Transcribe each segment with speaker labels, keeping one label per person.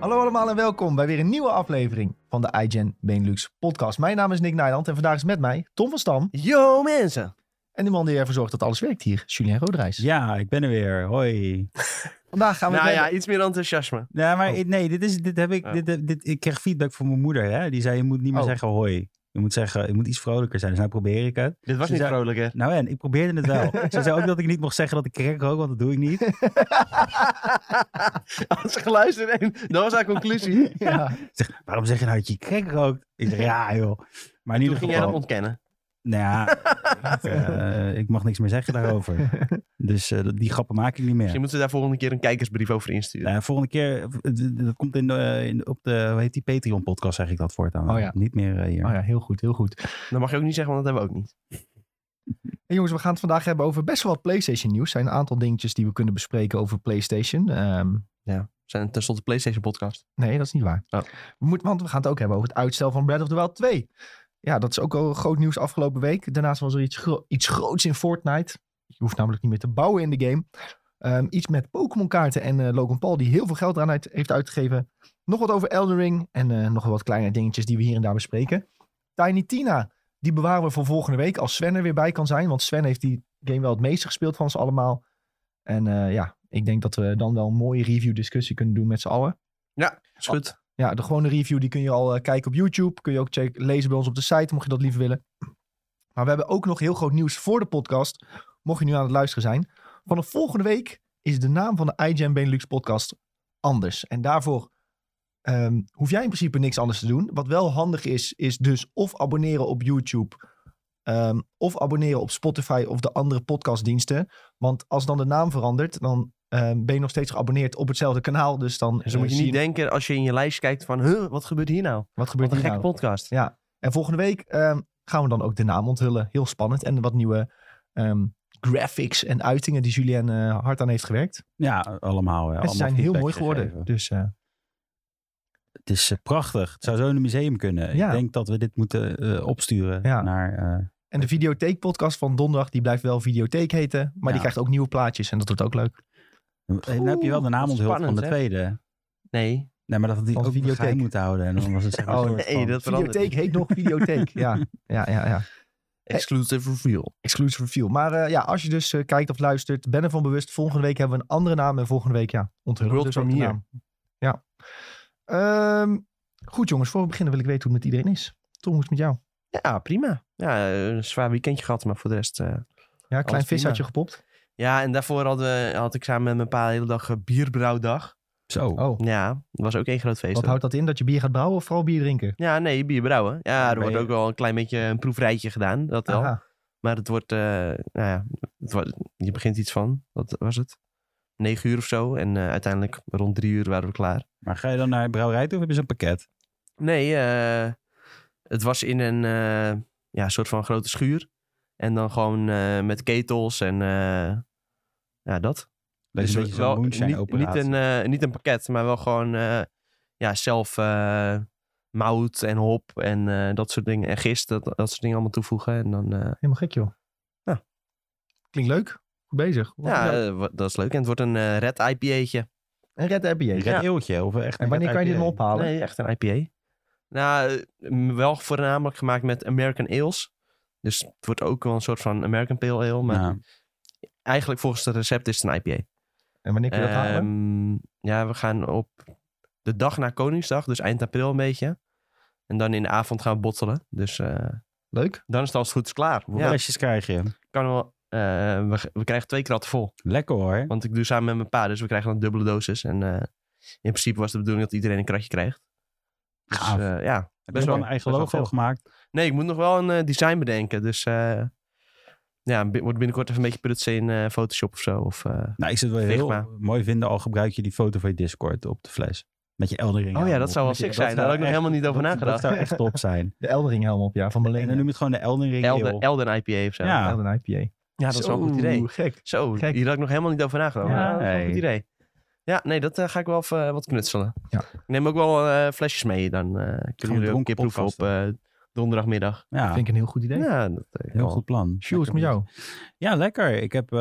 Speaker 1: Hallo allemaal en welkom bij weer een nieuwe aflevering van de iGen Benelux podcast. Mijn naam is Nick Nijland en vandaag is met mij Tom van Stam.
Speaker 2: Yo mensen!
Speaker 1: En de man die ervoor zorgt dat alles werkt hier, Julien Roderijs.
Speaker 3: Ja, ik ben er weer. Hoi.
Speaker 1: Vandaag gaan we
Speaker 2: nou
Speaker 1: het
Speaker 2: ja,
Speaker 1: hebben-
Speaker 2: iets meer enthousiasme.
Speaker 3: Ja, maar
Speaker 1: Oh.
Speaker 3: ik- nee, dit, is, dit heb ik.
Speaker 2: Ja.
Speaker 3: Dit, dit, ik kreeg feedback van mijn moeder. Hè? Die zei: Je moet niet meer
Speaker 1: Oh.
Speaker 3: zeggen hoi. Je moet zeggen, je moet iets vrolijker zijn. Dus nou probeer ik het.
Speaker 2: Dit was
Speaker 3: Ze
Speaker 2: niet
Speaker 3: zei-
Speaker 2: vrolijk hè?
Speaker 3: Nou en, ik probeerde het wel. Ze zei ook dat ik niet mocht zeggen dat ik crack rook, want dat doe ik niet.
Speaker 2: Als ze geluisterd en dat was haar conclusie.
Speaker 1: ja.
Speaker 3: Ze zegt, waarom zeg je nou dat je crack rookt? Ik zeg, ja joh. Maar
Speaker 2: Toen
Speaker 3: in ieder
Speaker 2: ging jij dat
Speaker 3: geval,
Speaker 2: ontkennen.
Speaker 3: nou ja, ik, eh, ik mag niks meer zeggen daarover. Dus eh, die grappen maak ik niet meer.
Speaker 2: Misschien moeten ze daar volgende keer een kijkersbrief over insturen.
Speaker 3: Nou ja, volgende keer, eh, d- d- dat komt in, eh, in, op de, hoe heet die Patreon-podcast, zeg ik dat voortaan.
Speaker 1: Oh ja.
Speaker 3: Niet meer eh, hier.
Speaker 1: Oh ja, heel goed, heel goed.
Speaker 2: Dat mag je ook niet zeggen, want dat hebben we ook niet.
Speaker 1: En jongens, we gaan het vandaag hebben over best wel wat PlayStation nieuws. Er zijn een aantal dingetjes die we kunnen bespreken over PlayStation. Ehm,
Speaker 2: We zijn tenslotte PlayStation podcast.
Speaker 1: nee, dat is niet waar.
Speaker 2: Oh.
Speaker 1: We moeten, want we gaan het ook hebben over het uitstel van Breath of the Wild 2. Ja, dat is ook al groot nieuws afgelopen week. Daarnaast was er iets, gro- iets groots in Fortnite. Je hoeft namelijk niet meer te bouwen in de game. Ehm, iets met Pokémon kaarten en eh, Logan Paul die heel veel geld eraan uit, heeft uitgegeven. Nog wat over Elden Ring en eh, nog wel wat kleine dingetjes die we hier en daar bespreken. Tiny Tina, die bewaren we voor volgende week als Sven er weer bij kan zijn. Want Sven heeft die game wel het meeste gespeeld van ons allemaal. En eh, ja, ik denk dat we dan wel een mooie review discussie kunnen doen met z'n allen.
Speaker 2: Is goed.
Speaker 1: Ja, de gewone review die kun je al eh, kijken op YouTube. Kun je ook check, lezen bij ons op de site, mocht je dat liever willen. Maar we hebben ook nog heel groot nieuws voor de podcast. Mocht je nu aan het luisteren zijn. Vanaf volgende week is de naam van de IGN Benelux podcast anders. En daarvoor ehm, hoef jij in principe niks anders te doen. Wat wel handig is, is dus of abonneren op YouTube... ehm, of abonneren op Spotify of de andere podcastdiensten. Want als dan de naam verandert, dan ehm, ben je nog steeds geabonneerd op hetzelfde kanaal. Dus dan
Speaker 2: Dus dan moet je
Speaker 1: eh, zie
Speaker 2: niet denken als je in je lijst kijkt van, huh, wat gebeurt hier nou?
Speaker 1: wat gebeurt
Speaker 2: Wat een
Speaker 1: hier
Speaker 2: gekke
Speaker 1: nou?
Speaker 2: podcast.
Speaker 1: En volgende week ehm, gaan we dan ook de naam onthullen. Heel spannend. En wat nieuwe ehm, graphics en uitingen die Julien eh, hard aan heeft gewerkt.
Speaker 3: Ja, allemaal. eh,
Speaker 1: en ze
Speaker 3: Nou, allemaal
Speaker 1: zijn heel
Speaker 3: feedback
Speaker 1: mooi geworden.
Speaker 3: gegeven.
Speaker 1: Dus eh,
Speaker 3: Het is eh, prachtig. Het zou zo in een museum kunnen.
Speaker 1: Ja.
Speaker 3: Ik denk dat we dit moeten eh, opsturen
Speaker 1: Ja.
Speaker 3: naar... eh,
Speaker 1: en de videotheek podcast van donderdag, die blijft wel videotheek heten. Maar die
Speaker 3: Ja.
Speaker 1: krijgt ook nieuwe plaatjes en dat wordt ook leuk.
Speaker 3: en dan heb je wel de naam
Speaker 2: wat
Speaker 3: onthuld van
Speaker 2: spannend,
Speaker 3: de
Speaker 2: hè?
Speaker 3: tweede.
Speaker 2: Nee.
Speaker 3: Nee, maar dat had hij
Speaker 1: Van
Speaker 3: ook
Speaker 1: de videotheek.
Speaker 3: geheim moeten houden. En dan was het zeg maar
Speaker 1: Oh,
Speaker 3: een soort
Speaker 2: nee,
Speaker 3: van-
Speaker 2: dat verandert.
Speaker 1: videotheek heet nog videotheek. ja, ja, ja, ja.
Speaker 2: Exclusive reveal.
Speaker 1: Exclusive review. Maar eh, ja, als je dus eh, kijkt of luistert, ben ervan bewust. Volgende week hebben we een andere naam. En volgende week, ja, onthullen we
Speaker 2: World
Speaker 1: dus ook de
Speaker 2: premiere.
Speaker 1: naam. Ja. Ehm, goed jongens, voor we beginnen wil ik weten hoe het met iedereen is. Tom, hoe is het met jou?
Speaker 2: Ja, prima. Ja, eh, een zwaar weekendje gehad, maar voor de rest... eh,
Speaker 1: Ja, klein
Speaker 2: Alles
Speaker 1: vis had je
Speaker 2: prima.
Speaker 1: gepopt.
Speaker 2: Ja, en daarvoor hadden, we- had ik samen met mijn pa de hele dag eh, bierbrouwdag.
Speaker 3: Zo.
Speaker 1: Oh,
Speaker 2: Ja, dat was ook één groot feest.
Speaker 1: wat houdt dat in? Dat je bier gaat brouwen of vooral bier drinken?
Speaker 2: Ja, nee, bier brouwen. Ja, er
Speaker 3: ben
Speaker 2: wordt
Speaker 3: je-
Speaker 2: ook wel een klein beetje een proefrijtje gedaan, dat wel.
Speaker 1: Aha.
Speaker 2: Maar het wordt, eh, nou ja, het wordt, je begint iets van, wat was het? Negen uur of zo. En eh, uiteindelijk rond drie uur waren we klaar.
Speaker 3: Maar ga je dan naar de brouwerij toe of heb je zo'n pakket?
Speaker 2: Nee, eh, het was in een eh, ja, soort van grote schuur. En dan gewoon eh, met ketels en eh, ja, dat.
Speaker 3: Dat is een
Speaker 2: Dus
Speaker 3: beetje
Speaker 2: wel
Speaker 3: zo'n moonshine
Speaker 2: niet, niet,
Speaker 3: operatie.
Speaker 2: een, eh, niet een pakket, maar wel gewoon eh, ja, zelf eh, mout en hop en eh, dat soort dingen. En gist, dat, dat soort dingen allemaal toevoegen. En dan, eh,
Speaker 1: Helemaal gek, joh.
Speaker 2: Ja.
Speaker 1: Klinkt leuk. Goed bezig.
Speaker 2: ja, eh, wa- dat is leuk. En het wordt een eh, red IPA'tje.
Speaker 1: een red IPA.
Speaker 3: Een red eeuwtje of echt
Speaker 1: En
Speaker 3: een
Speaker 1: wanneer
Speaker 3: red
Speaker 1: kan je dit
Speaker 3: IPA?
Speaker 1: dan ophalen?
Speaker 2: Nee, echt een IPA. Nou, eh, m- wel voornamelijk gemaakt met American Ales. Dus het wordt ook wel een soort van American Pale Ale. Maar
Speaker 3: Nou,
Speaker 2: eigenlijk volgens het recept is het een IPA.
Speaker 1: En wanneer kun je dat halen?
Speaker 2: Ehm, ja, we gaan op de dag na Koningsdag, dus eind april een beetje. En dan in de avond gaan we bottelen. Dus eh,
Speaker 1: Leuk.
Speaker 2: dan is het als het goed is klaar.
Speaker 3: hoeveel
Speaker 2: Ja,
Speaker 3: flesjes krijg je?
Speaker 2: kan wel, eh, we, we krijgen twee kratten vol.
Speaker 3: Lekker hoor.
Speaker 2: Want ik doe samen met mijn pa, dus we krijgen dan een dubbele dosis. En eh, in principe was de bedoeling dat iedereen een kratje krijgt. Dus
Speaker 3: Gaaf.
Speaker 2: eh, ja.
Speaker 3: Heb je
Speaker 2: wel-
Speaker 3: wel een eigen
Speaker 2: best wel
Speaker 3: logo
Speaker 2: veel.
Speaker 3: gemaakt?
Speaker 2: Nee, ik moet nog wel een eh, design bedenken. Dus eh, ja, bi- wordt binnenkort even een beetje prutsen in eh, Photoshop of zo. Of, eh,
Speaker 3: Nou, ik zou het wel
Speaker 2: Figma.
Speaker 3: heel mooi vinden, al gebruik je die foto van je Discord op de fles. Met je Elden Ring
Speaker 2: Oh ja,
Speaker 3: helm
Speaker 2: dat
Speaker 3: op.
Speaker 2: zou wel
Speaker 3: Met je-
Speaker 2: sick zijn.
Speaker 3: dat
Speaker 2: Daar had
Speaker 3: zou
Speaker 2: ik nog
Speaker 3: echt-
Speaker 2: helemaal niet over
Speaker 3: dat-
Speaker 2: nagedacht.
Speaker 3: Dat zou echt top zijn.
Speaker 1: De Eldering helm op, ja. Van
Speaker 3: En dan noem
Speaker 1: Malene.
Speaker 3: je het gewoon de Elden Ring
Speaker 2: Elden,
Speaker 3: Ale.
Speaker 2: Elden IPA of zo.
Speaker 3: Ja.
Speaker 1: Elden IPA.
Speaker 2: Ah. Ja, dat is wel een goed
Speaker 1: Zo,
Speaker 2: idee.
Speaker 1: gek.
Speaker 2: Zo,
Speaker 1: Gek.
Speaker 2: hier had ik nog helemaal niet over nagedacht.
Speaker 1: Ja,
Speaker 2: Ja, dat is wel een
Speaker 3: hey.
Speaker 2: goed idee. Ja, nee, dat eh, ga ik wel even eh, wat knutselen.
Speaker 1: Ja.
Speaker 2: Ik neem ook wel eh, flesjes mee. Dan eh kunnen jullie ook een
Speaker 3: dronken
Speaker 2: keer proeven op eh, donderdagmiddag.
Speaker 3: Ja,
Speaker 1: Vind ik een heel goed idee.
Speaker 2: Ja, dat, eh,
Speaker 3: heel
Speaker 2: wel.
Speaker 3: goed plan.
Speaker 1: Sjoerd, met jou.
Speaker 3: Ja, lekker. Ik heb eh,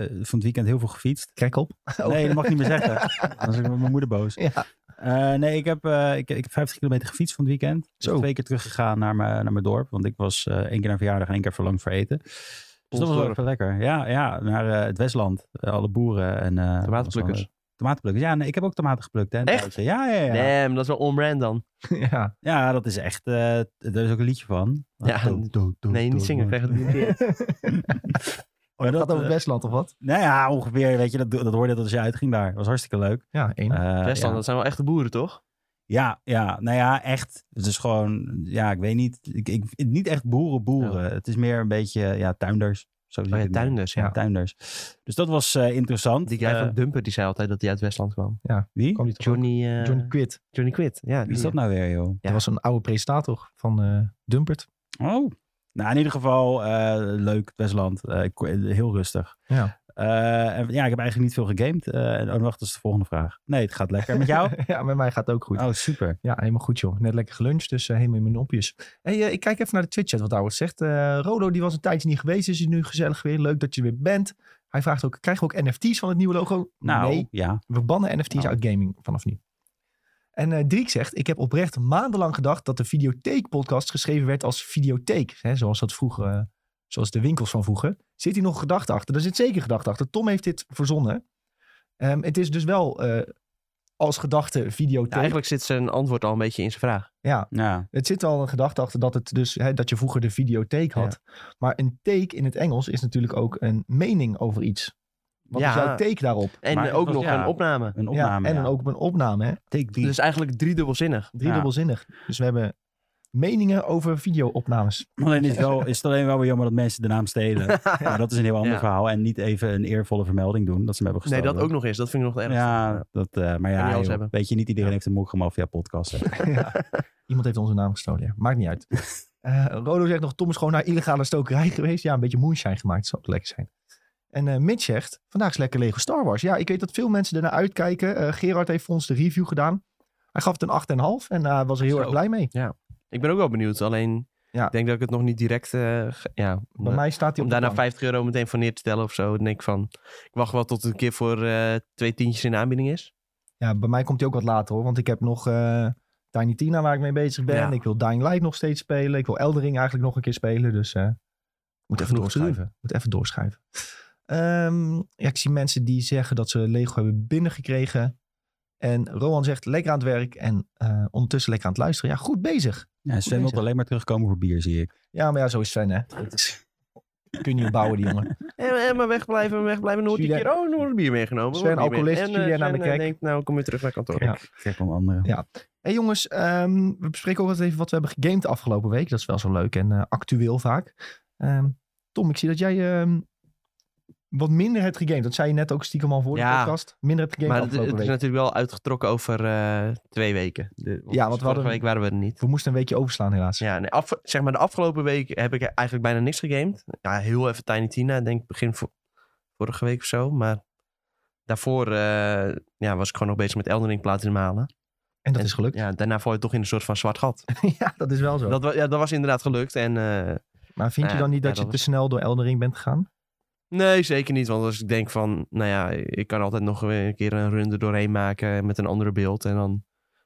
Speaker 3: van het weekend heel veel gefietst.
Speaker 1: Kijk op.
Speaker 2: Oh.
Speaker 3: Nee, dat mag ik niet meer zeggen. Dan is ik met mijn moeder boos.
Speaker 1: Ja.
Speaker 3: Eh, Eh, nee, ik heb, eh, ik, ik heb 50 kilometer gefietst van het weekend. Dus
Speaker 1: Zo.
Speaker 3: twee keer teruggegaan naar mijn, naar mijn dorp. Want ik was eh, één keer naar verjaardag en één keer verlangd voor eten. Dus dat was wel
Speaker 2: dorp.
Speaker 3: echt wel lekker. Ja, ja naar eh, het Westland. Eh, alle boeren en... eh,
Speaker 2: Tomatenplukkers.
Speaker 3: was wel leuk. Tomatenplukkers. Ja, nee, ik heb ook tomaten geplukt. Hè, in het
Speaker 2: Echt?
Speaker 3: buiten. Ja, ja, ja.
Speaker 2: Damn, dat is wel on-brand dan.
Speaker 1: ja.
Speaker 3: Ja, dat is echt... eh daar is ook een liedje van.
Speaker 2: Ja,
Speaker 3: Dood, dood, dood,
Speaker 2: Nee, niet
Speaker 3: dood,
Speaker 2: zingen.
Speaker 3: dood.
Speaker 2: Krijg het niet meer.
Speaker 1: Oh, dat
Speaker 3: dat,
Speaker 1: gaat over het
Speaker 3: eh,
Speaker 1: Westland of wat?
Speaker 3: Nou ja, ongeveer. Weet je, dat, dat hoorde je dat als je uitging daar. was hartstikke leuk.
Speaker 1: Ja, één.
Speaker 3: Eh,
Speaker 2: Westland,
Speaker 3: ja.
Speaker 2: dat zijn wel echte boeren, toch?
Speaker 3: Ja, ja, nou ja, echt. Het is gewoon, ja, ik weet niet. Ik, ik, niet echt boeren, boeren. Het is meer een beetje, ja, tuinders. Zo zie
Speaker 2: Oh
Speaker 3: ik
Speaker 2: ja,
Speaker 3: het meer.
Speaker 2: tuinders, ja.
Speaker 3: Ja, tuinders. Dus dat was eh, interessant.
Speaker 2: Die guy
Speaker 3: Eh,
Speaker 2: van Dumper, die zei altijd dat hij uit Westland kwam.
Speaker 3: wie?
Speaker 1: Kwam die toch ook?
Speaker 2: Johnny, eh,
Speaker 1: Johnny Quid.
Speaker 2: Johnny Quid. Ja,
Speaker 3: Wie
Speaker 2: die
Speaker 3: is dat nou weer, joh?
Speaker 2: Ja.
Speaker 1: Dat was een oude presentator van eh, Dumpert.
Speaker 3: Oh. Nou, in ieder geval, eh, leuk, het Westland. Eh, ik- heel rustig.
Speaker 1: Ja.
Speaker 3: Eh, en, ja, ik heb eigenlijk niet veel gegamed. Eh, en oh, wacht, dat is de volgende vraag. Nee, het gaat lekker. Met
Speaker 2: Oh.
Speaker 3: jou?
Speaker 1: ja, met mij gaat het ook goed.
Speaker 3: oh, super.
Speaker 1: Ja, helemaal goed joh. Net lekker geluncht, dus eh, helemaal in mijn nopjes. Hey, eh, ik kijk even naar de Twitch-chat wat Howard zegt. Eh Rodo, die was een tijdje niet geweest, dus is hier nu gezellig weer. Leuk dat je weer bent. Hij vraagt ook, krijgen we ook NFT's van het nieuwe logo?
Speaker 3: Nou,
Speaker 1: Nee,
Speaker 3: ja.
Speaker 1: we bannen NFT's
Speaker 3: Nou.
Speaker 1: uit gaming vanaf nu. En eh Driek zegt, ik heb oprecht maandenlang gedacht dat de Videotheek-podcast geschreven werd als Videotheek. Hè, zoals dat vroeger, eh, zoals de winkels van vroeger. Zit hier nog een gedachte achter? Er zit zeker een gedachte achter. Tom heeft dit verzonnen. Ehm, het is dus wel eh, als gedachte
Speaker 2: Ja,
Speaker 1: Videotheek.
Speaker 2: eigenlijk zit zijn antwoord al een beetje in zijn vraag.
Speaker 1: ja,
Speaker 3: Ja.
Speaker 1: het zit al een gedachte achter dat, het dus, hè, dat je vroeger de videotheek had. Maar een take in het Engels is natuurlijk ook een mening over iets. Wat
Speaker 2: Ja.
Speaker 1: is jouw take daarop?
Speaker 2: En
Speaker 3: Maar het
Speaker 2: ook
Speaker 3: was-
Speaker 2: nog
Speaker 3: ja.
Speaker 2: een opname.
Speaker 3: Een opname.
Speaker 1: ja, en
Speaker 3: ja.
Speaker 1: dan ook een opname. Hè?
Speaker 3: Take drie.
Speaker 2: Dus eigenlijk driedubbelzinnig.
Speaker 1: Driedubbelzinnig. Dus we hebben meningen over videoopnames.
Speaker 3: Alleen is, wel, is het alleen wel weer jammer dat mensen de naam stelen. Maar dat is een heel ander
Speaker 2: Ja.
Speaker 3: verhaal. En niet even een eervolle vermelding doen dat ze hem hebben
Speaker 2: Nee,
Speaker 3: gestolen.
Speaker 2: dat ook nog eens. Dat vind ik nog het ergste.
Speaker 3: Ja, dat, eh, maar
Speaker 2: niet
Speaker 3: ja,
Speaker 2: alles
Speaker 3: joh,
Speaker 2: hebben.
Speaker 3: weet je, niet iedereen heeft een Mokkige Mafia podcast. hè.
Speaker 1: Ja. Iemand heeft onze naam gestolen. ja. Maakt niet uit. Eh, Rodo zegt nog, Tom is gewoon naar illegale stokerij geweest. Ja, een beetje moonshine gemaakt. Zou ook lekker zijn. En eh Mitch zegt, vandaag is lekker Lego Star Wars. Ja, ik weet dat veel mensen ernaar uitkijken. Eh, Gerard heeft voor ons de review gedaan. Hij gaf het een 8,5 en hij was er heel
Speaker 2: Zo.
Speaker 1: erg blij mee.
Speaker 2: Ik ben ook wel benieuwd. Alleen,
Speaker 1: Ja.
Speaker 2: ik denk dat ik het nog niet direct... eh, ge- ja,
Speaker 1: Bij mij staat hij
Speaker 2: om
Speaker 1: op de
Speaker 2: daarna
Speaker 1: plank.
Speaker 2: 50 euro meteen van neer te tellen of zo. Dan denk ik van, ik wacht wel tot het een keer voor eh, twee tientjes in de aanbieding is.
Speaker 1: Ja, bij mij komt hij ook wat later hoor. Want ik heb nog eh, Tiny Tina waar ik mee bezig ben.
Speaker 2: Ja.
Speaker 1: Ik wil Dying Light nog steeds spelen. Ik wil Eldering eigenlijk nog een keer spelen. Dus eh, moet even
Speaker 2: Genoeg
Speaker 1: doorschuiven. Moet even doorschuiven. Ehm, ja, ik zie mensen die zeggen dat ze Lego hebben binnengekregen. En Rohan zegt lekker aan het werk en eh, ondertussen lekker aan het luisteren. Ja, goed bezig.
Speaker 3: Ja, Sven wil
Speaker 1: bezig.
Speaker 3: alleen maar terugkomen voor bier, zie ik.
Speaker 1: Ja, maar ja, zo is Sven hè. Dat is- Kun je niet bouwen die jongen.
Speaker 2: En, en maar wegblijven, maar wegblijven. Nooit die
Speaker 1: Julien-
Speaker 2: keer, oh, nooit een bier meegenomen.
Speaker 1: Sven,
Speaker 2: nooit een bier mee-
Speaker 1: alcoholist,
Speaker 2: En eh,
Speaker 1: Julien aan de
Speaker 2: Sven, eh,
Speaker 1: kijk.
Speaker 2: denkt, nou, kom weer terug naar kantoor.
Speaker 1: Ja.
Speaker 3: Kijk om anderen.
Speaker 1: Ja. Hey jongens, ehm, we bespreken ook altijd even wat we hebben gegamed de afgelopen week. Dat is wel zo leuk en eh, actueel vaak. Ehm, Tom, ik zie dat jij ehm, wat minder hebt gegamed. Dat zei je net ook stiekem al voor de
Speaker 2: Ja.
Speaker 1: podcast. Minder hebt gegamed de
Speaker 2: Maar het,
Speaker 1: afgelopen
Speaker 2: het is
Speaker 1: week.
Speaker 2: natuurlijk wel uitgetrokken over eh, twee weken. De,
Speaker 1: Ja, want we
Speaker 2: vorige
Speaker 1: hadden-
Speaker 2: week waren we er niet.
Speaker 1: We moesten een weekje overslaan helaas.
Speaker 2: Ja, nee, af, zeg maar de afgelopen week heb ik eigenlijk bijna niks gegamed. Ja, heel even Tiny Tina, ik denk begin vo- vorige week of zo. Maar daarvoor eh, ja, was ik gewoon nog bezig met Elden Ring Platinum halen.
Speaker 1: en dat
Speaker 2: En-
Speaker 1: is gelukt. Ja.
Speaker 2: Ja, daarna val je toch in een soort van zwart gat.
Speaker 1: dat is wel zo.
Speaker 2: Dat, wa- ja, dat was inderdaad gelukt. En, eh,
Speaker 1: maar vind
Speaker 2: nou
Speaker 1: je
Speaker 2: ja,
Speaker 1: dan niet
Speaker 2: ja,
Speaker 1: dat je
Speaker 2: dat
Speaker 1: te snel door Eldering bent gegaan?
Speaker 2: nee, zeker niet. Want als ik denk van, nou ja, ik kan altijd nog weer een keer een run er doorheen maken met een andere beeld. En dan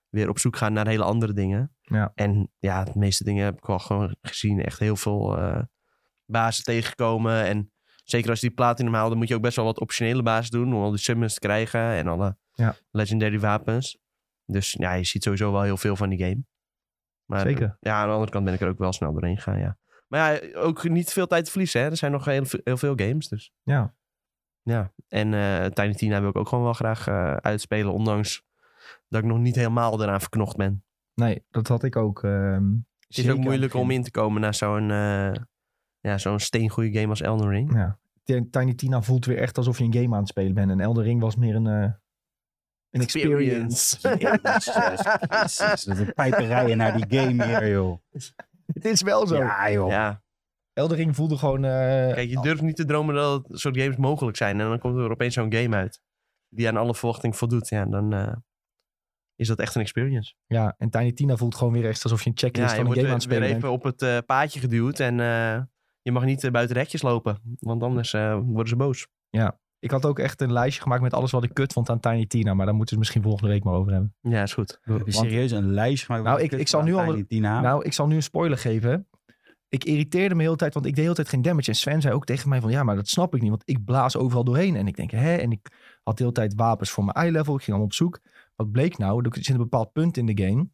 Speaker 2: weer op zoek gaan naar hele andere dingen.
Speaker 1: Ja.
Speaker 2: En ja, de meeste dingen heb ik wel gewoon gezien. Echt heel veel eh bazen tegengekomen. En zeker als je die platinum haalt, dan moet je ook best wel wat optionele bazen doen. Om al die summons te krijgen en alle
Speaker 1: Ja.
Speaker 2: legendary wapens. Dus ja, je ziet sowieso wel heel veel van die game. Maar
Speaker 1: Zeker.
Speaker 2: Ja, aan de andere kant ben ik er ook wel snel doorheen gegaan, ja. Maar ja, ook niet veel tijd te verliezen, hè. Er zijn nog heel, ve- heel veel games, dus.
Speaker 1: Ja.
Speaker 2: Ja, en eh, Tiny Tina wil ik ook gewoon wel graag eh, uitspelen, ondanks dat ik nog niet helemaal eraan verknocht ben.
Speaker 1: Nee, dat had ik ook. ehm,
Speaker 2: Het is
Speaker 1: zeker
Speaker 2: ook moeilijk
Speaker 1: aan
Speaker 2: om
Speaker 1: het
Speaker 2: in te komen naar zo'n eh ja, zo'n steengoede game als Elden Ring.
Speaker 1: begin. Ja. T- Tiny Tina voelt weer echt alsof je een game aan het spelen bent. En Eldering was meer een, eh, een experience.
Speaker 3: Jezus, wat een pijperijen naar die game hier, joh.
Speaker 1: Het is wel zo.
Speaker 3: Ja, joh.
Speaker 2: Ja,
Speaker 1: Eldering voelde gewoon... eh,
Speaker 2: kijk, je durft niet te dromen dat dat soort games mogelijk zijn. En dan komt er opeens zo'n game uit die aan alle verwachting voldoet. Ja, dan eh, is dat echt een experience.
Speaker 1: Ja, en Tiny Tina voelt gewoon weer echt alsof je een checklist
Speaker 2: Ja, je
Speaker 1: van een
Speaker 2: wordt
Speaker 1: game aan
Speaker 2: weer,
Speaker 1: het
Speaker 2: weer
Speaker 1: spelen
Speaker 2: even
Speaker 1: bent.
Speaker 2: op het eh, paadje geduwd en eh, je mag niet eh, buiten de hekjes lopen. Want anders eh, worden ze boos.
Speaker 1: Ik had ook echt een lijstje gemaakt met alles wat ik kut vond aan Tiny Tina. Maar daar moeten we het misschien volgende week maar over hebben.
Speaker 2: Ja, is goed.
Speaker 3: Heb je serieus een lijstje gemaakt?
Speaker 1: Nou, ik- ik zal nu al-
Speaker 3: Tina.
Speaker 1: Nou, ik zal nu een spoiler geven. Ik irriteerde me heel de tijd, want ik deed de hele tijd geen damage. En Sven zei ook tegen mij van, ja, maar dat snap ik niet. Want ik blaas overal doorheen. En ik denk, hè? En ik had de hele tijd wapens voor mijn eye-level. Ik ging allemaal op zoek. Wat bleek nou? Er zit een bepaald punt in de game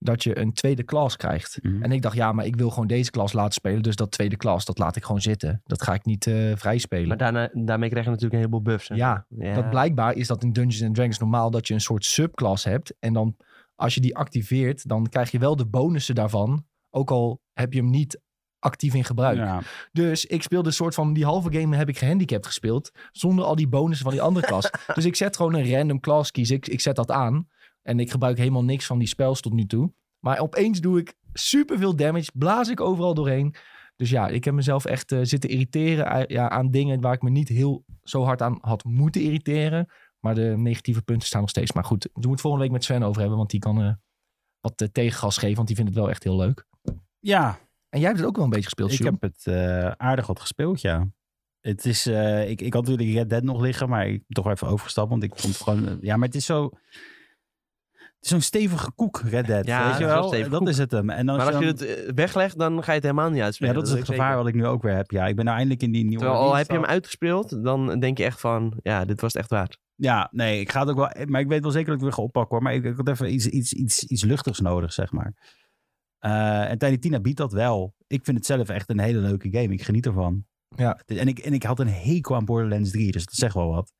Speaker 1: dat je een tweede klas krijgt.
Speaker 3: Mhm.
Speaker 1: En ik dacht, ja, maar ik wil gewoon deze klas laten spelen. Dus dat tweede klas, dat laat ik gewoon zitten. Dat ga ik niet eh vrij spelen.
Speaker 2: Maar daarna, daarmee krijg je natuurlijk een heleboel buffs. hè?
Speaker 1: ja,
Speaker 2: Ja.
Speaker 1: dat blijkbaar is dat in Dungeons and Dragons normaal dat je een soort subklas hebt. En dan als je die activeert, dan krijg je wel de bonussen daarvan. Ook al heb je hem niet actief in gebruik.
Speaker 3: Ja.
Speaker 1: Dus ik speelde een soort van die halve game heb ik gehandicapt gespeeld. Zonder al die bonussen van die andere klas. dus ik zet gewoon een random class kies. Ik, ik zet dat aan. En ik gebruik helemaal niks van die spels tot nu toe. Maar opeens doe ik superveel damage. Blaas ik overal doorheen. Dus ja, ik heb mezelf echt eh, zitten irriteren eh, ja, aan dingen waar ik me niet heel zo hard aan had moeten irriteren. Maar de negatieve punten staan nog steeds. Maar goed, doen we het volgende week met Sven over hebben. Want die kan eh, wat eh, tegengas geven. Want die vindt het wel echt heel leuk.
Speaker 3: ja,
Speaker 1: En jij hebt het ook wel een beetje gespeeld,
Speaker 3: Ik
Speaker 1: Sjoerd.
Speaker 3: heb het eh, aardig wat gespeeld, ja. Het is, eh, ik, ik had natuurlijk Red Dead nog liggen, maar ik ben toch wel even overgestapt, want ik vond het gewoon... eh, Ja, maar het is zo... Het is zo'n stevige koek, Red Dead.
Speaker 2: Ja,
Speaker 3: weet
Speaker 2: het
Speaker 3: je
Speaker 2: is wel
Speaker 3: wel?
Speaker 2: stevige
Speaker 3: Dat
Speaker 2: koek.
Speaker 3: is het hem. En dan
Speaker 2: Maar als
Speaker 3: dan-
Speaker 2: je het eh, weglegt, dan ga je het helemaal niet
Speaker 3: Ja,
Speaker 2: uitspelen.
Speaker 3: dat is het
Speaker 2: weet ik
Speaker 3: gevaar wat ik nu ook weer heb. Ja, ik ben nou eindelijk in die nieuwe...
Speaker 2: zeker. Terwijl al
Speaker 3: Orleans
Speaker 2: heb je hem
Speaker 3: stad.
Speaker 2: uitgespeeld, dan denk je echt van, ja, dit was het echt waard.
Speaker 3: Ja, nee, ik ga het ook wel... Maar ik weet wel zeker dat ik het weer ga oppakken, hoor. Maar ik, ik had even iets, iets, iets, iets luchtigs nodig, zeg maar. Eh, en Tiny Tina biedt dat wel. Ik vind het zelf echt een hele leuke game. Ik geniet ervan.
Speaker 1: Ja.
Speaker 3: Het is- En ik, en ik had een hekel aan Borderlands 3, dus dat zegt wel wat.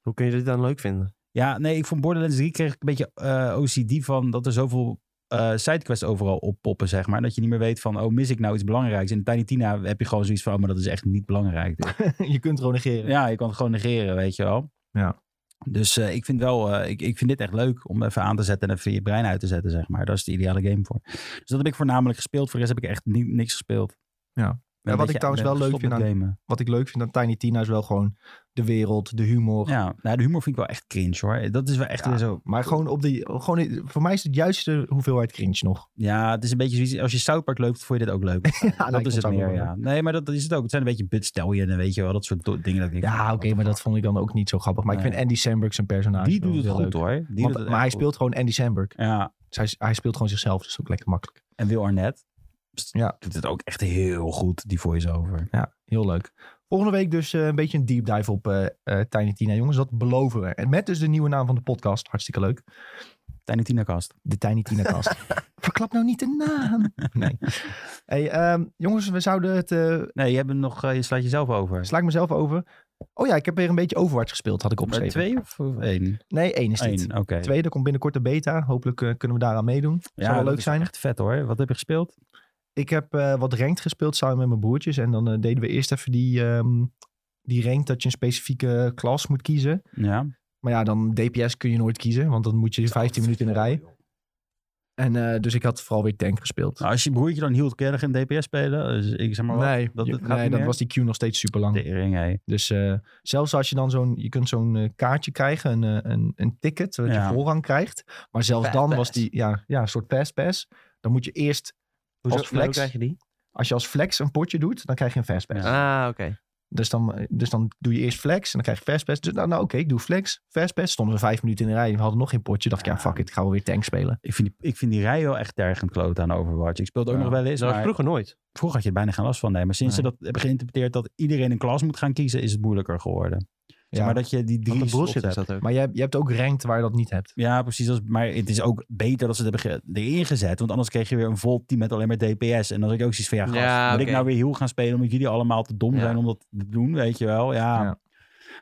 Speaker 2: Hoe kun je dit dan leuk vinden?
Speaker 3: Ja, nee, ik vond Borderlands 3 kreeg ik een beetje eh, OCD van dat er zoveel eh, sidequests overal oppoppen, zeg maar. Dat je niet meer weet van, oh, mis ik nou iets belangrijks? In Tiny Tina heb je gewoon zoiets van, oh, maar dat is echt niet belangrijk.
Speaker 1: je kunt gewoon negeren.
Speaker 3: ja, je kan het gewoon negeren, weet je wel.
Speaker 1: Ja.
Speaker 3: Dus eh, ik vind wel, eh, ik, ik vind dit echt leuk om even aan te zetten en even je brein uit te zetten, zeg maar. Dat is de ideale game voor. Dus dat heb ik voornamelijk gespeeld. Voor de rest heb ik echt ni- niks gespeeld.
Speaker 1: Ja.
Speaker 3: Ik ben
Speaker 1: Ja,
Speaker 3: een
Speaker 1: wat
Speaker 3: beetje-
Speaker 1: ik trouwens
Speaker 3: ben
Speaker 1: wel leuk
Speaker 3: gestopt
Speaker 1: vind
Speaker 3: met gamen.
Speaker 1: wat ik leuk vind aan Tiny Tina is wel gewoon de wereld, de humor.
Speaker 3: Ja, nou, de humor vind ik wel echt cringe, hoor. Dat is wel echt
Speaker 1: Ja.
Speaker 3: weer zo...
Speaker 1: Maar gewoon op die, gewoon, voor mij is het juiste hoeveelheid cringe nog.
Speaker 3: Ja, het is een beetje zoiets. Als je South Park loopt, vond je dit ook leuk.
Speaker 1: nou,
Speaker 3: dat
Speaker 1: ik
Speaker 3: is
Speaker 1: vond
Speaker 3: het
Speaker 1: het ook
Speaker 3: meer,
Speaker 1: wel
Speaker 3: ja. Nee, maar dat, dat is het ook. Het zijn een beetje Budstallion en weet je wel, dat soort do- dingen. Dat ik denk,
Speaker 1: Ja,
Speaker 3: van,
Speaker 1: oké,
Speaker 3: what
Speaker 1: maar
Speaker 3: the
Speaker 1: dat vond ik dan ook niet zo grappig. Maar ik
Speaker 3: Nee.
Speaker 1: vind Andy Samberg zijn
Speaker 3: fuck.
Speaker 1: personage
Speaker 3: Die
Speaker 1: wel
Speaker 3: doet het
Speaker 1: heel
Speaker 3: goed
Speaker 1: leuk.
Speaker 3: hoor. Die doet
Speaker 1: Want-
Speaker 3: het echt
Speaker 1: maar hij
Speaker 3: goed.
Speaker 1: speelt gewoon Andy Samberg.
Speaker 3: Ja,
Speaker 1: Dus hij, hij speelt gewoon zichzelf, dus ook lekker makkelijk.
Speaker 3: en Will Arnett. Pst,
Speaker 1: Ja.
Speaker 3: Doet het ook echt heel goed, die voice-over.
Speaker 1: Ja, heel leuk. Volgende week dus eh, een beetje een deep dive op eh, eh, Tiny Tina, jongens. Dat beloven we. En met dus de nieuwe naam van de podcast. Hartstikke leuk.
Speaker 3: Tiny Tina Kast.
Speaker 1: De Tiny Tina Cast. Verklap nou niet de naam. Nee. Hey, ehm, jongens, we zouden het eh,
Speaker 3: Nee, je, hebt hem nog, eh, je slaat jezelf over.
Speaker 1: Sla ik mezelf over. Oh ja, ik heb weer een beetje Overwatch gespeeld, had ik
Speaker 3: Maar
Speaker 1: opgeschreven.
Speaker 3: twee of of één?
Speaker 1: Nee, één is dit.
Speaker 3: Eén, oké.
Speaker 1: Tweede komt binnenkort de beta. Hopelijk eh, kunnen we daaraan meedoen. Zou wel
Speaker 3: dat
Speaker 1: leuk
Speaker 3: is
Speaker 1: zijn.
Speaker 3: Echt vet hoor. Wat heb je gespeeld?
Speaker 1: Ik heb eh, wat ranked gespeeld samen met mijn broertjes. En dan eh, deden we eerst even die, ehm die ranked dat je een specifieke eh, klas moet kiezen.
Speaker 3: Ja.
Speaker 1: Maar ja, dan DPS kun je nooit kiezen, want dan moet je 15 minuten in de rij. En eh, dus ik had vooral weer tank gespeeld.
Speaker 3: Nou, als je broertje dan hield, kun je dan geen DPS spelen? Dus ik zeg maar wat.
Speaker 1: nee,
Speaker 3: dat-
Speaker 1: je-
Speaker 3: dat gaat
Speaker 1: nee
Speaker 3: niet
Speaker 1: dat
Speaker 3: meer?
Speaker 1: was die queue nog steeds super lang.
Speaker 3: Tering, hé.
Speaker 1: Dus eh, zelfs als je dan zo'n, je kunt zo'n eh, kaartje krijgen, een, eh, een, een ticket, zodat
Speaker 3: Ja.
Speaker 1: je voorrang krijgt. Maar zelfs
Speaker 2: Fast
Speaker 1: dan
Speaker 2: pass.
Speaker 1: was die, ja, ja, een soort fastpass. Dan moet je eerst,
Speaker 2: Hoezo,
Speaker 1: Als flex?
Speaker 2: Hoe krijg je die?
Speaker 1: als je als flex een potje doet, dan krijg je een fastpass.
Speaker 3: Ja.
Speaker 2: Ah, oké.
Speaker 1: Dus, dan, dus dan doe je eerst flex en dan krijg je fastpass. Dus nou, nou oké, ik doe flex, fastpass. Stonden we vijf minuten in de rij, we hadden nog geen potje. Dacht ik, ja
Speaker 3: Ja.
Speaker 1: fuck it, ik ga wel weer tank spelen.
Speaker 3: Ik vind, die, ik vind die rij wel echt tergend kloot aan Overwatch. Ik speel het ook
Speaker 1: Ja.
Speaker 3: nog wel eens.
Speaker 2: Dat was
Speaker 3: maar-
Speaker 2: vroeger nooit.
Speaker 3: vroeger had je er bijna geen last van. Nee, maar sinds ze dat hebben geïnterpreteerd dat iedereen een klas moet gaan kiezen, is het moeilijker geworden. Zeg
Speaker 1: Ja.
Speaker 3: maar dat je die
Speaker 2: Wat
Speaker 3: drie
Speaker 2: een bullshit
Speaker 3: slots
Speaker 2: is
Speaker 3: hebt.
Speaker 2: dat ook.
Speaker 1: Maar je, hebt- je hebt ook ranked waar je dat niet hebt.
Speaker 3: Ja, precies. Dat is- maar het is ook beter dat ze het hebben ge- erin gezet. Want anders kreeg je weer een vol team met alleen maar DPS. En dan heb ik ook zoiets van, ja, gast,
Speaker 2: Ja,
Speaker 3: moet ik
Speaker 2: oké.
Speaker 3: nou weer heel gaan spelen omdat jullie allemaal te dom
Speaker 2: Ja.
Speaker 3: zijn om dat te doen, weet je wel. Ja.
Speaker 1: Ja.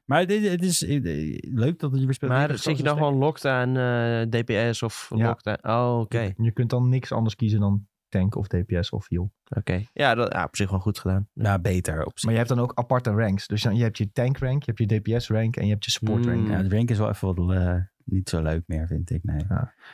Speaker 3: Maar het, is- het is eh, eh, leuk dat je weer speelt.
Speaker 2: Maar
Speaker 3: Lekker
Speaker 2: zit je
Speaker 3: klas
Speaker 2: dan gewoon locked aan eh, DPS of
Speaker 1: Ja.
Speaker 2: locked aan... Oh, oké.
Speaker 1: Je, je kunt dan niks anders kiezen dan tank of DPS of heal.
Speaker 2: Oké. Ja, dat ja, op zich wel goed gedaan. Ja.
Speaker 3: Ja, beter op zich.
Speaker 1: Maar je hebt dan ook aparte ranks. Dus dan, je hebt je tank rank, je hebt je DPS rank en je hebt je support
Speaker 2: Mm.
Speaker 1: rank.
Speaker 3: Ja, de rank is wel even wat eh, niet zo leuk meer, vind ik. Nee.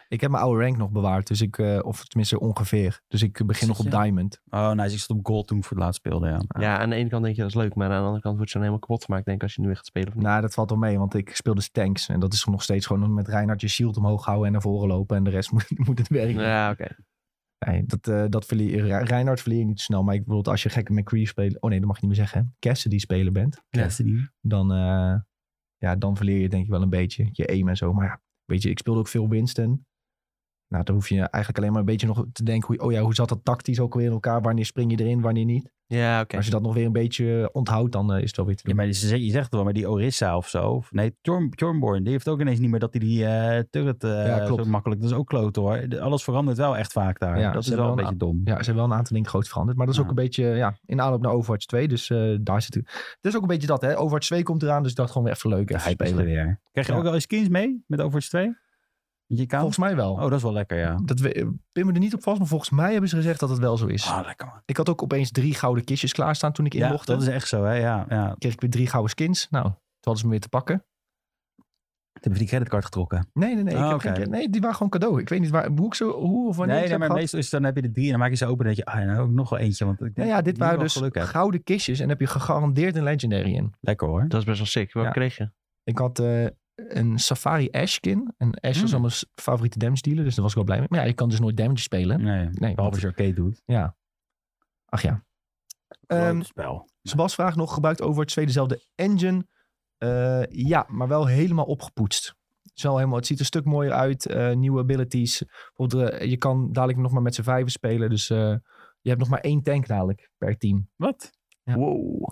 Speaker 1: Ik heb mijn oude rank nog bewaard, dus ik, eh, of tenminste ongeveer. Dus ik begin nog op
Speaker 3: Zit je?
Speaker 1: Diamond.
Speaker 3: Oh, nice. Ik zat op gold toen ik voor het laatst speelde, ja.
Speaker 2: Ja, aan de ene kant denk je dat is leuk, maar aan de andere kant wordt je dan helemaal kapot gemaakt, denk ik, als je nu weer gaat spelen. Of niet.
Speaker 1: Nou, dat valt wel mee, want ik speel dus tanks. En dat is nog steeds gewoon met Reinhard je shield omhoog houden en naar voren lopen. En de rest moet, moet het werken.
Speaker 2: ja, oké.
Speaker 1: Nee, dat, eh dat verlier, Re- Reinhardt verleer je niet zo snel. Maar ik bijvoorbeeld als je gekke McCree speelt... Oh nee, dat mag je niet meer zeggen. hè? Cassidy speler bent,
Speaker 3: Cassidy.
Speaker 1: dan, eh, Ja, dan verleer je denk ik wel een beetje je aim en zo. Maar ja, weet je, ik speelde ook veel Winston. Nou, dan hoef je eigenlijk alleen maar een beetje nog te denken... Hoe, oh ja, hoe zat dat tactisch ook weer in elkaar? Wanneer spring je erin, wanneer niet?
Speaker 2: Ja, oké.
Speaker 1: Maar Als je dat nog weer een beetje onthoudt, dan eh, is het wel weer te
Speaker 3: Ja,
Speaker 1: doen.
Speaker 3: maar je zegt je zegt het wel, maar die Orissa of zo. Of, nee, Thorn- Thornborn, die heeft ook ineens niet meer dat hij die eh, turret eh,
Speaker 1: Ja, klopt.
Speaker 3: zo makkelijk. Dat is ook kloot hoor. De- Alles verandert wel echt vaak daar.
Speaker 1: Ja,
Speaker 3: dat
Speaker 1: ze
Speaker 3: is wel een
Speaker 1: hebben
Speaker 3: beetje dom.
Speaker 1: Ja, ze hebben wel een aantal dingen groot veranderd. Maar dat is
Speaker 3: Ja.
Speaker 1: ook een beetje eh, ja, in aanloop naar Overwatch 2. Dus eh, daar zit het. Het is ook een beetje dat, hè. Overwatch 2 komt eraan, dus ik dacht gewoon weer even leuk.
Speaker 3: De
Speaker 1: Even
Speaker 3: hype is er
Speaker 1: spelen.
Speaker 3: weer. Krijg je
Speaker 1: Ja.
Speaker 3: ook wel eens skins mee met Overwatch 2? Met je account?
Speaker 1: Volgens mij wel.
Speaker 3: Oh, dat is wel lekker, ja.
Speaker 1: Dat we, eh, pin me er niet op vast, maar volgens mij hebben ze gezegd dat het wel zo is.
Speaker 3: Ah, lekker man.
Speaker 1: Ik had ook opeens drie gouden kistjes klaarstaan toen ik
Speaker 3: Ja,
Speaker 1: inlogde.
Speaker 3: dat is echt zo, hè. Ja, ja. Toen
Speaker 1: kreeg ik weer drie gouden skins. Nou, toen hadden ze me weer te pakken.
Speaker 3: hebben we die creditcard getrokken.
Speaker 1: Nee, nee, nee. Ik
Speaker 3: Ah,
Speaker 1: heb
Speaker 3: oké.
Speaker 1: geen credit- nee, die waren gewoon cadeau. Ik weet niet waar, hoe, ik ze, hoe of wanneer ik ze
Speaker 3: nee, nee,
Speaker 1: heb
Speaker 3: maar
Speaker 1: gehad.
Speaker 3: meestal is het- dan heb je de drie en dan maak je ze open en dan denk je, ah, nou ook nog wel eentje. Want ik denk
Speaker 1: Nou ja, dit
Speaker 3: dat je
Speaker 1: waren
Speaker 3: wel
Speaker 1: dus
Speaker 3: geluk hebt.
Speaker 1: gouden kistjes en heb je gegarandeerd een Legendary in.
Speaker 3: Lekker hoor.
Speaker 2: Dat is best wel sick. Wat
Speaker 1: Ja.
Speaker 2: kreeg je?
Speaker 1: Ik had eh, een Safari Ashkin. En Ash was
Speaker 3: Mm.
Speaker 1: al mijn s- favoriete damage dealer, dus daar was ik wel blij mee. Maar ja, je kan dus nooit damage spelen.
Speaker 3: Nee,
Speaker 1: Nee,
Speaker 3: behalve als je arcade doet.
Speaker 1: Ja. Ach ja. Ehm,
Speaker 3: Groot spel.
Speaker 1: Sebas vraagt nog, gebruikt Overwatch 2 dezelfde engine? Eh, ja, maar wel helemaal opgepoetst. Het, is wel helemaal, het ziet er een stuk mooier uit. eh, nieuwe abilities. Bijvoorbeeld, eh, je kan dadelijk nog maar met z'n vijven spelen. Dus eh, je hebt nog maar één tank dadelijk per team.
Speaker 3: Wat?
Speaker 1: Ja.
Speaker 2: Wow.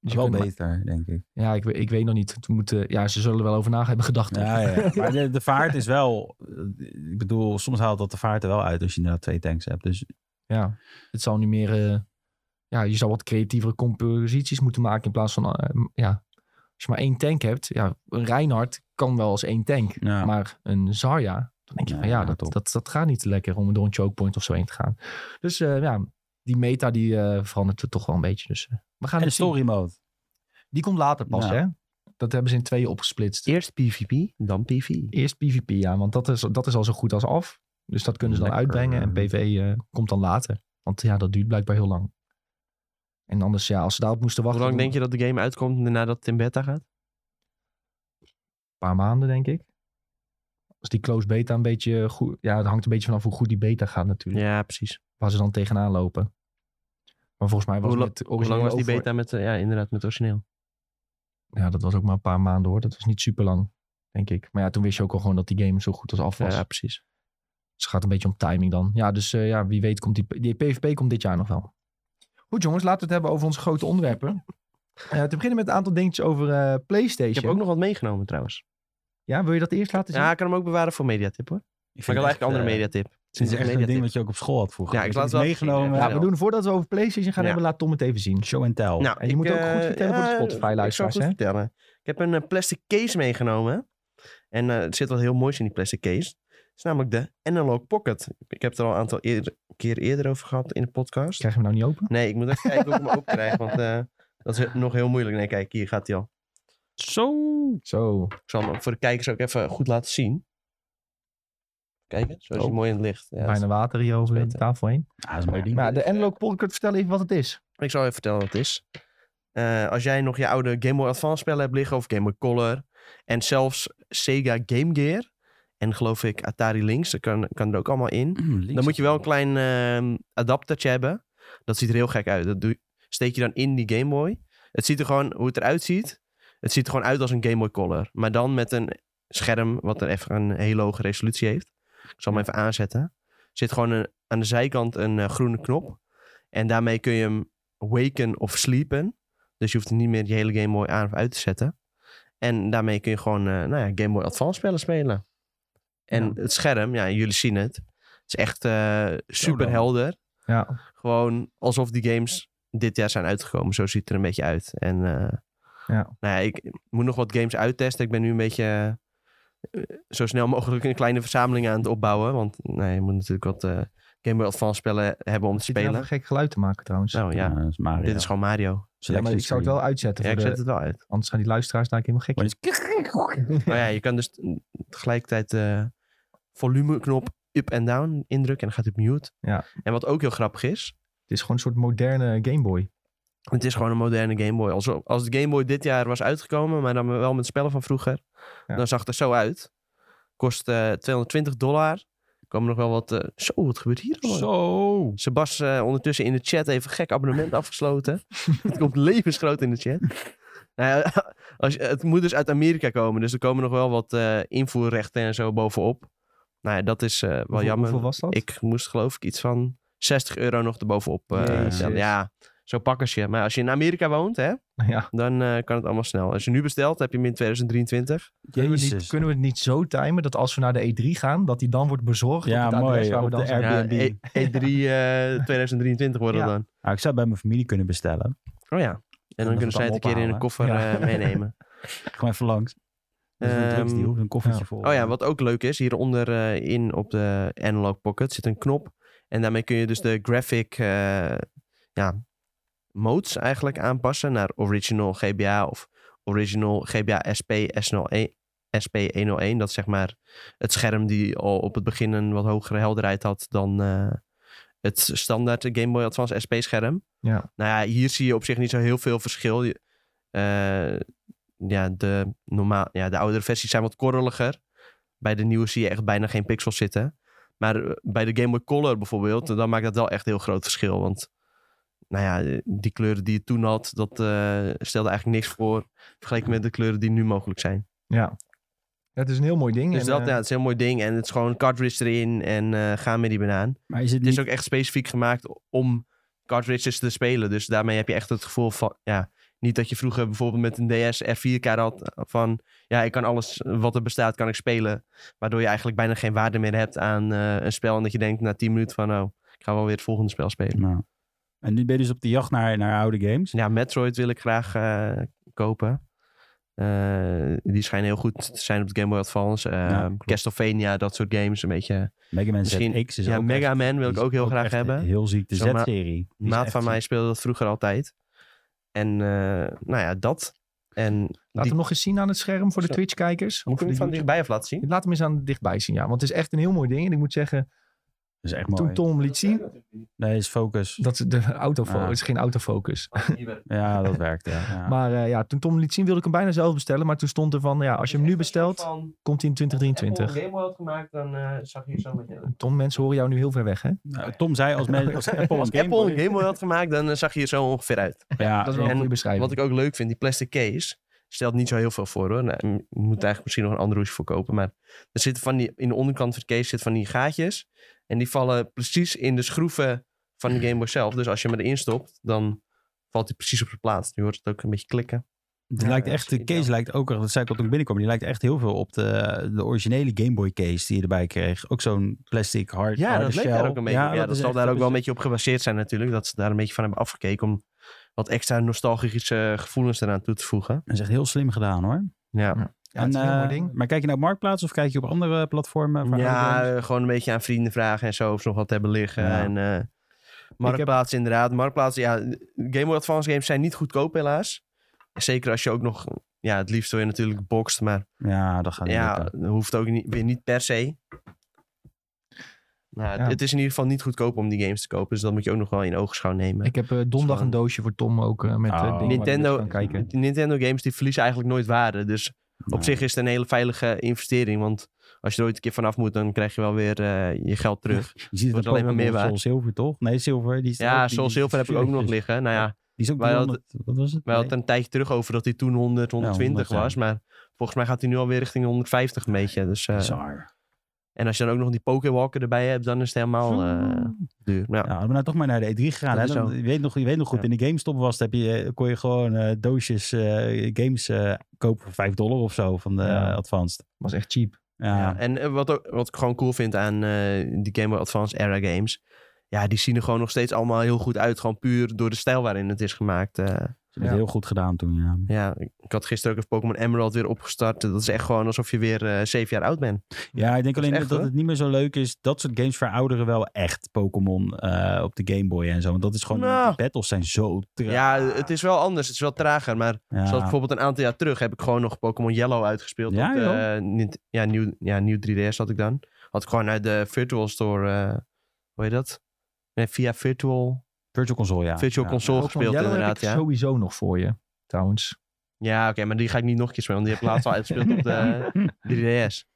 Speaker 1: Dus je
Speaker 3: wel
Speaker 1: kunt maar-
Speaker 3: beter, denk ik.
Speaker 1: ja, ik, we- ik weet nog niet. Het moet, eh, ja, ze zullen er wel over na hebben gedacht. hoor.
Speaker 3: Ja, ja, ja. Maar de, de vaart is wel... eh, Ik bedoel, soms haalt dat de vaart er wel uit als je inderdaad twee tanks hebt. Dus
Speaker 1: Ja, het zal nu meer. eh, ja, je zou wat creatievere composities moeten maken in plaats van. eh, m- ja, als je maar één tank hebt. Ja, een Reinhardt kan wel als één tank.
Speaker 3: Ja.
Speaker 1: Maar een Zarya, dan denk je
Speaker 3: Ja,
Speaker 1: van ja,
Speaker 3: ja,
Speaker 1: dat,
Speaker 3: top.
Speaker 1: dat, dat gaat niet lekker om door een choke point of zo heen te gaan. Dus eh, ja, die meta die eh, verandert er toch wel een beetje. Dus eh, we gaan
Speaker 3: en de
Speaker 1: het zien.
Speaker 3: story mode.
Speaker 1: Die komt later pas,
Speaker 3: Ja.
Speaker 1: hè? Dat hebben ze in tweeën opgesplitst.
Speaker 2: Eerst PvP, dan PvE.
Speaker 1: Eerst PvP, ja, want dat is, dat is al zo goed als af. Dus dat kunnen ze dan
Speaker 3: Lekker.
Speaker 1: uitbrengen. En PV eh, komt dan later. Want ja, dat duurt blijkbaar heel lang. En anders, ja, als ze daarop moesten
Speaker 2: Hoe
Speaker 1: wachten.
Speaker 2: lang
Speaker 1: dan
Speaker 2: denk je dat de game uitkomt nadat het in beta gaat?
Speaker 1: Een paar maanden, denk ik. Als die close beta een beetje goed. Ja, dat hangt een beetje vanaf hoe goed die beta gaat, natuurlijk.
Speaker 2: Ja, precies.
Speaker 1: Waar ze dan tegenaan lopen. Maar volgens mij was
Speaker 2: Hoe, la-
Speaker 1: het.
Speaker 2: hoe lang was die beta met, eh, ja, inderdaad, met origineel?
Speaker 1: Ja, dat was ook maar een paar maanden hoor. Dat was niet super lang, denk ik. Maar ja, toen wist je ook al gewoon dat die game zo goed als af was.
Speaker 2: Ja, precies.
Speaker 1: Dus het gaat een beetje om timing dan. Ja, dus eh, ja, wie weet komt die, die PvP komt dit jaar nog wel. Goed jongens, laten we het hebben over onze grote onderwerpen. Eh, te beginnen met een aantal dingetjes over eh, PlayStation.
Speaker 2: Ik heb ook nog wat meegenomen trouwens.
Speaker 1: Ja, wil je dat eerst laten zien?
Speaker 2: Ja, ik kan hem ook bewaren voor mediatip hoor.
Speaker 3: Ik
Speaker 2: Maar ik had eigenlijk een andere
Speaker 3: eh,
Speaker 2: mediatip. Het
Speaker 3: Het is echt een ding wat je ook op school had vroeger.
Speaker 2: Ja, ik
Speaker 3: Dat
Speaker 2: laat
Speaker 3: je iets
Speaker 2: wel-
Speaker 3: meegenomen.
Speaker 1: Ja,
Speaker 2: Ja.
Speaker 1: we doen voordat we over PlayStation gaan
Speaker 2: Ja.
Speaker 1: hebben, laat Tom het even zien.
Speaker 3: Show and tell.
Speaker 2: Nou,
Speaker 1: En je moet ook goed vertellen voor de Spotify-luisteraars,
Speaker 2: Ik zal goed
Speaker 1: hè?
Speaker 2: vertellen. Ik heb een eh, plastic case meegenomen. En eh, er zit wat heel moois in die plastic case. Het is namelijk de Analog Pocket. Ik heb het er al een aantal eer- keer eerder over gehad in de podcast.
Speaker 1: Krijg je hem nou niet open?
Speaker 2: Nee, ik moet even kijken hoe ik hem ook krijg. Want eh, dat is nog heel moeilijk. Nee, kijk, hier gaat hij al.
Speaker 3: Zo.
Speaker 1: Zo.
Speaker 2: Ik zal hem voor de kijkers ook even goed laten zien. Kijk eens, zo is hij
Speaker 1: Oh.
Speaker 2: mooi in het licht. Ja, dat is-
Speaker 1: Bijna water hier over de
Speaker 2: beter.
Speaker 1: tafel heen.
Speaker 3: Ah, dat is een mooi ding.
Speaker 1: Maar ja, de Analog Pocket, vertel even wat het is.
Speaker 2: Ik zal even vertellen wat het is. Eh, als jij nog je oude Game Boy Advance spellen hebt liggen, of Game Boy Color, en zelfs Sega Game Gear, en geloof ik Atari Lynx, dat kan, kan er ook allemaal in. Dan moet je wel een klein ehm, adaptertje hebben. Dat ziet er heel gek uit. Dat doe, je- steek je dan in die Game Boy. Het ziet er gewoon, hoe het eruit ziet, het ziet er gewoon uit als een Game Boy Color. Maar dan met een scherm wat er even een hele hoge resolutie heeft. Ik zal hem even aanzetten. Er zit gewoon een- aan de zijkant een eh, groene knop. En daarmee kun je hem waken of sleepen. Dus je hoeft niet meer je hele Game Boy aan of uit te zetten. En daarmee kun je gewoon eh, nou ja, Game Boy Advance spellen spelen. En
Speaker 1: Ja.
Speaker 2: het scherm, ja, jullie zien het. Het is echt eh, super helder.
Speaker 1: Ja.
Speaker 2: Gewoon alsof die games dit jaar zijn uitgekomen. Zo ziet het er een beetje uit. En eh,
Speaker 1: Ja.
Speaker 2: nou ja, ik moet nog wat games uittesten. Ik ben nu een beetje eh, zo snel mogelijk een kleine verzameling aan het opbouwen. Want nou, je moet natuurlijk wat eh Game Boy Advance spellen hebben om te
Speaker 1: Zit je nou
Speaker 2: spelen.
Speaker 1: voor gek geluid te maken trouwens.
Speaker 2: Nou ja,
Speaker 3: dat is Mario.
Speaker 2: dit is gewoon Mario.
Speaker 1: ja, maar ik zou het wel uitzetten.
Speaker 2: Ja,
Speaker 1: voor
Speaker 2: ik
Speaker 1: de-
Speaker 2: zet het wel uit.
Speaker 1: Anders gaan die luisteraars daar helemaal gek.
Speaker 3: Maar dit is-
Speaker 2: Maar ja, je kan dus t- tegelijkertijd de volumeknop up en down indrukken en dan gaat het op mute.
Speaker 1: Ja.
Speaker 2: En wat ook heel grappig is,
Speaker 1: Het is gewoon een soort moderne Game Boy.
Speaker 2: Het is gewoon een moderne Game Boy. Als, als de Game Boy dit jaar was uitgekomen, maar dan wel met spellen van vroeger,
Speaker 1: Ja.
Speaker 2: dan zag het er zo uit. Kost eh, 220 dollar. Komen nog wel wat. eh, zo, wat gebeurt hier? allemaal?
Speaker 3: Zo.
Speaker 2: Sebas eh, ondertussen in de chat even gek abonnement afgesloten. het komt levensgroot in de chat. Nou ja, als, je- het moet dus uit Amerika komen. Dus er komen nog wel wat eh, invoerrechten en zo bovenop. Nou ja, dat is eh, wel
Speaker 1: Hoeveel-
Speaker 2: jammer.
Speaker 1: Hoeveel was dat?
Speaker 2: Ik moest geloof ik iets van 60 euro nog erbovenop. eh,
Speaker 3: Jezus.
Speaker 2: stellen. ja, zo pakken ze je. Maar als je in Amerika woont, hè,
Speaker 1: Ja.
Speaker 2: dan eh, kan het allemaal snel. Als je nu bestelt, heb je hem in 2023.
Speaker 1: Kunnen we,
Speaker 3: Jezus.
Speaker 1: niet, kunnen we het niet zo timen dat als we naar de E3 gaan, dat die dan wordt bezorgd?
Speaker 3: Ja,
Speaker 1: op het adres
Speaker 3: mooi,
Speaker 1: Waar we
Speaker 3: op
Speaker 1: dan
Speaker 3: de
Speaker 1: zijn?
Speaker 3: app. Airbnb.
Speaker 2: Ja, E- E3 eh, 2023 wordt het
Speaker 1: Ja.
Speaker 2: dan.
Speaker 3: Nou, ik zou het bij mijn familie kunnen bestellen.
Speaker 2: Oh ja. En dan
Speaker 1: we
Speaker 2: kunnen
Speaker 1: het
Speaker 2: zij het een keer
Speaker 1: allemaal
Speaker 2: in een koffer
Speaker 1: ophalen.
Speaker 2: eh, meenemen.
Speaker 3: Gewoon even langs. Dat is een
Speaker 2: Ehm,
Speaker 3: drugsdeal, een koffertje
Speaker 1: ja.
Speaker 3: vol.
Speaker 2: Oh ja, wat ook leuk is, hieronder eh, in op de Analog Pocket zit een knop. En daarmee kun je dus de graphic eh, ja, modes eigenlijk aanpassen naar original GBA of original GBA SP S01, SP101. E. Dat is zeg maar het scherm die al op het begin een wat hogere helderheid had dan eh, het standaard Game Boy Advance SP scherm.
Speaker 1: Ja.
Speaker 2: Nou ja, hier zie je op zich niet zo heel veel verschil. Je- eh, ja, de, normaal, ja, de oudere versies zijn wat korreliger. Bij de nieuwe zie je echt bijna geen pixels zitten. Maar eh, bij de Game Boy Color bijvoorbeeld, dan maakt dat wel echt heel groot verschil. Want nou ja, eh, die kleuren die je toen had, dat eh, stelde eigenlijk niks voor. Vergeleken met de kleuren die nu mogelijk zijn.
Speaker 1: Ja. Het is een heel mooi ding.
Speaker 2: Dus
Speaker 1: en,
Speaker 2: dat
Speaker 1: eh,
Speaker 2: ja, het is een heel mooi ding. En het is gewoon een cartridge erin en eh ga met die banaan.
Speaker 3: Maar is het
Speaker 2: Het
Speaker 3: niet...
Speaker 2: is ook echt specifiek gemaakt om cartridges te spelen. Dus daarmee heb je echt het gevoel van... Ja, niet dat je vroeger bijvoorbeeld met een DS R4-kaart had eh, van... Ja, ik kan alles eh, wat er bestaat, kan ik spelen. Waardoor je eigenlijk bijna geen waarde meer hebt aan eh, een spel. En dat je denkt na 10 minuten van... Oh, ik ga wel weer het volgende spel spelen.
Speaker 3: Nou. En nu ben je dus op de jacht naar, naar oude games.
Speaker 2: Ja, Metroid wil ik graag eh, kopen. Eh, die schijnen heel goed te zijn op de Game Boy Advance. Eh,
Speaker 3: Ja, klopt.
Speaker 2: Castlevania, dat soort games. Een beetje...
Speaker 3: Mega Man
Speaker 2: Misschien-
Speaker 3: ZX is
Speaker 2: ja,
Speaker 3: ook
Speaker 2: Mega
Speaker 3: echt-
Speaker 2: Man wil ik
Speaker 3: die is
Speaker 2: ook heel graag
Speaker 3: echt
Speaker 2: hebben.
Speaker 3: Heel ziek, de
Speaker 2: Zeg maar,
Speaker 3: Z-serie. Die is
Speaker 2: maat
Speaker 3: echt
Speaker 2: van
Speaker 3: ziek.
Speaker 2: mij speelde dat vroeger altijd. En eh, nou ja, dat. En
Speaker 1: Laat
Speaker 2: die-
Speaker 1: hem nog eens zien aan het scherm voor de
Speaker 2: Zo.
Speaker 1: Twitch-kijkers.
Speaker 2: moet
Speaker 1: Of
Speaker 2: ik hem
Speaker 1: de
Speaker 2: van
Speaker 1: YouTube-
Speaker 2: dichtbij of laten zien?
Speaker 1: Laat hem eens aan dichtbij zien, ja. Want het is echt een heel mooi ding. En ik moet zeggen,
Speaker 3: Dat is echt
Speaker 1: toen
Speaker 3: mooi.
Speaker 1: Tom liet zien,
Speaker 3: Nee, is focus.
Speaker 1: dat is de autofocus,
Speaker 3: Ah.
Speaker 1: het is geen autofocus.
Speaker 2: Ah.
Speaker 3: Ja, dat werkt, ja. ja.
Speaker 1: Maar eh, ja, toen Tom liet zien wilde ik hem bijna zelf bestellen. Maar toen stond er van, ja, als je hem nu bestelt, komt hij in 2023.
Speaker 2: demo had gemaakt, dan eh, zag je zo meteen.
Speaker 1: Tom, mensen horen jou nu heel ver weg,
Speaker 2: Ah,
Speaker 1: hè?
Speaker 3: Nou, Tom zei als, men, als Apple
Speaker 2: Als
Speaker 3: een Game
Speaker 2: Apple
Speaker 3: Boy-
Speaker 2: een Game Boy had gemaakt, dan eh, zag je er zo ongeveer uit.
Speaker 3: Ja,
Speaker 1: Dat is wel een
Speaker 2: en
Speaker 1: goede beschrijving.
Speaker 2: Wat ik ook leuk vind, die plastic case stelt niet zo heel veel voor hoor. Nou, je moet eigenlijk misschien nog een ander hoesje voor kopen. Maar er zitten van die, in de onderkant van de case zitten van die gaatjes. En die vallen precies in de schroeven van de Game Boy zelf. Dus als je hem erin stopt, dan valt hij precies op zijn plaats. Nu hoort het ook een beetje klikken.
Speaker 3: Die
Speaker 2: Ja,
Speaker 3: lijkt
Speaker 2: dat
Speaker 3: echt,
Speaker 2: zie
Speaker 3: de
Speaker 2: je
Speaker 3: case
Speaker 2: wel.
Speaker 3: lijkt ook, dat zei ik al toen ik binnenkwam, die lijkt echt heel veel op de, de originele Game Boy case die je erbij kreeg. Ook zo'n plastic hard
Speaker 2: Ja,
Speaker 3: harde
Speaker 2: dat leek
Speaker 3: shell.
Speaker 2: daar ook een beetje op. Ja, dat,
Speaker 3: is
Speaker 2: zal
Speaker 3: echt-
Speaker 2: daar ook wel een
Speaker 3: is-
Speaker 2: beetje op gebaseerd zijn natuurlijk. Dat ze daar een beetje van hebben afgekeken om wat extra nostalgische gevoelens eraan toe te voegen.
Speaker 3: Dat is echt heel slim gedaan hoor.
Speaker 2: Ja,
Speaker 1: Ja, het is een heel
Speaker 3: eh,
Speaker 1: mooi ding.
Speaker 3: Maar kijk je nou op Marktplaats of kijk je op andere eh, platformen? voor oude
Speaker 2: ja
Speaker 3: games?
Speaker 2: eh, gewoon een beetje aan vrienden vragen en zo of ze nog wat hebben liggen.
Speaker 3: Ja.
Speaker 2: En, eh, marktplaats inderdaad. Marktplaats, ja, Game Boy Advance games zijn niet goedkoop helaas. Zeker als je ook nog, ja, het liefst wil je natuurlijk boxt, maar
Speaker 3: ja, dat gaat niet
Speaker 2: ja,
Speaker 3: lukken.
Speaker 2: dat hoeft ook niet, weer niet per se. Nou, het-
Speaker 1: Ja.
Speaker 2: Het is in ieder geval niet goedkoop om die games te kopen, dus dat moet je ook nog wel in oogschouw nemen.
Speaker 1: Ik heb eh, donderdag een doosje voor Tom ook eh, met eh,
Speaker 3: Oh.
Speaker 1: dingen waar hij
Speaker 2: Nintendo-
Speaker 1: dus kan kijken.
Speaker 2: De Nintendo games die verliezen eigenlijk nooit waarde. Dus op
Speaker 3: Nou,
Speaker 2: zich is het een hele veilige investering. Want als je er ooit een keer vanaf moet, dan krijg je wel weer eh, je geld terug.
Speaker 3: Je ziet
Speaker 2: wordt
Speaker 3: het
Speaker 2: alleen maar meer waard.
Speaker 3: Soul Silver toch? Nee, Silver. Die is er ook,
Speaker 2: ja,
Speaker 3: die-
Speaker 2: Soul
Speaker 3: die-
Speaker 2: Silver heb ik ook nog liggen. Nou ja,
Speaker 3: Die is ook
Speaker 2: Wij
Speaker 3: 300, wat was het?
Speaker 2: we hadden het een tijdje terug over dat hij toen 100, 120
Speaker 3: 100,
Speaker 2: was. Maar volgens mij gaat hij nu alweer richting 150 een beetje. Dus, eh,
Speaker 3: Nee, bizar.
Speaker 2: en als je dan ook nog die Pokéwalker erbij hebt, dan is het helemaal eh,
Speaker 3: Hmm.
Speaker 2: duur. Nou,
Speaker 3: Ja, hadden we nou toch maar naar de E3 gegaan.
Speaker 2: Dat
Speaker 3: Hè?
Speaker 2: is
Speaker 3: Dan-
Speaker 2: zo.
Speaker 3: je, weet nog, je weet nog goed,
Speaker 2: Ja.
Speaker 3: in de GameStop was, het, heb je, kon je gewoon eh, doosjes eh, games eh, kopen voor 5 dollar of zo van de
Speaker 1: Ja.
Speaker 3: eh, Advanced.
Speaker 1: was echt cheap.
Speaker 3: Ja,
Speaker 2: Ja, en eh, wat, ook, wat ik gewoon cool vind aan eh die Game Boy Advance era games. Ja, die zien er gewoon nog steeds allemaal heel goed uit. Gewoon puur door de stijl waarin het is gemaakt. eh.
Speaker 3: ze hebben het
Speaker 1: Ja.
Speaker 3: heel goed gedaan toen. Ja.
Speaker 2: ja, ik ik had gisteren ook even Pokémon Emerald weer opgestart. Dat is echt gewoon alsof je weer eh, zeven jaar oud bent.
Speaker 3: ja, ik denk
Speaker 2: Dat is
Speaker 3: alleen
Speaker 2: echt,
Speaker 3: dat,
Speaker 2: hoor.
Speaker 3: het niet meer zo leuk is. Dat soort games verouderen wel echt Pokémon eh, op de Game Boy en zo. Want dat is gewoon,
Speaker 2: Nou.
Speaker 3: de battles zijn zo traag.
Speaker 2: Ja, het is wel anders. Het is wel trager. Maar
Speaker 3: Ja.
Speaker 2: zoals bijvoorbeeld een aantal jaar terug heb ik gewoon nog Pokémon Yellow uitgespeeld.
Speaker 3: Ja,
Speaker 2: op de,
Speaker 3: joh.
Speaker 2: eh, Nint- ja, nieuw, ja, nieuw 3DS had ik dan. Had ik gewoon uit de Virtual Store, eh, hoe heet dat? Nee, via Virtual,
Speaker 3: Virtual Console, ja.
Speaker 2: Virtual
Speaker 3: Ja.
Speaker 2: Console
Speaker 1: Ook van
Speaker 2: gespeeld
Speaker 1: Yellow heb
Speaker 2: inderdaad.
Speaker 1: ik
Speaker 2: ja.
Speaker 1: sowieso nog voor je, trouwens.
Speaker 2: Ja, oké, maar die ga ik niet nog een keer spelen, want die heb ik laatst al uitgespeeld op de 3DS.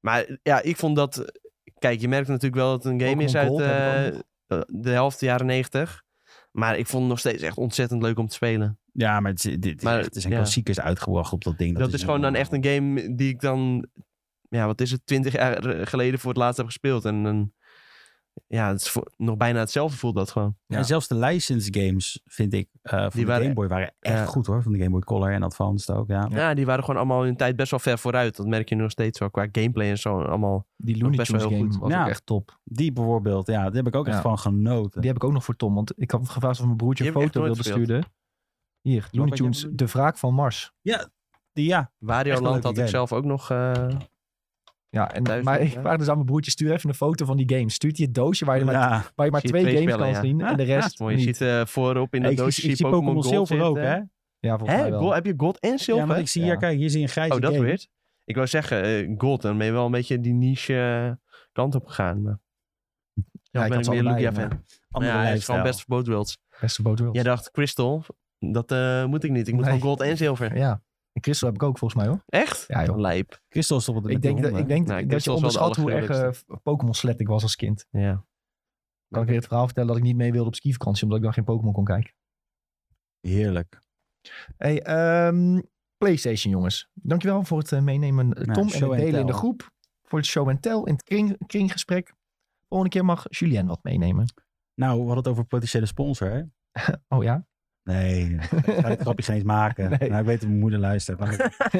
Speaker 2: Maar ja, ik vond dat... Kijk, je merkt natuurlijk wel dat het een game is uit
Speaker 1: Pokémon Gold heb ik ook
Speaker 2: eh, de helft de jaren 90. Maar ik vond het nog steeds echt ontzettend leuk om te spelen.
Speaker 3: Ja, maar het is, dit,
Speaker 2: Maar,
Speaker 3: maar, het is een
Speaker 2: ja.
Speaker 3: klassiekers uitgebracht op dat ding.
Speaker 2: Dat, is gewoon dan echt een game die ik dan, ja, wat is het, twintig jaar geleden voor het laatst heb gespeeld. En dan, ja, het is voor- nog bijna hetzelfde voelt dat gewoon.
Speaker 1: Ja.
Speaker 3: En zelfs de license games, vind ik, eh, van
Speaker 2: Die
Speaker 3: de
Speaker 2: waren-
Speaker 3: Game Boy waren echt
Speaker 2: ja.
Speaker 1: eh,
Speaker 3: goed hoor. Van de Game Boy Color en Advanced ook, ja.
Speaker 2: Ja. die waren gewoon allemaal hun tijd best wel ver vooruit. Dat merk je nog steeds wel qua gameplay en zo. Allemaal,
Speaker 1: Die Looney
Speaker 2: best wel
Speaker 1: Tunes
Speaker 2: heel
Speaker 1: game
Speaker 2: goed.
Speaker 1: was
Speaker 3: Ja.
Speaker 1: ook echt top.
Speaker 3: Die bijvoorbeeld, ja, daar heb ik ook echt
Speaker 1: Ja.
Speaker 3: van genoten.
Speaker 1: Die heb ik ook nog voor Tom, want ik had gevraagd of mijn broertje
Speaker 2: Die
Speaker 1: een
Speaker 2: heb ik echt
Speaker 1: foto wilde
Speaker 2: nooit gespeeld.
Speaker 1: sturen. Hier, Looney
Speaker 3: Welke
Speaker 1: Tunes,
Speaker 3: game bedoel
Speaker 1: de wraak van Mars.
Speaker 3: Die, ja, Echt
Speaker 2: Wario
Speaker 3: een
Speaker 2: Land
Speaker 3: leuke
Speaker 2: had ik
Speaker 3: game.
Speaker 2: zelf ook nog. eh,
Speaker 1: Ja, en,
Speaker 2: Duizend,
Speaker 1: maar ik
Speaker 2: ja.
Speaker 1: vraag dus aan mijn broertje, stuur even een foto van die game. Stuurt hij het doosje waar je maar,
Speaker 3: ja.
Speaker 1: waar je maar
Speaker 2: Zie je
Speaker 1: twee,
Speaker 2: twee
Speaker 1: games
Speaker 2: spellen,
Speaker 1: kan
Speaker 2: ja.
Speaker 1: zien en de rest
Speaker 2: mooi. Je
Speaker 1: niet.
Speaker 2: ziet eh, voorop in
Speaker 3: Ja,
Speaker 2: dat
Speaker 3: ik,
Speaker 2: doosje
Speaker 3: zie- ik
Speaker 2: zie
Speaker 3: zie Pokémon Silver ook, hè?
Speaker 1: Ja, volgens mij
Speaker 2: Hè?
Speaker 1: wel.
Speaker 2: Gold- heb je gold en
Speaker 3: Ja,
Speaker 2: zilver?
Speaker 3: maar ik zie, ja.
Speaker 1: Ja.
Speaker 3: kijk, hier zie je een grijze
Speaker 2: oh, dat
Speaker 3: game.
Speaker 2: weer. Ik wou zeggen, eh, gold, dan ben je wel een beetje die niche eh, kant op gegaan. Maar... Ja,
Speaker 1: ik
Speaker 2: ben
Speaker 1: had
Speaker 2: ik
Speaker 1: ze
Speaker 2: meer
Speaker 1: allebei,
Speaker 2: Lugia
Speaker 1: maar
Speaker 2: fan.
Speaker 3: eh, Andere
Speaker 2: ja, het is gewoon
Speaker 3: lifestyle.
Speaker 2: best voor both worlds.
Speaker 1: Best of both worlds.
Speaker 2: Jij dacht, Crystal, dat eh, moet ik niet. Ik moet
Speaker 1: Nee.
Speaker 2: gewoon gold en zilver.
Speaker 1: Ja. En Crystal heb ik ook volgens mij hoor.
Speaker 2: Echt?
Speaker 1: Ja, joh.
Speaker 2: Lijp.
Speaker 3: Crystal stopt het
Speaker 1: Ik
Speaker 3: met
Speaker 1: denk,
Speaker 3: die
Speaker 1: dat, ik
Speaker 3: honden.
Speaker 1: denk
Speaker 2: Nou,
Speaker 1: dat
Speaker 2: ik denk
Speaker 1: je
Speaker 2: zelfs wel de
Speaker 1: onderschat hoe erg eh, Pokémon slet ik was als kind.
Speaker 2: Ja.
Speaker 1: Kan ik weer het verhaal vertellen dat ik niet mee wilde op skivakantie, omdat ik dan geen Pokémon kon kijken.
Speaker 3: Heerlijk.
Speaker 1: Hey, ehm, PlayStation jongens. Dankjewel voor het eh, meenemen eh,
Speaker 3: Ja,
Speaker 1: Tom en
Speaker 3: Nou, show
Speaker 1: het
Speaker 3: and
Speaker 1: delen in de
Speaker 3: tell.
Speaker 1: groep. Voor het show en tell in het kring, kringgesprek. Volgende keer mag Julien wat meenemen.
Speaker 3: Nou, we hadden het over potentiële sponsor, hè?
Speaker 1: Oh ja?
Speaker 3: Nee, ik ga het grapje geen eens maken.
Speaker 1: Nee.
Speaker 3: Nou, ik weet dat mijn moeder luistert. maar ik-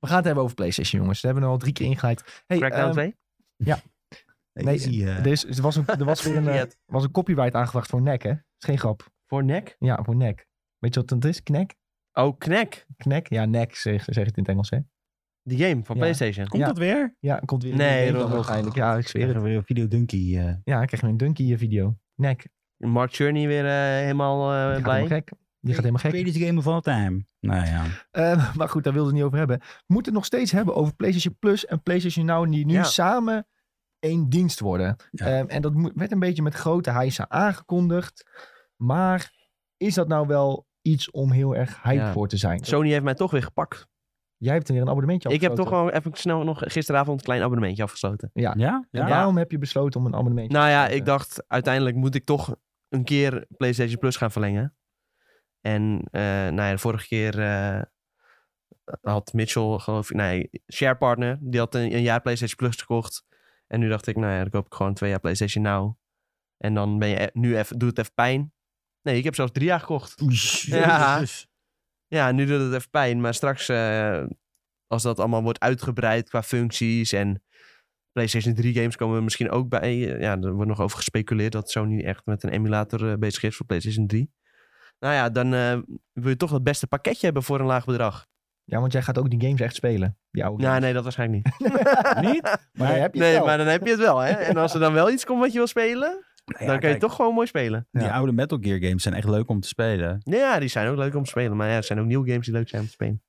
Speaker 1: We gaan het hebben over PlayStation, jongens. We hebben er al drie keer ingeleid. Hey,
Speaker 2: Crackdown
Speaker 1: ehm,
Speaker 2: 2?
Speaker 1: Nee,
Speaker 3: ik zie, eh,
Speaker 1: er, is, er was een, er was weer een, eh, was een copyright aangebracht voor nek, hè? Dat is geen grap.
Speaker 2: Voor nek?
Speaker 1: Ja, voor nek. Weet je wat dat is? Knek?
Speaker 2: Oh, knek.
Speaker 1: Knek? Ja, nek, zeg, zeg het in het Engels, hè?
Speaker 2: Die game van
Speaker 1: Ja.
Speaker 2: PlayStation.
Speaker 3: Komt
Speaker 1: ja.
Speaker 3: dat weer?
Speaker 1: Ja, komt weer.
Speaker 2: Nee,
Speaker 1: dat
Speaker 2: dat-
Speaker 1: waarschijnlijk. Ja, ik zweer
Speaker 3: Weer
Speaker 1: het.
Speaker 3: weer een video dunkie. eh.
Speaker 1: Ja, ik krijg weer een Dunkie-video. Nek. Die
Speaker 2: Mark Journey weer eh, helemaal eh,
Speaker 1: gaat
Speaker 2: blij.
Speaker 1: helemaal gek. Die gaat helemaal gek.
Speaker 3: Greatest game of all time. Nou ja.
Speaker 1: Eh, maar goed, daar wilden we het niet over hebben. We moeten het nog steeds hebben over PlayStation Plus en PlayStation Now, die nu
Speaker 2: Ja.
Speaker 1: samen één dienst worden.
Speaker 3: Ja.
Speaker 1: Ehm, en dat mo- werd een beetje met grote hijsa aangekondigd. Maar is dat nou wel iets om heel erg hype
Speaker 2: Ja.
Speaker 1: voor te zijn?
Speaker 2: Sony heeft mij toch weer gepakt.
Speaker 1: Jij hebt weer een abonnementje
Speaker 2: Ik heb toch
Speaker 1: afgesloten.
Speaker 2: gewoon even snel nog gisteravond een klein abonnementje afgesloten.
Speaker 1: Ja.
Speaker 3: Ja? Ja?
Speaker 1: Ah. En waarom heb je besloten om een abonnementje
Speaker 2: Nou ja,
Speaker 1: afgesloten?
Speaker 2: ik dacht uiteindelijk moet ik toch een keer PlayStation Plus gaan verlengen. En eh, nou ja, de vorige keer eh, had Mitchell, geloof ik, nee, sharepartner, die had een, een jaar PlayStation Plus gekocht. En nu dacht ik, nou ja, dan koop ik gewoon twee jaar PlayStation Now. En dan ben je e- nu even, doet het even pijn. Nee, ik heb zelfs drie jaar gekocht. Ja. Ja, nu doet het even pijn. Maar straks, eh, als dat allemaal wordt uitgebreid qua functies en PlayStation 3 games komen we misschien ook bij. eh, Ja, er wordt nog over gespeculeerd dat Sony echt met een emulator eh, bezig is voor PlayStation 3. Nou ja, dan eh, wil je toch het beste pakketje hebben voor een laag bedrag.
Speaker 1: Ja, want jij gaat ook die games echt spelen. Die oude
Speaker 2: Nou,
Speaker 1: games.
Speaker 2: nee, dat waarschijnlijk niet.
Speaker 3: Niet?
Speaker 1: Maar daar heb je het
Speaker 2: Nee,
Speaker 1: wel.
Speaker 2: maar dan heb je het wel, hè. En als er dan wel iets komt wat je wil spelen, dan kun je
Speaker 3: kijk,
Speaker 2: toch gewoon mooi spelen.
Speaker 3: Die
Speaker 1: Ja.
Speaker 3: oude Metal Gear games zijn echt leuk om te spelen.
Speaker 2: Ja, die zijn ook leuk om te spelen. Maar ja, er zijn ook nieuwe games die leuk zijn om te spelen.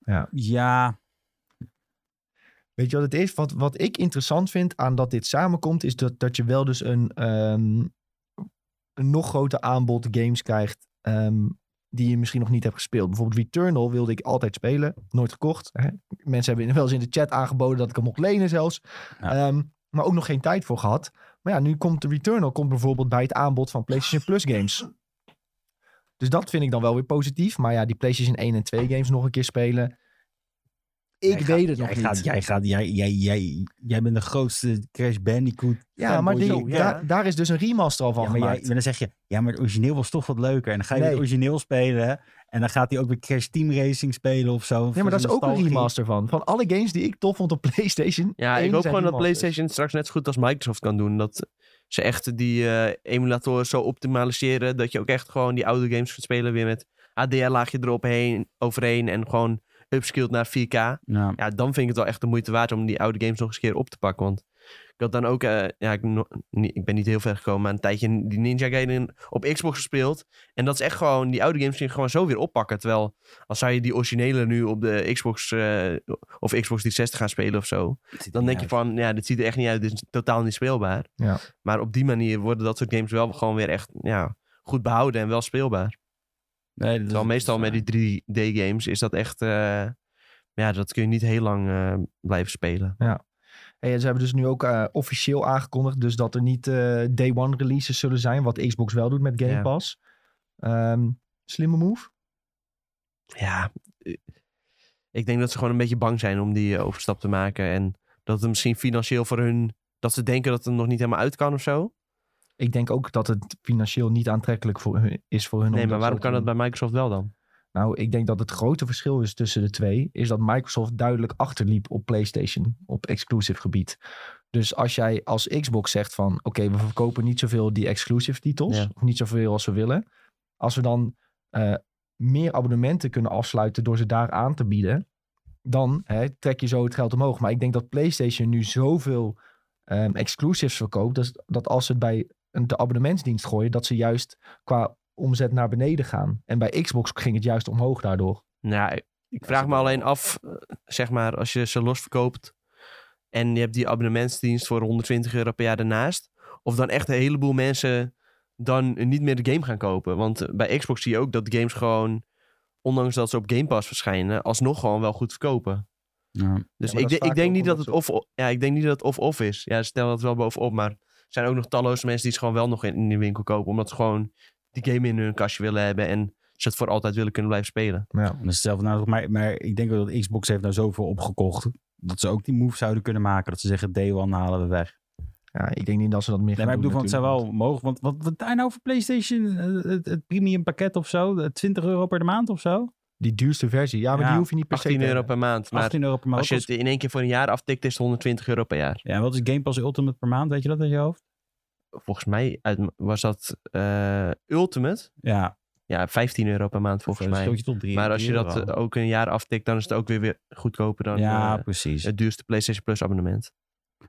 Speaker 3: Ja.
Speaker 1: Weet je wat het is? Wat, wat ik interessant vind aan dat dit samenkomt, is dat, dat je wel dus een, ehm, een nog groter aanbod games krijgt ehm, die je misschien nog niet hebt gespeeld. Bijvoorbeeld Returnal wilde ik altijd spelen, nooit gekocht. Hè? Mensen hebben wel eens in de chat aangeboden dat ik hem mocht lenen zelfs.
Speaker 3: Ja.
Speaker 1: Ehm, maar ook nog geen tijd voor gehad. Maar ja, nu komt de Returnal komt bijvoorbeeld bij het aanbod van PlayStation Plus games. Dus dat vind ik dan wel weer positief. Maar ja, die PlayStation 1 en 2 games nog een keer spelen. Ik
Speaker 3: Jij
Speaker 1: weet
Speaker 3: gaat-
Speaker 1: het nog
Speaker 3: jij
Speaker 1: niet.
Speaker 3: Gaat, jij, gaat, jij, jij, jij, jij bent de grootste Crash Bandicoot
Speaker 1: Ja,
Speaker 3: Fanboy
Speaker 1: maar die-
Speaker 3: zo,
Speaker 2: ja.
Speaker 1: daar- daar is dus een remaster al van
Speaker 3: Ja, maar jij,
Speaker 1: gemaakt.
Speaker 3: maar dan zeg je, ja, maar het origineel was toch wat leuker. En dan ga je
Speaker 1: Nee.
Speaker 3: het origineel spelen. En dan gaat hij ook weer Crash Team Racing spelen of zo.
Speaker 1: nee,
Speaker 3: voor
Speaker 1: maar dat is
Speaker 3: zijn
Speaker 1: ook een
Speaker 3: nostalgie.
Speaker 1: remaster van. Van alle games die ik tof vond op PlayStation.
Speaker 2: Ja,
Speaker 1: één zijn
Speaker 2: ik hoop
Speaker 1: dus.
Speaker 2: gewoon dat
Speaker 1: remasters.
Speaker 2: PlayStation straks net zo goed als Microsoft kan doen. Dat ze echt die eh, emulatoren zo optimaliseren. Dat je ook echt gewoon die oude games kunt spelen weer met HDR-laagje erop heen, overheen. En gewoon upskilled naar 4K.
Speaker 3: Ja.
Speaker 2: Ja, dan vind ik het wel echt de moeite waard om die oude games nog eens een keer op te pakken. Want ik had dan ook, eh, ja, ik, no- niet- ik ben niet heel ver gekomen, maar een tijdje die Ninja Gaiden op Xbox gespeeld. En dat is echt gewoon, die oude games kun je gewoon zo weer oppakken. Terwijl, als zou je die originele nu op de Xbox eh, of Xbox 360 gaan spelen of zo. Dan denk je van, ja, dit ziet er echt niet uit. Dit is totaal niet speelbaar.
Speaker 1: Ja.
Speaker 2: Maar op die manier worden dat soort games wel gewoon weer echt ja, goed behouden en wel speelbaar.
Speaker 1: Dus
Speaker 3: Nee, dat is-
Speaker 2: Terwijl meestal
Speaker 1: eh,
Speaker 2: met die 3D-games is dat echt... eh, ja, dat kun je niet heel lang eh, blijven spelen.
Speaker 1: Hey, en ze hebben dus nu ook eh, officieel aangekondigd. Dus dat er niet eh, day one releases zullen zijn. Wat Xbox wel doet met Game
Speaker 2: Ja.
Speaker 1: Pass. Ehm, slimme move.
Speaker 2: ja, eh, ik denk dat ze gewoon een beetje bang zijn om die eh, overstap te maken. En dat het misschien financieel voor hun, dat ze denken dat het nog niet helemaal uit kan of zo.
Speaker 1: Ik denk ook dat het financieel niet aantrekkelijk voor hun, is voor hun. om
Speaker 2: Nee, maar
Speaker 1: zo
Speaker 2: waarom
Speaker 1: te
Speaker 2: kan
Speaker 1: doen.
Speaker 2: dat bij Microsoft wel dan?
Speaker 1: Nou, ik denk dat het grote verschil is tussen de twee, is dat Microsoft duidelijk achterliep op PlayStation, op exclusive gebied. Dus als jij als Xbox zegt van, oké, we verkopen niet zoveel die exclusive titels,
Speaker 2: Ja.
Speaker 1: of niet zoveel als we willen. Als we dan eh, meer abonnementen kunnen afsluiten door ze daar aan te bieden, dan hè, trek je zo het geld omhoog. Maar ik denk dat PlayStation nu zoveel ehm, exclusives verkoopt, dat, dat als ze het bij een, de abonnementsdienst gooien, dat ze juist qua omzet naar beneden gaan. En bij Xbox ging het juist omhoog daardoor.
Speaker 2: Nou, ik- ik vraag me alleen af, eh, zeg maar, als je ze los verkoopt en je hebt die abonnementsdienst voor 120 euro per jaar daarnaast, of dan echt een heleboel mensen dan niet meer de game gaan kopen. Want eh, bij Xbox zie je ook dat games gewoon, ondanks dat ze op Game Pass verschijnen, alsnog gewoon wel goed verkopen. Dus
Speaker 3: Ja.
Speaker 1: Ja, maar
Speaker 2: ik,
Speaker 1: dat is
Speaker 2: denk- ik
Speaker 1: vaak
Speaker 2: denk
Speaker 1: ook
Speaker 2: niet dat
Speaker 1: omdat
Speaker 2: het of, ja, ik denk niet dat het of of is. Ja, ze stellen dat wel bovenop, maar er zijn ook nog talloze mensen die ze gewoon wel nog in, in de winkel kopen, omdat ze gewoon die game in hun kastje willen hebben en ze het voor altijd willen kunnen blijven spelen.
Speaker 3: Dat is hetzelfde nadruk. Maar, maar ik denk wel dat Xbox heeft nou zoveel opgekocht. Dat ze ook die move zouden kunnen maken. Dat ze zeggen, day one halen we weg.
Speaker 1: Ja, ik denk niet dat ze dat meer
Speaker 3: Nee,
Speaker 1: gaan
Speaker 3: maar ik
Speaker 1: doen
Speaker 3: bedoel, van, het zijn
Speaker 1: natuurlijk.
Speaker 3: wel mogelijk. Want wat, wat daar nou voor PlayStation? eh, Het, het premium pakket of zo? eh, 20 euro per maand of zo?
Speaker 1: Die duurste versie. Ja, maar
Speaker 3: Ja,
Speaker 1: die hoef je niet per se
Speaker 2: 18
Speaker 1: te
Speaker 2: euro
Speaker 1: hebben.
Speaker 2: per maand. Maar
Speaker 3: 18 euro per maand.
Speaker 2: als je het in één keer voor een jaar aftikt, is het 120 euro per jaar.
Speaker 3: Ja, en wat is Game Pass Ultimate per maand? Weet je dat uit je hoofd?
Speaker 2: Volgens mij uit- was dat eh, Ultimate.
Speaker 3: Ja,
Speaker 2: Ja, 15 euro per maand volgens
Speaker 3: dan
Speaker 2: mij.
Speaker 3: stoot je tot drie-
Speaker 2: Maar als je
Speaker 3: drie
Speaker 2: dat
Speaker 3: euro.
Speaker 2: eh, ook een jaar aftikt, dan is het ook weer, weer goedkoper dan
Speaker 3: ja,
Speaker 2: eh,
Speaker 3: precies.
Speaker 2: het duurste PlayStation Plus abonnement.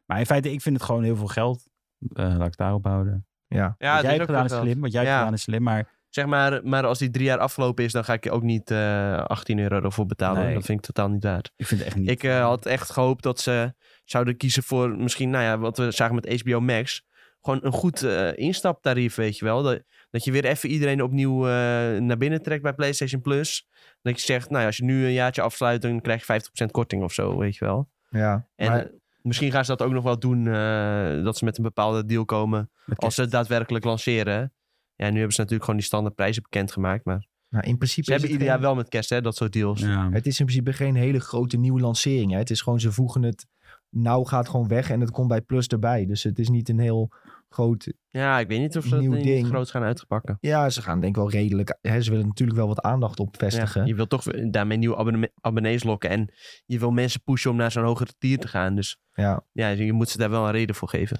Speaker 3: Maar in feite, ik vind het gewoon heel veel geld. Eh, laat ik het daarop houden.
Speaker 1: Ja.
Speaker 3: wat jij hebt gedaan is slim. Wat jij hebt
Speaker 2: Ja.
Speaker 3: gedaan is slim. Maar
Speaker 2: Zeg maar, maar als die drie jaar afgelopen is, dan ga ik ook niet eh 18 euro ervoor betalen.
Speaker 3: Nee.
Speaker 2: Dat vind ik totaal niet waard.
Speaker 3: ik vind het echt niet.
Speaker 2: Ik eh, had echt gehoopt dat ze zouden kiezen voor misschien, nou ja, wat we zagen met HBO Max. Gewoon een goed eh, instaptarief, weet je wel. Dat, dat je weer even iedereen opnieuw eh, naar binnen trekt bij PlayStation Plus. Dat je zegt, nou ja, als je nu een jaartje afsluit, dan krijg je 50% korting of zo, weet je wel.
Speaker 1: ja.
Speaker 2: En
Speaker 1: Maar-
Speaker 2: eh, misschien gaan ze dat ook nog wel doen, eh, dat ze met een bepaalde deal komen.
Speaker 3: met
Speaker 2: Als ze het daadwerkelijk lanceren. Ja, nu hebben ze natuurlijk gewoon die standaardprijzen bekendgemaakt. Maar
Speaker 1: nou, in principe
Speaker 2: ze
Speaker 1: is
Speaker 2: hebben
Speaker 1: het
Speaker 2: ieder
Speaker 1: geen-
Speaker 2: jaar wel met kerst, hè, dat soort deals.
Speaker 3: Ja.
Speaker 1: Het is in principe geen hele grote nieuwe lancering. Hè. Het is gewoon, ze voegen het nou gaat gewoon weg en het komt bij Plus erbij. Dus het is niet een heel groot...
Speaker 2: Ja, ik weet niet of ze
Speaker 1: Nieuw
Speaker 2: dat niet
Speaker 1: ding.
Speaker 2: groot gaan uitpakken.
Speaker 1: Ja, ze gaan denk ik wel redelijk... Hè, ze willen natuurlijk wel wat aandacht op vestigen.
Speaker 2: Ja, je wilt toch weer- daarmee nieuwe abonne- abonnees lokken. En je wil mensen pushen om naar zo'n hoger tier te gaan. Dus
Speaker 1: ja.
Speaker 2: ja, je moet ze daar wel een reden voor geven.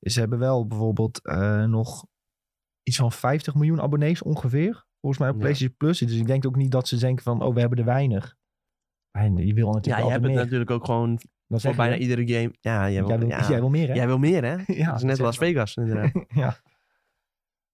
Speaker 1: Ze hebben wel bijvoorbeeld eh, nog iets van 50 miljoen abonnees ongeveer. Volgens mij op
Speaker 2: Ja.
Speaker 1: PlayStation Plus. Dus ik denk ook niet dat ze denken van, oh, we hebben er weinig. En je wil
Speaker 2: Ja,
Speaker 1: natuurlijk
Speaker 2: je
Speaker 1: altijd
Speaker 2: hebt het
Speaker 1: meer.
Speaker 2: natuurlijk ook gewoon
Speaker 1: Dan
Speaker 2: voor
Speaker 1: zeg
Speaker 2: bijna
Speaker 1: je,
Speaker 2: iedere game. Ja, jij wil,
Speaker 1: jij, wil,
Speaker 2: ja,
Speaker 1: jij wil meer, hè?
Speaker 2: jij wil meer, hè?
Speaker 1: Ja,
Speaker 2: dat is net
Speaker 1: zeg
Speaker 2: Las
Speaker 1: maar.
Speaker 2: Vegas, inderdaad.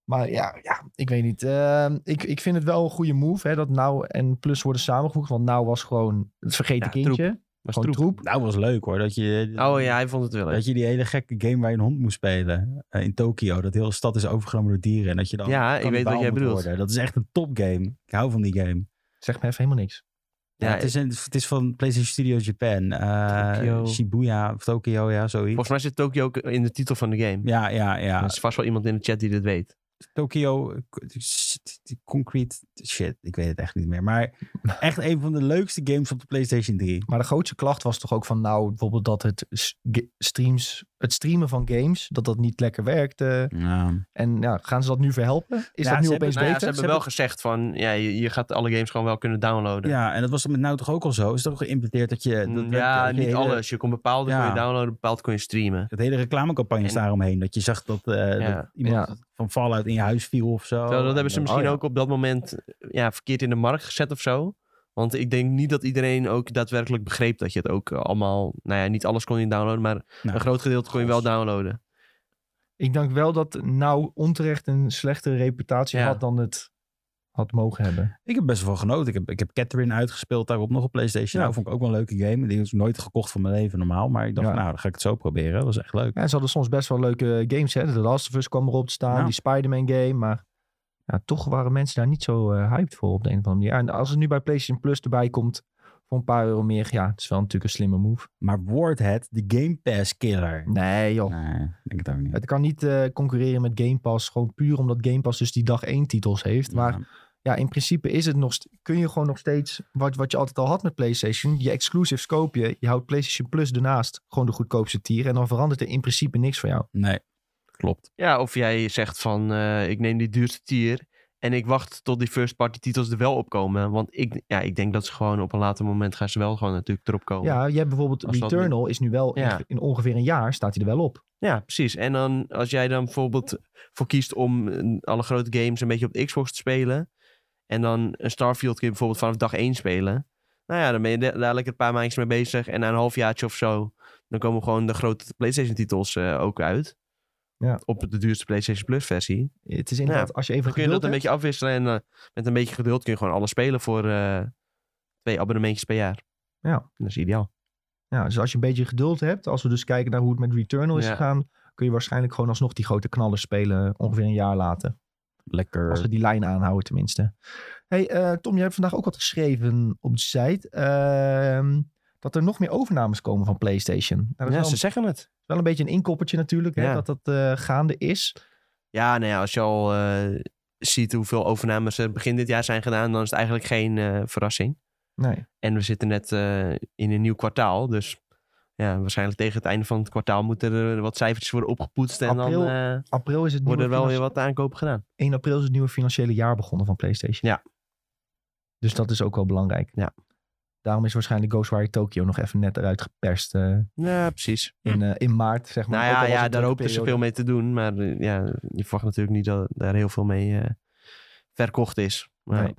Speaker 1: Maar ja, ja, ik weet niet. Ehm, ik, ik vind het wel een goede move, hè, dat Nou en Plus worden samengevoegd. Want Nou was gewoon het vergeten
Speaker 2: Ja, troep.
Speaker 1: kindje.
Speaker 2: Was
Speaker 1: Gewoon
Speaker 2: troep.
Speaker 1: troep.
Speaker 3: Nou, was leuk hoor. Dat je,
Speaker 2: Oh ja, hij vond het wel leuk.
Speaker 3: Dat je die hele gekke game waar je een hond moest spelen eh, in Tokio. Dat de hele stad is overgenomen door dieren. En dat je dan
Speaker 2: Ja, ik weet
Speaker 3: kannibaal
Speaker 2: wat jij
Speaker 3: moet
Speaker 2: bedoelt.
Speaker 3: Dat is echt een topgame. Ik hou van die game.
Speaker 1: Zeg me even helemaal niks.
Speaker 2: Ja,
Speaker 3: Ja, het, is een- het is van PlayStation Studios Japan. eh,
Speaker 2: Tokyo.
Speaker 3: Shibuya of Tokyo, ja, zoiets.
Speaker 2: Volgens mij zit Tokio ook in de titel van de game.
Speaker 3: Ja, ja, ja.
Speaker 2: Er is vast wel iemand in de chat die dit weet.
Speaker 3: Tokyo, eh, co- shit, concrete shit. Ik weet het echt niet meer. Maar echt een van de leukste games op de PlayStation 3.
Speaker 1: Maar de grootste klacht was toch ook van Nou bijvoorbeeld dat het, s- ge- streams, het streamen van games, dat dat niet lekker werkte.
Speaker 3: Ja.
Speaker 1: En ja, gaan ze dat nu verhelpen? Is
Speaker 3: Ja,
Speaker 1: dat nu
Speaker 3: ze
Speaker 1: opeens
Speaker 2: Nou ja,
Speaker 1: beter?
Speaker 2: ze hebben wel gezegd van, ja, je, je gaat alle games gewoon wel kunnen downloaden. Mm,
Speaker 3: ja, en dat was met nou toch ook al zo? Is toch geïmplementeerd dat je... Dat, dat-
Speaker 2: Ja,
Speaker 3: dat je
Speaker 2: niet
Speaker 3: hele-
Speaker 2: alles. Je kon bepaalde
Speaker 3: Ja.
Speaker 2: kon je downloaden, bepaald kon je streamen.
Speaker 3: Het hele reclamecampagne is
Speaker 2: En-
Speaker 3: daaromheen. Dat je zag dat, eh,
Speaker 2: Ja.
Speaker 3: dat iemand
Speaker 1: Ja.
Speaker 3: van Fallout in je huis viel of zo.
Speaker 2: Terwijl dat hebben ze
Speaker 3: En
Speaker 2: misschien
Speaker 3: oh ja.
Speaker 2: ook op dat moment eh, ja, verkeerd in de markt gezet of zo. Want ik denk niet dat iedereen ook daadwerkelijk begreep dat je het ook eh, allemaal... Nou ja, niet alles kon je downloaden, maar
Speaker 3: Nou,
Speaker 2: een groot gedeelte kon je wel
Speaker 3: gos.
Speaker 2: downloaden.
Speaker 1: Ik denk wel dat nou onterecht een slechtere reputatie
Speaker 2: Ja.
Speaker 1: had dan het had mogen hebben.
Speaker 3: Ik heb best wel genoten. Ik heb, ik heb Catherine uitgespeeld daarop nog op PlayStation.
Speaker 1: Ja.
Speaker 3: Nou, vond ik ook wel een leuke game. Die is nooit gekocht van mijn leven normaal. Maar ik dacht,
Speaker 1: Ja.
Speaker 3: nou, dan ga ik het zo proberen. Dat was echt leuk.
Speaker 1: Ja, ze hadden soms best wel leuke games. Hè? De Last of Us kwam erop te staan,
Speaker 3: Ja.
Speaker 1: die Spider-Man game. Maar ja, toch waren mensen daar niet zo eh, hyped voor op de een of andere manier. En als het nu bij PlayStation Plus erbij komt voor een paar euro meer, ja, het is wel natuurlijk een slimme move.
Speaker 3: Maar wordt het de Game Pass killer?
Speaker 1: Nee joh,
Speaker 3: Nee, ik denk Oh. het ook niet.
Speaker 1: het kan niet eh, concurreren met Game Pass. Gewoon puur omdat Game Pass dus die dag één titels heeft. Maar
Speaker 3: Ja.
Speaker 1: ja, in principe is het nog, st- kun je gewoon nog steeds wat, wat je altijd al had met PlayStation. Je exclusives koop je. Je houdt PlayStation Plus ernaast gewoon de goedkoopste tier. En dan verandert er in principe niks voor jou.
Speaker 3: Nee, klopt.
Speaker 2: Ja, of jij zegt van eh, ik neem die duurste tier en ik wacht tot die first party titels er wel op komen. Want ik, ja, ik denk dat ze gewoon op een later moment gaan ze wel gewoon natuurlijk erop komen.
Speaker 1: Ja, je hebt bijvoorbeeld
Speaker 2: Als dat
Speaker 1: Returnal is nu wel
Speaker 2: Ja.
Speaker 1: in, in ongeveer een jaar staat hij er wel op.
Speaker 2: Ja, precies. En dan als jij dan bijvoorbeeld voor kiest om eh, alle grote games een beetje op de Xbox te spelen. En dan een Starfield kun je bijvoorbeeld vanaf dag 1 spelen. Nou ja, dan ben je da- dadelijk een paar maandjes mee bezig. En na een halfjaartje of zo, dan komen gewoon de grote PlayStation titels eh, ook uit.
Speaker 1: Ja.
Speaker 2: Op de duurste PlayStation Plus versie.
Speaker 1: Het is inderdaad, als je even
Speaker 2: Dan kun je dat
Speaker 1: geduld
Speaker 2: een beetje afwisselen. En eh, met een beetje geduld kun je gewoon alles spelen voor eh, twee abonnementjes per jaar.
Speaker 1: Ja.
Speaker 2: En Dat is ideaal.
Speaker 1: hebt- ja, dus als je een beetje geduld hebt, als we dus kijken naar hoe het met Returnal is
Speaker 2: Ja.
Speaker 1: gegaan, kun je waarschijnlijk gewoon alsnog die grote knallers spelen ongeveer een jaar later.
Speaker 3: Lekker.
Speaker 1: Als we die lijn aanhouden tenminste. Hey eh, Tom, jij hebt vandaag ook wat geschreven op de site. ehm, dat er nog meer overnames komen van PlayStation. Nou, dat is
Speaker 2: ja,
Speaker 1: wel,
Speaker 2: ze
Speaker 1: een,
Speaker 2: zeggen het.
Speaker 1: wel een beetje een inkoppertje natuurlijk, hè,
Speaker 2: Ja.
Speaker 1: dat dat eh, gaande is.
Speaker 2: Ja, nou ja, als je al eh, ziet hoeveel overnames er begin dit jaar zijn gedaan, dan is het eigenlijk geen eh, verrassing.
Speaker 1: Nee.
Speaker 2: En we zitten net eh, in een nieuw kwartaal, dus ja, waarschijnlijk tegen het einde van het kwartaal moeten er eh, wat cijfertjes worden opgepoetst en
Speaker 1: April
Speaker 2: dan eh,
Speaker 1: April is het nieuwe
Speaker 2: worden er wel
Speaker 1: financi-
Speaker 2: weer wat aankopen gedaan.
Speaker 1: 1 april is het nieuwe financiële jaar begonnen van PlayStation.
Speaker 2: Ja.
Speaker 1: Dus dat is ook wel belangrijk.
Speaker 2: Ja.
Speaker 1: Daarom is waarschijnlijk Ghostwire Tokyo nog even net eruit geperst eh,
Speaker 2: Ja, precies.
Speaker 1: in, eh, in maart, zeg maar.
Speaker 2: Hm. Nou
Speaker 1: Ook al
Speaker 2: ja,
Speaker 1: was het
Speaker 2: ja daar
Speaker 1: drukke
Speaker 2: hoopten ze veel
Speaker 1: periode.
Speaker 2: mee te doen, maar eh, ja, je verwacht natuurlijk niet dat daar heel veel mee eh, verkocht is. Maar,
Speaker 1: Nee.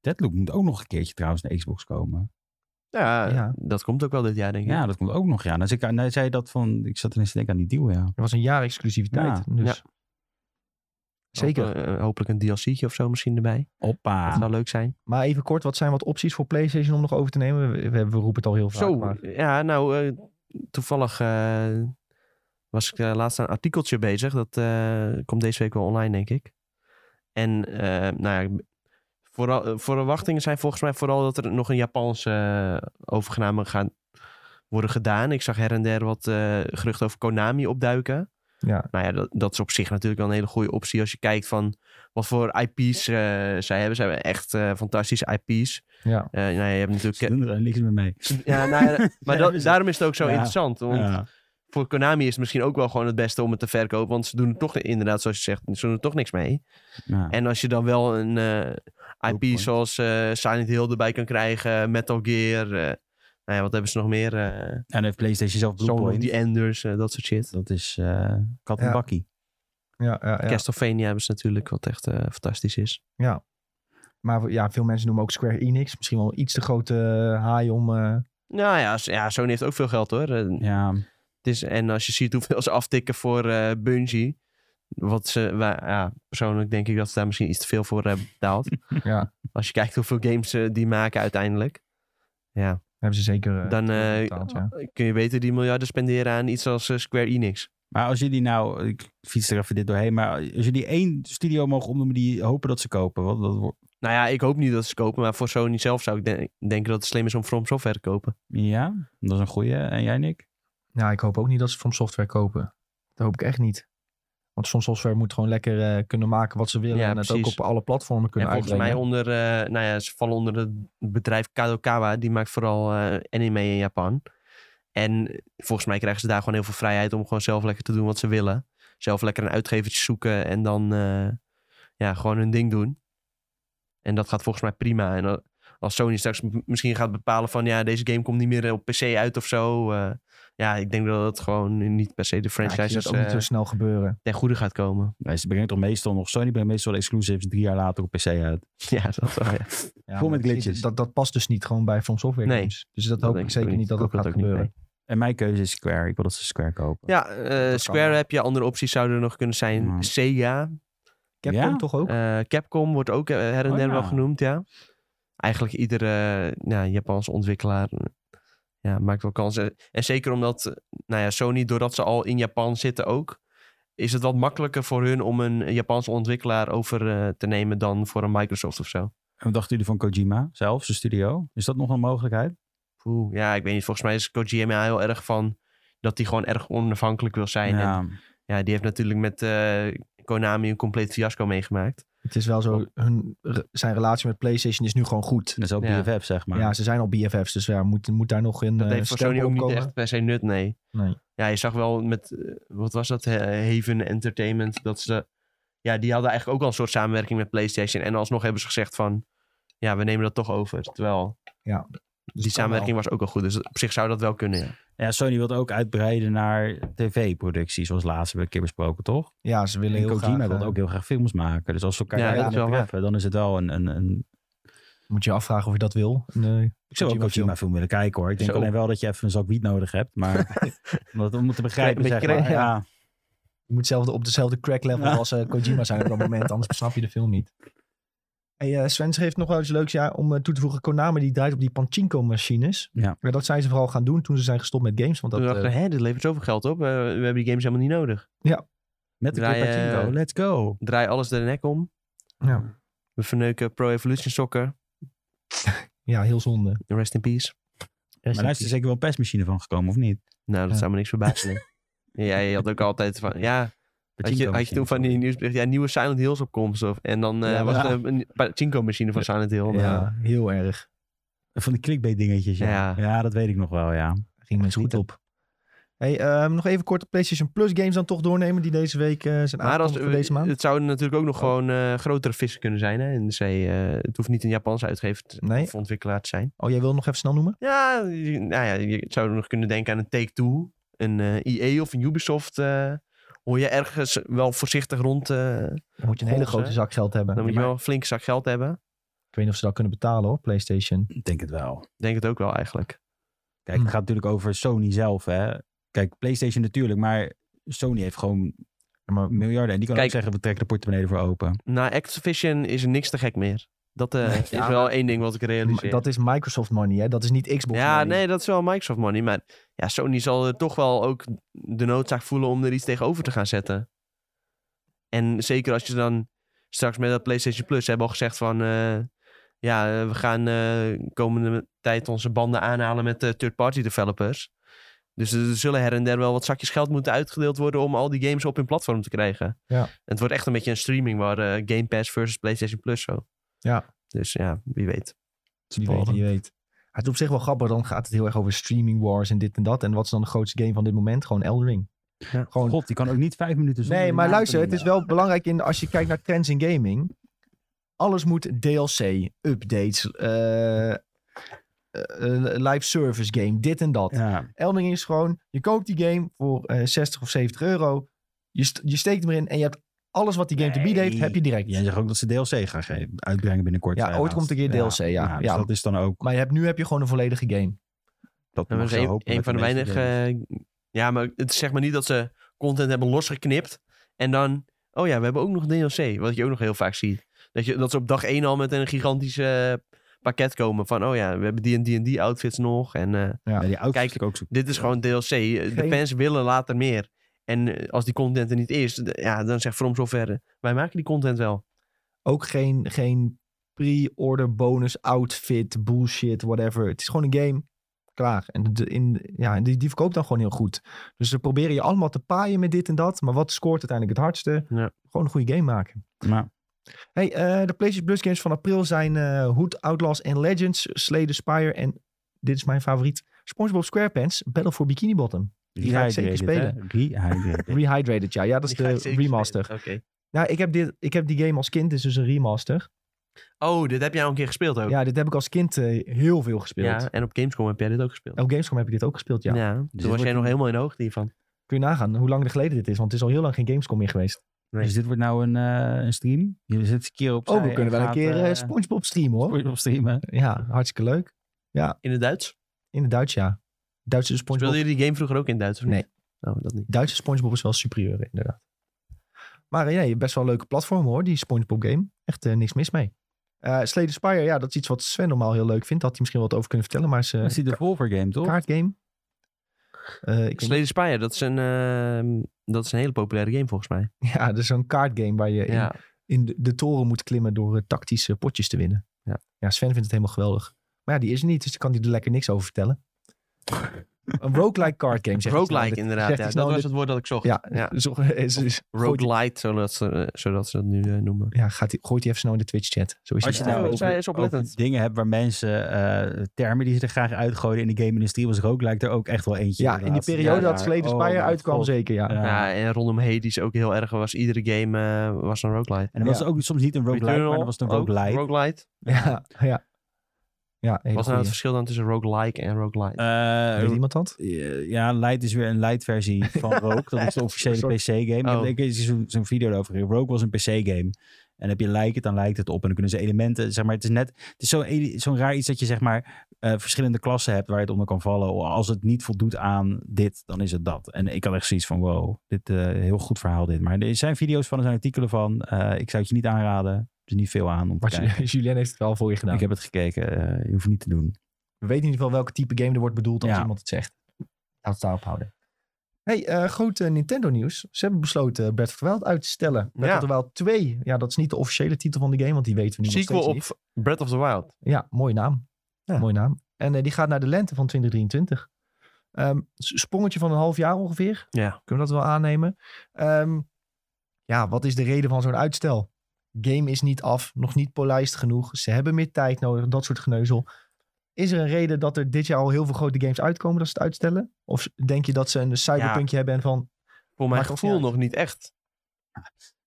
Speaker 3: Deadloop moet ook nog een keertje trouwens naar Xbox komen.
Speaker 2: ja,
Speaker 1: Ja.
Speaker 2: dat komt ook wel dit jaar, denk ik.
Speaker 3: Ja, dat komt ook nog. Ja, nou, zei, ik- nou, zei je dat van... Ik zat ineens te denken aan die deal, ja.
Speaker 1: Er was een jaar exclusiviteit.
Speaker 3: Ja.
Speaker 1: Dus zeker.
Speaker 2: Hoop- eh, hopelijk een DLC'tje of zo misschien erbij. Dat
Speaker 3: Oppa.
Speaker 2: zou leuk zijn.
Speaker 1: Maar even kort, wat zijn wat opties voor PlayStation om nog over te nemen? We, we, we roepen het al heel vaak.
Speaker 2: Zo,
Speaker 1: maar-
Speaker 2: ja, nou, eh, toevallig eh, was ik eh, laatst aan een artikeltje bezig. Dat eh, komt deze week wel online, denk ik. En, eh, nou ja, vooral, eh, verwachtingen zijn volgens mij vooral dat er nog een Japanse eh, overname gaan worden gedaan. Ik zag her en der wat eh, geruchten over Konami opduiken.
Speaker 1: Ja.
Speaker 2: Nou ja, dat, dat is op zich natuurlijk wel een hele goede optie als je kijkt van wat voor IP's eh, zij hebben. Zij hebben echt eh, fantastische IP's.
Speaker 1: Ja.
Speaker 2: Eh, nou, ja, je hebt natuurlijk...
Speaker 3: Ze doen er niks meer mee.
Speaker 2: Ja, nou ja, maar dat-
Speaker 3: hebben ze.
Speaker 2: daarom is het ook zo
Speaker 3: Ja.
Speaker 2: interessant. Want
Speaker 3: Ja.
Speaker 2: voor Konami is het misschien ook wel gewoon het beste om het te verkopen. Want ze doen er toch inderdaad, zoals je zegt, ze doen er toch niks mee.
Speaker 3: Ja.
Speaker 2: En als je dan wel een eh, IP
Speaker 3: point.
Speaker 2: zoals eh, Silent Hill erbij kan krijgen, Metal Gear. eh, nou ja, wat hebben ze nog meer? eh
Speaker 3: En heeft PlayStation zelf
Speaker 2: Song of
Speaker 3: Bluepoint.
Speaker 2: the Enders, eh, dat soort shit.
Speaker 3: Dat is eh kat en
Speaker 1: Ja.
Speaker 3: bakkie.
Speaker 1: Ja, ja, ja.
Speaker 2: Castlevania hebben ze natuurlijk, wat echt eh, fantastisch is.
Speaker 1: Maar ja, veel mensen noemen ook Square Enix. Misschien wel iets te grote eh, haai om... eh,
Speaker 2: Nou ja, s- ja Sony heeft ook veel geld hoor. Eh,
Speaker 3: Ja.
Speaker 2: Het is, en als je ziet hoeveel ze aftikken voor eh Bungie. Wat ze, waar- ja, persoonlijk denk ik dat ze daar misschien iets te veel voor hebben betaald.
Speaker 1: Ja.
Speaker 2: Als je kijkt hoeveel games ze die maken uiteindelijk. Ja,
Speaker 1: hebben ze zeker... eh,
Speaker 2: Dan, eh,
Speaker 1: betaald, ja.
Speaker 2: kun je beter die miljarden spenderen aan iets als eh, Square Enix.
Speaker 3: Maar als jullie nou... Ik fiets er even dit doorheen. Maar als jullie één studio mogen opnoemen die hopen dat ze kopen. Wat, wat, wordt-
Speaker 2: Nou ja, ik hoop niet dat ze kopen, maar voor Sony zelf zou ik de- denken dat het slim is om From Software te kopen.
Speaker 3: ja, dat is een goeie. En jij, Nick?
Speaker 1: Nou, ik hoop ook niet dat ze From Software kopen. Dat hoop ik echt niet. Want From Software moet gewoon lekker eh, kunnen maken wat ze willen.
Speaker 2: Ja,
Speaker 1: en het ook
Speaker 2: precies.
Speaker 1: op alle platformen kunnen
Speaker 2: en volgens mij
Speaker 1: uitbrengen.
Speaker 2: onder, eh, nou ja, ze vallen onder het bedrijf Kadokawa. Die maakt vooral eh, anime in Japan. En volgens mij krijgen ze daar gewoon heel veel vrijheid om gewoon zelf lekker te doen wat ze willen. Zelf lekker een uitgevertje zoeken en dan eh, ja, gewoon hun ding doen. En dat gaat volgens mij prima. En a- als Sony straks m- misschien gaat bepalen van ja, deze game komt niet meer eh, op PC uit of zo. eh, ja, ik denk dat dat gewoon niet per se de
Speaker 1: Ja, ik zie
Speaker 2: franchises
Speaker 1: dat ook niet
Speaker 2: eh,
Speaker 1: zo snel gebeuren.
Speaker 2: ten goede gaat komen.
Speaker 3: Nee, ze brengt toch meestal nog... Sony brengt meestal exclusives drie jaar later op PC uit.
Speaker 2: Ja, dat wel. Ja.
Speaker 1: Ja,
Speaker 3: vol
Speaker 1: maar
Speaker 3: met glitches.
Speaker 1: precies, Dat, dat past dus niet gewoon bij From Software
Speaker 2: Nee,
Speaker 1: games. Dus dat,
Speaker 2: dat
Speaker 1: hoop
Speaker 2: denk
Speaker 1: ik
Speaker 2: ik
Speaker 1: zeker
Speaker 2: ook
Speaker 1: niet dat
Speaker 2: niet.
Speaker 1: dat
Speaker 2: Ik hoop
Speaker 1: gaat
Speaker 2: dat ook niet,
Speaker 1: gebeuren.
Speaker 3: En mijn keuze is Square. Ik wil dat Mm. ze Square kopen.
Speaker 2: Ja, eh,
Speaker 1: kan
Speaker 2: Square
Speaker 1: wel.
Speaker 2: heb je, andere opties zouden er nog kunnen zijn.
Speaker 3: Ja.
Speaker 2: Sega,
Speaker 1: Capcom
Speaker 3: Ja?
Speaker 1: toch ook?
Speaker 2: eh, Capcom wordt ook eh, her en
Speaker 3: Oh
Speaker 2: der wel
Speaker 3: ja.
Speaker 2: genoemd, ja. Eigenlijk iedere eh, nou, Japanse ontwikkelaar eh, ja, maakt wel kans. Eh, En zeker omdat eh, nou ja, Sony, doordat ze al in Japan zitten ook, is het wat makkelijker voor hun om een Japanse ontwikkelaar over eh, te nemen dan voor een Microsoft of zo.
Speaker 3: En wat dachten jullie van Kojima zelf, zijn studio? Is dat nog een mogelijkheid?
Speaker 2: Oeh, ja, ik weet niet. Volgens mij is Kojima heel erg van dat hij gewoon erg onafhankelijk wil zijn. En
Speaker 3: ja.
Speaker 2: Ja, die heeft natuurlijk met eh, Konami een compleet fiasco meegemaakt.
Speaker 1: Het is wel
Speaker 3: Oh.
Speaker 1: zo, hun, re- zijn relatie met PlayStation is nu gewoon goed.
Speaker 3: Dat is ook
Speaker 2: Ja.
Speaker 3: BFF, zeg maar.
Speaker 1: Ja, ze zijn al BFF's, dus ja, moet, moet daar nog een
Speaker 2: Dat
Speaker 1: eh,
Speaker 2: heeft voor
Speaker 1: stempel
Speaker 2: Sony ook
Speaker 1: op
Speaker 2: niet
Speaker 1: komen.
Speaker 2: echt per se nut, nee.
Speaker 1: Nee.
Speaker 2: Ja, je zag wel met, eh, wat was dat, He- Haven Entertainment, dat ze, ja, die hadden eigenlijk ook al een soort samenwerking met PlayStation. En alsnog hebben ze gezegd van, ja, we nemen dat toch over. Terwijl,
Speaker 1: Ja, dus
Speaker 2: die samenwerking was ook al goed. Dus op zich zou dat wel kunnen, ja.
Speaker 3: Ja, Sony wil het ook uitbreiden naar tv-producties, zoals laatst hebben we een keer besproken, toch?
Speaker 1: Ja, ze willen
Speaker 3: En
Speaker 1: heel
Speaker 3: Kojima
Speaker 1: graag...
Speaker 3: wil
Speaker 1: eh,
Speaker 3: ook heel graag films maken. Dus als ze elkaar
Speaker 2: Ja,
Speaker 3: daarin
Speaker 2: dat is wel
Speaker 3: treffen, dan is het wel een... een, een...
Speaker 1: Moet je je afvragen of je dat wil. Nee.
Speaker 3: Ik zou ook een
Speaker 1: Kojima-film.
Speaker 3: Kojima-film willen kijken, hoor. Ik denk
Speaker 2: Zo.
Speaker 3: alleen wel dat je even een zak wiet nodig hebt, maar om dat om het te begrijpen,
Speaker 2: Een
Speaker 3: zeg
Speaker 2: beetje
Speaker 3: maar.
Speaker 1: kre-
Speaker 3: Ja.
Speaker 1: Je moet zelf op dezelfde crack level
Speaker 3: Ja.
Speaker 1: als eh, Kojima zijn op dat moment, anders snap je de film niet. Hey, eh, Sven schreef nog wel iets leuks ja, om eh, toe te voegen. Konami die draait op die Pachinko-machines.
Speaker 3: Ja.
Speaker 1: dat zijn ze vooral gaan doen toen ze zijn gestopt met games. Want dat,
Speaker 2: Toen dachten
Speaker 1: eh,
Speaker 2: we, hè, dit levert zoveel geld op. eh, we hebben die games helemaal niet nodig.
Speaker 3: Met de
Speaker 2: Draai,
Speaker 3: Club Pachinko,
Speaker 2: eh,
Speaker 3: let's go.
Speaker 2: Draai alles de nek om.
Speaker 1: ja,
Speaker 2: We verneuken Pro Evolution Soccer.
Speaker 1: ja, heel zonde.
Speaker 2: Rest in peace.
Speaker 3: Maar daar is er zeker wel een persmachine van gekomen, of niet?
Speaker 2: Nou, dat
Speaker 1: Ja.
Speaker 2: zou me niks verbazen. nee. Ja, jij had ook altijd van, ja, Had je, had je toen van die nieuwsbericht, ja, nieuwe Silent Hills opkomst. Of, en dan eh,
Speaker 1: Ja,
Speaker 2: was
Speaker 1: ja.
Speaker 2: het een, een pachinko-machine van Silent Hill. Nou,
Speaker 1: ja, heel erg.
Speaker 3: Van die clickbait dingetjes, ja. ja.
Speaker 2: Ja.
Speaker 3: dat weet ik nog wel, ja.
Speaker 1: Ging mensen goed op. Hey, ehm, nog even kort de PlayStation Plus games dan toch doornemen die deze week eh, zijn
Speaker 2: Maar als,
Speaker 1: aangekondigd voor deze maand. Oh.
Speaker 2: het zouden natuurlijk ook nog gewoon eh, grotere vissen kunnen zijn hè, in de zee. Eh, het hoeft niet een Japanse uitgever te-
Speaker 1: Nee.
Speaker 2: of ontwikkelaar te zijn.
Speaker 1: Oh, jij wil nog even snel noemen?
Speaker 2: Ja, je- nou ja, je zou nog kunnen denken aan een Take-Two, een IE of een Ubisoft. eh, hoor je ergens wel voorzichtig rond, eh,
Speaker 1: Dan moet je een hele
Speaker 2: Volgens,
Speaker 1: grote
Speaker 2: hè?
Speaker 1: zak geld hebben.
Speaker 2: dan moet je
Speaker 1: Ik
Speaker 2: wel een flinke zak geld hebben.
Speaker 1: weet niet of ze dat kunnen betalen hoor, PlayStation.
Speaker 3: Ik denk het wel.
Speaker 2: Ik Denk het ook wel eigenlijk.
Speaker 3: Kijk,
Speaker 1: Hm.
Speaker 3: het gaat natuurlijk over Sony zelf, hè. Kijk, PlayStation natuurlijk, maar Sony heeft gewoon
Speaker 1: Maar
Speaker 3: miljarden. En die kan
Speaker 2: Kijk.
Speaker 3: ook zeggen, we trekken de portemonnee ervoor open.
Speaker 2: Na Activision is er niks te gek meer. Dat eh, is
Speaker 1: ja,
Speaker 2: wel één ding wat ik realiseer.
Speaker 1: dat is Microsoft money, hè? Dat is niet Xbox
Speaker 2: Ja,
Speaker 1: money.
Speaker 2: nee, dat is wel Microsoft money. Maar ja, Sony zal er toch wel ook de noodzaak voelen om er iets tegenover te gaan zetten. En zeker als je dan straks met dat PlayStation Plus ze hebben al gezegd van... eh, ja, eh, we gaan eh, komende tijd onze banden aanhalen met eh, third-party developers. Dus er zullen her en der wel wat zakjes geld moeten uitgedeeld worden om al die games op hun platform te krijgen.
Speaker 1: Ja.
Speaker 2: En het wordt echt een beetje een streaming waar eh, Game Pass versus PlayStation Plus zo.
Speaker 1: Ja.
Speaker 2: Dus ja, wie weet.
Speaker 1: Wie weet, wie weet. Het is op zich wel grappig, dan gaat het heel erg over streaming wars en dit en dat. En wat is dan de grootste game van dit moment? Gewoon Elden Ring.
Speaker 2: Ja.
Speaker 1: Gewoon...
Speaker 3: God, die kan ook niet vijf minuten zonder
Speaker 1: Nee,
Speaker 3: Dus na
Speaker 1: maar
Speaker 3: te
Speaker 1: luister, het
Speaker 3: denken.
Speaker 1: is wel belangrijk in, als je kijkt naar trends in gaming. Alles moet DLC, updates, eh, eh, eh, live service game, dit en dat.
Speaker 3: Ja,
Speaker 1: Elden Ring is gewoon, je koopt die game voor eh, 60 of 70 euro. Je, st- je steekt hem erin en je hebt alles wat die game te bieden heeft,
Speaker 3: Nee.
Speaker 1: heb je direct.
Speaker 3: jij zegt ook dat ze DLC gaan ge- uitbrengen binnenkort.
Speaker 1: Ja,
Speaker 3: eh,
Speaker 1: ooit komt een keer DLC, ja.
Speaker 3: ja, dus
Speaker 1: Ja.
Speaker 3: dat is dan ook...
Speaker 1: Maar je hebt, nu heb je gewoon een volledige game.
Speaker 2: Dat
Speaker 3: Dat mag
Speaker 2: was
Speaker 3: je
Speaker 2: een,
Speaker 3: hopen met
Speaker 2: van de
Speaker 3: meeste
Speaker 2: weinige.
Speaker 3: games.
Speaker 2: eh, ja, maar het is zeg maar niet dat ze content hebben losgeknipt. En dan. Oh ja, we hebben ook nog DLC. Wat je ook nog heel vaak ziet. Dat, je, dat ze op dag 1 al met een gigantisch eh, pakket komen. Van oh ja, we hebben die en die en die outfits nog. En eh,
Speaker 3: Ja, die outfits
Speaker 2: Kijk,
Speaker 3: vind ik ook zo.
Speaker 2: dit is gewoon DLC. De
Speaker 1: Geen-
Speaker 2: fans willen later meer. En eh, als die content er niet is, d- ja, dan zegt From Software, eh, wij maken die content wel.
Speaker 1: Ook geen, geen pre-order bonus outfit, bullshit, whatever. Het is gewoon een game. Klaar. En de, in, ja, en die, die verkoopt dan gewoon heel goed. Dus ze proberen je allemaal te paaien met dit en dat. Maar wat scoort uiteindelijk het hardste?
Speaker 2: Ja.
Speaker 1: Gewoon een goede game maken.
Speaker 3: Maar
Speaker 1: Hey, eh, de PlayStation Plus games van april zijn eh Hood, Outlaws en Legends, Slay the Spire en, dit is mijn favoriet, SpongeBob SquarePants, Battle for Bikini Bottom. Die ga ik zeker
Speaker 3: Rehydrated, hè? Rehydrated.
Speaker 1: Rehydrated, ja. Ja, dat is
Speaker 2: Die ga ik
Speaker 1: de
Speaker 2: zeker
Speaker 1: remaster.
Speaker 2: spelen. Oké.
Speaker 1: Nou, ik heb, dit, ik heb die game als kind, dus dus een remaster.
Speaker 2: Oh, dit heb jij al een keer gespeeld ook. Ja,
Speaker 1: Ja, dit heb ik als kind eh, heel veel gespeeld.
Speaker 2: en op Gamescom heb jij dit ook gespeeld.
Speaker 1: Op Oh, Gamescom heb ik dit ook gespeeld, ja.
Speaker 2: toen was
Speaker 3: wordt
Speaker 2: jij nog
Speaker 3: een-
Speaker 2: helemaal in de hoogte hiervan.
Speaker 1: Kun je nagaan hoe lang er geleden dit is, want het is al heel lang geen Gamescom meer geweest.
Speaker 3: Dus dit wordt nou een, eh, een stream? Je zit een keer op
Speaker 1: Oh, we kunnen wel een keer eh, Spongebob streamen, hoor. Eh,
Speaker 3: op streamen.
Speaker 1: Ja, hartstikke leuk.
Speaker 2: In het Duits?
Speaker 1: In het Duits, ja. Duitse Spongebob,
Speaker 2: Speelde je die game vroeger ook in het Duits? Of
Speaker 1: Nee.
Speaker 2: Niet? Oh, dat niet.
Speaker 1: Duitse Spongebob is wel superieur, inderdaad. Maar eh, nee, best wel een leuke platform, hoor, die Spongebob game. Echt eh, niks mis mee. Eh Slay the Spire, ja, dat is iets wat Sven normaal heel leuk vindt. Had hij misschien wat over kunnen vertellen, maar is eh,
Speaker 3: Dat is die Devolver game,
Speaker 1: een
Speaker 3: toch?
Speaker 1: kaartgame. Eh, ik weet
Speaker 2: Slay the Spire, dat is, een, ehm, dat is een hele populaire game volgens mij.
Speaker 1: niet- ja, dat is zo'n kaartgame waar je in
Speaker 2: Ja.
Speaker 1: in de, de toren moet klimmen door eh, tactische potjes te winnen.
Speaker 2: Ja.
Speaker 1: Sven vindt het helemaal geweldig. Maar ja, die is er niet, dus dan kan hij er lekker niks over vertellen. Een roguelike card game, zegt hij snel in
Speaker 2: Roguelike
Speaker 1: dit-
Speaker 2: inderdaad.
Speaker 1: zegt hij
Speaker 2: Ja,
Speaker 1: snel
Speaker 2: dat
Speaker 1: in
Speaker 2: was
Speaker 1: dit-
Speaker 2: het woord dat ik zocht.
Speaker 1: Ja,
Speaker 2: ja.
Speaker 1: Zo- is- is-
Speaker 2: Roguelite, zodat ze, eh, zodat ze dat nu eh, noemen.
Speaker 1: ja, gaat hij, gooit hij even snel in de Twitch-chat. Zo is
Speaker 3: Als je
Speaker 1: het.
Speaker 2: Ja,
Speaker 3: nou
Speaker 2: dat
Speaker 3: over,
Speaker 2: zij is oplettend.
Speaker 3: over dingen hebt waar mensen eh, termen die ze er graag uitgooien in de game-industrie, was rook lijkt er ook echt wel eentje.
Speaker 1: ja, in die
Speaker 3: inderdaad.
Speaker 1: periode
Speaker 3: Ja,
Speaker 1: dat Slay the
Speaker 3: oh
Speaker 1: Spire
Speaker 3: mijn
Speaker 1: uitkwam,
Speaker 3: god.
Speaker 1: zeker, ja.
Speaker 3: Ja.
Speaker 2: Ja, en rondom Hades ook heel erg was. Iedere game eh, was een roguelite.
Speaker 3: En dan was het ook soms niet een roguelike, maar dan was het een
Speaker 2: ook,
Speaker 3: roguelite.
Speaker 2: roguelite.
Speaker 1: Ja, ja. Ja, hele
Speaker 2: Wat is nou het
Speaker 1: goeie.
Speaker 2: verschil dan tussen roguelike en roguelite?
Speaker 3: Eh,
Speaker 1: Weet iemand dat?
Speaker 3: eh, ja, Light is weer een light versie van Rogue. Dat is de officiële
Speaker 1: Een
Speaker 3: PC-game.
Speaker 2: Oh.
Speaker 3: Ik heb zo'n zo'n video over. Rogue was een PC-game. En heb je Like het, dan lijkt het op. En dan kunnen ze elementen, zeg maar, het is net... Het is zo ele- zo'n raar iets dat je, zeg maar, eh, verschillende klassen hebt waar je het onder kan vallen. Als het niet voldoet aan dit, dan is het dat. En ik had echt zoiets van, wow, dit eh, heel goed verhaal dit. Maar er zijn video's van, er zijn artikelen van. Eh, ik zou het je niet aanraden. Er is niet veel aan om te
Speaker 1: Maar
Speaker 3: kijken.
Speaker 1: Ju- Julien heeft het wel voor je gedaan.
Speaker 3: Ik heb het gekeken. Eh, je hoeft het niet te doen.
Speaker 1: We weten in ieder geval welke type game er wordt bedoeld als
Speaker 3: Ja.
Speaker 1: iemand het zegt. Laat het daarop houden. hey, eh, groot eh, Nintendo nieuws. Ze hebben besloten Breath of the Wild uit te stellen. Breath
Speaker 2: Ja.
Speaker 1: of the Wild 2. Ja, dat is niet de officiële titel van de game, want die weten we nu nog
Speaker 2: Sequel
Speaker 1: steeds
Speaker 2: op
Speaker 1: niet.
Speaker 2: Breath of the Wild.
Speaker 1: Ja, mooie naam.
Speaker 2: Ja.
Speaker 1: Mooie naam. En eh, die gaat naar de lente van 2023. Ehm, s- sprongetje van een half jaar ongeveer.
Speaker 2: Ja.
Speaker 1: Kunnen we dat wel aannemen? Ehm, ja, wat is de reden van zo'n uitstel? Game is niet af, nog niet polijst genoeg. Ze hebben meer tijd nodig, dat soort geneuzel. Is er een reden dat er dit jaar al heel veel grote games uitkomen dat ze het uitstellen? Of denk je dat ze een cyberpunkje hebben en van...
Speaker 2: Voor mijn
Speaker 1: Maakt ons niet
Speaker 2: gevoel
Speaker 1: uit.
Speaker 2: nog niet echt.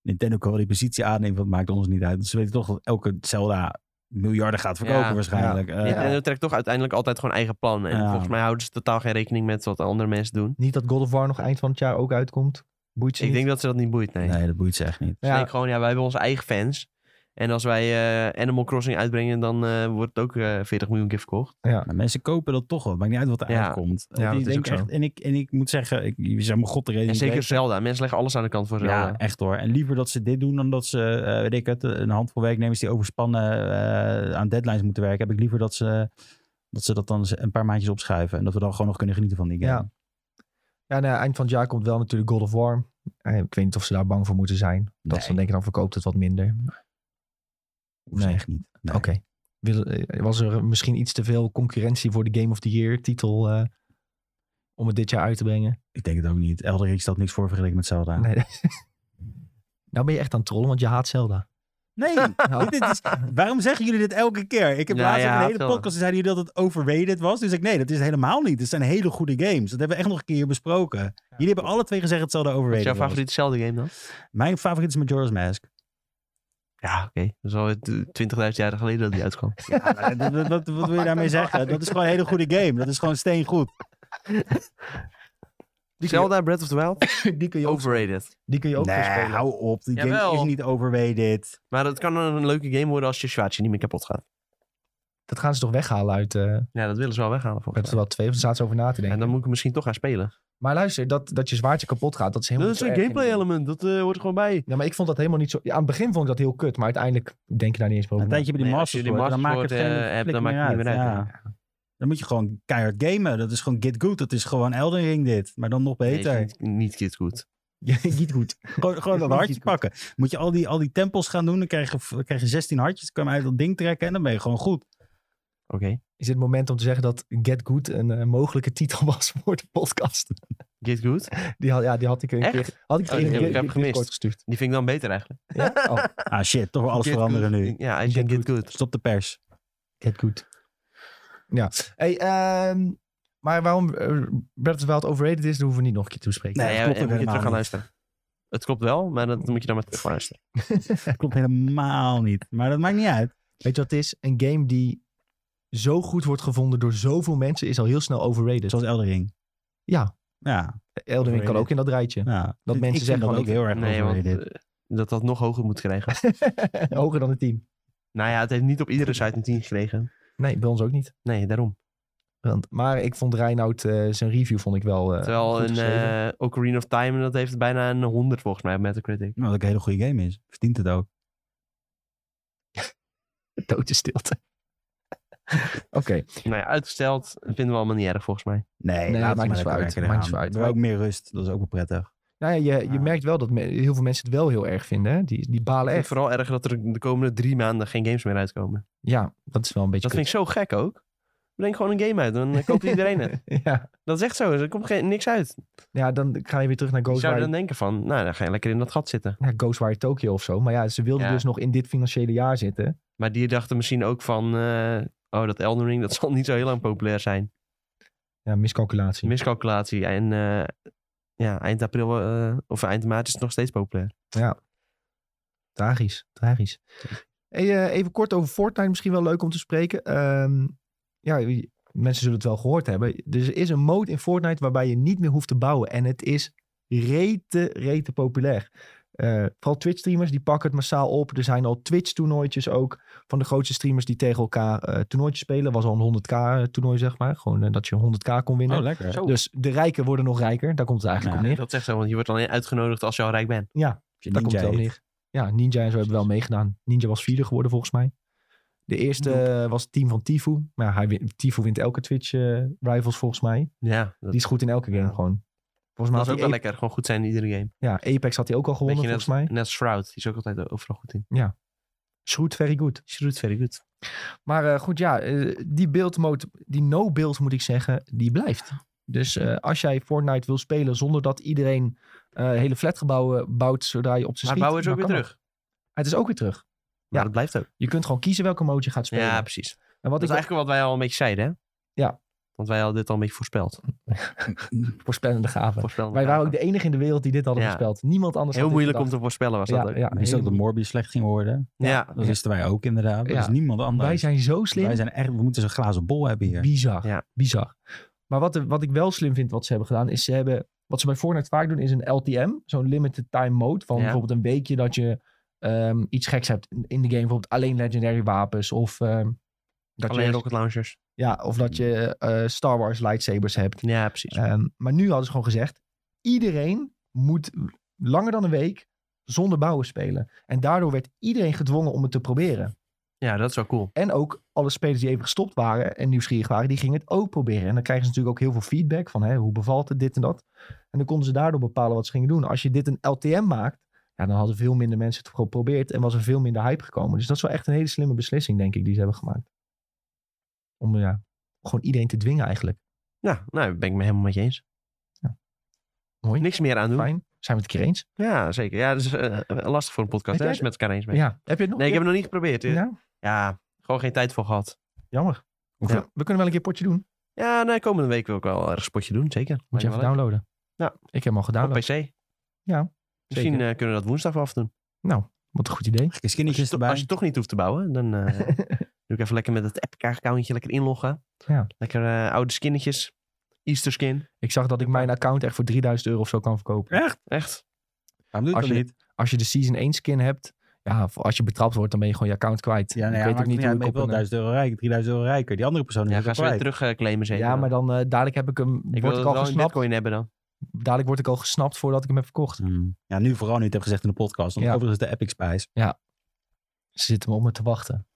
Speaker 3: Nintendo kan wel die positie aannemen, want het maakt ons niet uit. Want ze weten toch dat elke Zelda miljarden gaat verkopen
Speaker 2: Ja.
Speaker 3: waarschijnlijk. Eh,
Speaker 2: En dat trekt toch uiteindelijk altijd gewoon eigen plannen. En
Speaker 3: Ja.
Speaker 2: volgens mij houden ze totaal geen rekening met wat andere mensen doen. Dus
Speaker 1: Niet dat God of War nog eind van het jaar ook uitkomt? Boeit ze
Speaker 2: Ik
Speaker 1: niet?
Speaker 2: denk dat ze dat niet boeit, nee.
Speaker 3: Nee, dat boeit ze echt niet.
Speaker 2: Ze
Speaker 1: Ja.
Speaker 2: denken gewoon, ja, wij hebben onze eigen fans. En als wij eh, Animal Crossing uitbrengen, dan eh, wordt het ook eh, 40 miljoen keer verkocht.
Speaker 3: Maar mensen kopen dat toch wel. Maakt niet uit wat er
Speaker 2: Ja.
Speaker 3: uitkomt.
Speaker 1: Ja, dat
Speaker 3: ik
Speaker 1: is
Speaker 3: denk
Speaker 1: ook zo.
Speaker 3: echt, en, ik, en ik moet zeggen, ik, je zou me god de reden
Speaker 2: En
Speaker 3: niet
Speaker 2: zeker
Speaker 3: weten.
Speaker 2: Zelda. Mensen leggen alles aan de kant van Zelda.
Speaker 3: Ja, echt hoor. En liever dat ze dit doen dan dat ze, eh, weet ik het, een handvol werknemers die overspannen eh, aan deadlines moeten werken. Heb ik liever dat ze, dat ze dat dan een paar maandjes opschuiven. En dat we dan gewoon nog kunnen genieten van die game.
Speaker 1: Ja. Ja, nou, ja, eind van het jaar komt wel natuurlijk God of War. Eh, Ik weet niet of ze daar bang voor moeten zijn. Dat ze dan
Speaker 3: Nee.
Speaker 1: denken, dan verkoopt het wat minder.
Speaker 3: Hoeft ze
Speaker 1: Nee.
Speaker 3: echt niet. Nee.
Speaker 1: Oké. Wil- eh, Was er misschien iets te veel concurrentie voor de Game of the Year titel eh, om het dit jaar uit te brengen?
Speaker 3: Ik denk het ook niet. Elderik stelt niks voor vergeleken met Zelda.
Speaker 1: Nee. nou ben je echt aan het trollen, want je haat Zelda.
Speaker 3: nee.
Speaker 1: Nou,
Speaker 3: Dit is, waarom zeggen jullie dit elke keer? Ik heb
Speaker 2: Ja,
Speaker 3: laatst
Speaker 2: Nou ja,
Speaker 3: in een hele
Speaker 2: absoluut.
Speaker 3: podcast zeiden jullie dat het overrated was. Dus ik nee, dat is het helemaal niet. Het zijn hele goede games. Dat hebben we echt nog een keer hier besproken. Jullie hebben alle twee gezegd hetzelfde
Speaker 2: Wat is jouw
Speaker 3: overrated was.
Speaker 2: favoriete Zelda-game dan?
Speaker 3: Mijn favoriet is Majora's Mask.
Speaker 2: Ja, oké. Dat is alweer eh, 20.000 jaar geleden dat die uitkwam.
Speaker 1: nou,
Speaker 3: Ja, wat, wat, wat wil je daarmee zeggen? Dat is gewoon een hele goede game. Dat is gewoon steengoed.
Speaker 2: Zelda, Breath of the Wild,
Speaker 1: die kun je ook,
Speaker 2: overrated.
Speaker 1: die kun je ook
Speaker 3: Nee,
Speaker 1: voorspelen.
Speaker 3: hou op. Die game
Speaker 2: Jawel.
Speaker 3: is niet overrated.
Speaker 2: Maar het kan een leuke game worden als je zwaardje niet meer kapot gaat.
Speaker 1: Dat gaan ze toch weghalen uit eh Breath
Speaker 2: Ja, dat willen ze wel weghalen
Speaker 1: of
Speaker 2: volgens
Speaker 1: the Wild 2, want daar zaten ze over na te
Speaker 2: mij.
Speaker 1: denken.
Speaker 2: En dan moet ik er misschien toch gaan spelen.
Speaker 1: Maar luister, dat, dat je zwaardje kapot gaat, dat is helemaal
Speaker 2: Dat is
Speaker 1: niet
Speaker 2: een
Speaker 1: zo erg in de-
Speaker 2: gameplay-element. Dat eh, hoort er gewoon bij.
Speaker 1: Ja, maar ik vond dat helemaal niet zo... ja, aan het begin vond ik dat heel kut, maar uiteindelijk denk je daar niet eens meer
Speaker 3: Een
Speaker 1: over na.
Speaker 3: tijdje bij die
Speaker 2: Nee, als je
Speaker 3: Masters
Speaker 2: die
Speaker 3: wordt, dan maakt
Speaker 2: Masters
Speaker 3: het
Speaker 2: wordt, eh,
Speaker 3: geen
Speaker 2: hebt,
Speaker 3: flikker
Speaker 2: dan maakt het niet meer uit,
Speaker 3: Ja. Dan moet je gewoon keihard gamen. Dat is gewoon Get Good. Dat is gewoon Elden Ring dit. Maar dan nog beter.
Speaker 2: Nee, niet, niet Kid Good.
Speaker 1: Ja, niet goed.
Speaker 3: Gewoon, gewoon dat
Speaker 1: Moet je
Speaker 3: hartje
Speaker 1: het goed.
Speaker 3: pakken. Moet je al die, al die tempels gaan doen, dan krijg je, krijg je 16 hartjes, kan je hem uit dat ding trekken en dan ben je gewoon goed.
Speaker 2: Oké.
Speaker 1: Is dit het moment om te zeggen dat Get Good een eh, mogelijke titel was voor de podcast?
Speaker 2: Kid Good.
Speaker 1: Die had, ja, die had ik een
Speaker 2: Echt?
Speaker 1: keer... Had ik,
Speaker 2: Oh, die heb ik- heb ik gemist.
Speaker 1: kort gestuurd.
Speaker 2: Die vind ik dan beter eigenlijk.
Speaker 1: Ja? Oh,
Speaker 3: Ah shit, toch wel alles
Speaker 2: Get
Speaker 3: veranderen
Speaker 2: Good.
Speaker 3: nu.
Speaker 2: Ja, I think
Speaker 1: Get
Speaker 2: Get Good.
Speaker 3: Stop de pers.
Speaker 1: Get good. Ja. Hey, ehm, maar waarom eh, Breath of the Wild overrated is, daar hoeven we niet nog een keer toe te spreken.
Speaker 3: Nee,
Speaker 2: Nee,
Speaker 3: dat
Speaker 2: ja,
Speaker 3: klopt
Speaker 2: en
Speaker 3: ook
Speaker 2: moet je
Speaker 3: helemaal
Speaker 2: terug gaan
Speaker 3: niet.
Speaker 2: luisteren. Het klopt wel, maar dat moet je dan maar terug gaan luisteren.
Speaker 3: Dat klopt helemaal niet. Maar dat maakt niet uit.
Speaker 1: Weet je wat het is? Een game die zo goed wordt gevonden door zoveel mensen is al heel snel overrated.
Speaker 3: Zoals Elden Ring.
Speaker 1: Ja.
Speaker 3: Ja.
Speaker 1: Elden Ring kan ook in dat rijtje.
Speaker 3: Nou,
Speaker 1: mensen
Speaker 3: ik vind
Speaker 1: zeggen
Speaker 3: dat
Speaker 1: gewoon,
Speaker 3: ook heel erg
Speaker 2: Nee, want
Speaker 3: overrated.
Speaker 2: eh, dat dat nog hoger moet krijgen.
Speaker 1: Hoger dan het team.
Speaker 2: nou ja, het heeft niet op iedere site een 10 gekregen.
Speaker 1: Nee, bij ons ook niet.
Speaker 2: Nee, daarom.
Speaker 1: Want, maar ik vond Reinoud eh, zijn review vond ik wel eh,
Speaker 2: Terwijl
Speaker 1: goed
Speaker 2: een
Speaker 1: geschreven.
Speaker 2: eh Ocarina of Time, dat heeft bijna een 100 volgens mij op Metacritic.
Speaker 3: Nou, dat het een hele goede game is. Verdient het ook.
Speaker 2: eh,
Speaker 1: Dode stilte. Oké.
Speaker 2: Nou ja, uitgesteld vinden we allemaal niet erg volgens mij.
Speaker 3: Nee,
Speaker 1: Nee,
Speaker 3: laat
Speaker 1: maakt
Speaker 3: het
Speaker 1: niet
Speaker 3: maar
Speaker 1: zo
Speaker 3: lekker
Speaker 1: uit.
Speaker 3: werken
Speaker 1: Maakt niet
Speaker 3: eraan.
Speaker 1: zo uit.
Speaker 3: We hebben ook meer rust. Dat is ook wel prettig.
Speaker 1: Nou ja, je, je
Speaker 3: Ja.
Speaker 1: merkt wel dat me- heel veel mensen het wel heel erg vinden. Hè? Die, die balen
Speaker 2: Ik vind
Speaker 1: echt.
Speaker 2: vooral erg dat er de komende drie maanden geen games meer uitkomen.
Speaker 1: Ja, dat is wel een beetje
Speaker 2: Dat vind ik zo gek ook. Breng gewoon een game uit, dan eh, koopt iedereen het.
Speaker 1: ja.
Speaker 2: Dat is echt zo, dus er komt geen, niks uit.
Speaker 1: ja, dan ga je weer terug naar
Speaker 2: Je zou
Speaker 1: Ghostwire,
Speaker 2: dan denken van, nou, dan ga je lekker in dat gat zitten.
Speaker 1: naar Ghostwire Tokyo of zo. Maar ja, ze wilden
Speaker 2: Ja.
Speaker 1: dus nog in dit financiële jaar zitten.
Speaker 2: Maar die dachten misschien ook van, eh, oh, dat Elden Ring, dat zal niet zo heel lang populair zijn.
Speaker 1: Ja, miscalculatie.
Speaker 2: Miscalculatie. En eh, ja, eind april eh, of eind maart is het nog steeds populair.
Speaker 1: Tragisch, tragisch. Hey, eh, even kort over Fortnite, misschien wel leuk om te spreken. Ehm, ja, je- mensen zullen het wel gehoord hebben. Dus er is een mode in Fortnite waarbij je niet meer hoeft te bouwen. En het is rete, rete populair. Eh, vooral Twitch-streamers, die pakken het massaal op. Er zijn al Twitch-toernooitjes ook van de grootste streamers die tegen elkaar eh toernooitjes spelen. was al een 100k-toernooi, zeg maar. Gewoon eh, dat je 100k kon winnen.
Speaker 3: Oh, lekker.
Speaker 2: Zo.
Speaker 1: dus de rijken worden nog rijker. Daar komt het eigenlijk
Speaker 3: Ja.
Speaker 1: op neer.
Speaker 2: Dat zegt zo, want je wordt alleen uitgenodigd als je al rijk bent.
Speaker 3: Je
Speaker 1: Daar komt
Speaker 3: ninja
Speaker 1: het wel
Speaker 3: heet.
Speaker 1: neer. Ja, Ninja en zo hebben wel meegedaan. Ninja was vierde geworden volgens mij. De eerste eh, was het team van Tifu. Maar ja, hij win, Tifu wint elke Twitch eh, Rivals volgens mij.
Speaker 2: Ja, dat,
Speaker 1: Die is goed in elke game
Speaker 2: Ja.
Speaker 1: gewoon. Volgens mij had
Speaker 2: dat is
Speaker 1: hij
Speaker 2: ook wel lekker. Gewoon goed zijn in iedere game.
Speaker 1: Ape- ja, Apex had hij ook al gewonnen
Speaker 2: Weet je,
Speaker 1: volgens mij.
Speaker 2: Net als Shroud, die is ook altijd overal goed in.
Speaker 1: Schroet, very good.
Speaker 2: Shroud, very good.
Speaker 1: Maar eh, goed, ja, eh, die beeldmode, die no-beeld moet ik zeggen, die blijft. Dus eh, als jij Fortnite wil spelen zonder dat iedereen eh, hele flatgebouwen bouwt zodra je op ze
Speaker 2: Maar
Speaker 1: schiet.
Speaker 2: bouwen is ook
Speaker 1: dan
Speaker 2: weer
Speaker 1: kan dat.
Speaker 2: terug.
Speaker 1: Het is ook weer terug.
Speaker 2: Maar dat blijft ook.
Speaker 1: Je kunt gewoon kiezen welke mode je gaat spelen.
Speaker 2: Ja, precies.
Speaker 1: en wat
Speaker 2: Dat
Speaker 1: ik
Speaker 2: is eigenlijk wat wij al een beetje zeiden, hè?
Speaker 1: Ja.
Speaker 2: Want wij hadden dit al een beetje voorspeld.
Speaker 1: voorspellende gaven.
Speaker 2: Voorspellen
Speaker 1: Wij waren ook
Speaker 2: elkaar.
Speaker 1: de enige in de wereld die dit hadden
Speaker 2: Ja.
Speaker 1: voorspeld. Niemand anders
Speaker 2: Heel
Speaker 1: had dit
Speaker 2: moeilijk om te voorspellen was dat
Speaker 1: bedacht.
Speaker 2: ook.
Speaker 1: ja, ja,
Speaker 3: Wist ook
Speaker 1: heel
Speaker 3: dat Morbius slecht ging worden.
Speaker 2: Ja.
Speaker 3: Dat wisten wij ook inderdaad. Dat
Speaker 1: Ja.
Speaker 3: is niemand anders.
Speaker 1: Wij zijn zo slim.
Speaker 3: Wij zijn echt, we moeten zo'n glazen bol hebben hier.
Speaker 1: Bizar.
Speaker 2: Ja.
Speaker 1: Bizar. Maar wat, de- wat ik wel slim vind wat ze hebben gedaan, is ze hebben... Wat ze bij Fortnite vaak doen, is een LTM. Zo'n limited time mode. Van
Speaker 2: Ja.
Speaker 1: bijvoorbeeld een weekje dat je ehm, iets geks hebt in de game. Bijvoorbeeld alleen legendary wapens. Of, ehm, dat,
Speaker 2: Alleen
Speaker 1: je,
Speaker 2: rocket launchers.
Speaker 1: ja, of dat je eh, Star Wars lightsabers hebt.
Speaker 2: Ja, precies.
Speaker 1: Ehm, maar nu hadden ze gewoon gezegd: iedereen moet langer dan een week zonder bouwen spelen. En daardoor werd iedereen gedwongen om het te proberen.
Speaker 2: Ja, dat is wel cool.
Speaker 1: En ook alle spelers die even gestopt waren en nieuwsgierig waren, die gingen het ook proberen. En dan krijgen ze natuurlijk ook heel veel feedback van hè, hoe bevalt het, dit en dat. En dan konden ze daardoor bepalen wat ze gingen doen. Als je dit een LTM maakt, ja, dan hadden veel minder mensen het geprobeerd en was er veel minder hype gekomen. Dus dat is wel echt een hele slimme beslissing, denk ik, die ze hebben gemaakt. Om ja, gewoon iedereen te dwingen eigenlijk.
Speaker 2: Ja, nou, daar ben ik me helemaal met je eens.
Speaker 1: Ja. Mooi.
Speaker 2: Niks meer aan doen.
Speaker 1: Fijn, zijn we het een keer eens?
Speaker 2: Ja, zeker. Ja, dat is eh, lastig voor een podcast.
Speaker 1: Weet
Speaker 2: Daar
Speaker 1: jij
Speaker 2: is het met elkaar eens mee.
Speaker 1: Ja, heb je het nog?
Speaker 2: Nee, ik heb het nog niet eh. geprobeerd. Ja,
Speaker 1: Ja,
Speaker 2: gewoon geen tijd voor gehad.
Speaker 1: jammer.
Speaker 3: Of-
Speaker 1: Ja, We kunnen wel een keer potje doen.
Speaker 2: Ja, nee, komende week wil ik wel ergens een spotje doen, zeker.
Speaker 1: Moet je
Speaker 2: Lijkt
Speaker 1: even
Speaker 2: me wel
Speaker 1: downloaden.
Speaker 2: Ja.
Speaker 1: Ik heb hem al
Speaker 2: leuk. Op
Speaker 1: gedownload.
Speaker 2: PC.
Speaker 1: Ja,
Speaker 2: Misschien
Speaker 1: zeker.
Speaker 2: eh, kunnen we dat woensdag wel afdoen.
Speaker 1: Wat een goed idee.
Speaker 3: Gekke
Speaker 2: Als je,
Speaker 3: skinnetjes
Speaker 2: to- als je
Speaker 3: erbij.
Speaker 2: toch niet hoeft te bouwen, dan eh, doe ik even lekker met het Epica-accountje lekker inloggen.
Speaker 1: Ja.
Speaker 2: Lekker eh, oude skinnetjes. Easter skin.
Speaker 1: Ik zag dat ik mijn account echt voor 3000 euro of zo kan verkopen.
Speaker 3: Echt?
Speaker 2: Echt.
Speaker 3: Waarom doe
Speaker 1: Als
Speaker 3: je dat
Speaker 1: je-
Speaker 3: niet?
Speaker 1: Als je de Season 1 skin hebt, ja, voor- als je betrapt wordt, dan ben je gewoon je account kwijt.
Speaker 3: Ja, nou
Speaker 1: ik
Speaker 3: ja,
Speaker 1: weet ook niet hoe ik
Speaker 3: ik
Speaker 1: op
Speaker 3: wel
Speaker 1: een-
Speaker 3: 1000 euro rijk, 3000 euro rijker. Die andere persoon
Speaker 2: Ja,
Speaker 3: is
Speaker 2: ga
Speaker 3: al
Speaker 2: ze weer
Speaker 3: kwijt.
Speaker 2: terug eh, claimen zeker.
Speaker 1: Ja, maar
Speaker 2: dan.
Speaker 1: dan eh, dadelijk heb ik hem,
Speaker 2: Ik wil
Speaker 1: word ik
Speaker 2: het
Speaker 1: al
Speaker 2: wel in
Speaker 1: gesnapt.
Speaker 2: bitcoin hebben dan.
Speaker 1: Dadelijk word ik al gesnapt voordat ik hem heb verkocht.
Speaker 3: Hmm. Ja, nu vooral nu het heb gezegd in de podcast. Want
Speaker 1: Ja.
Speaker 3: overigens de Epic Spice.
Speaker 1: Ze zitten me op me te wachten.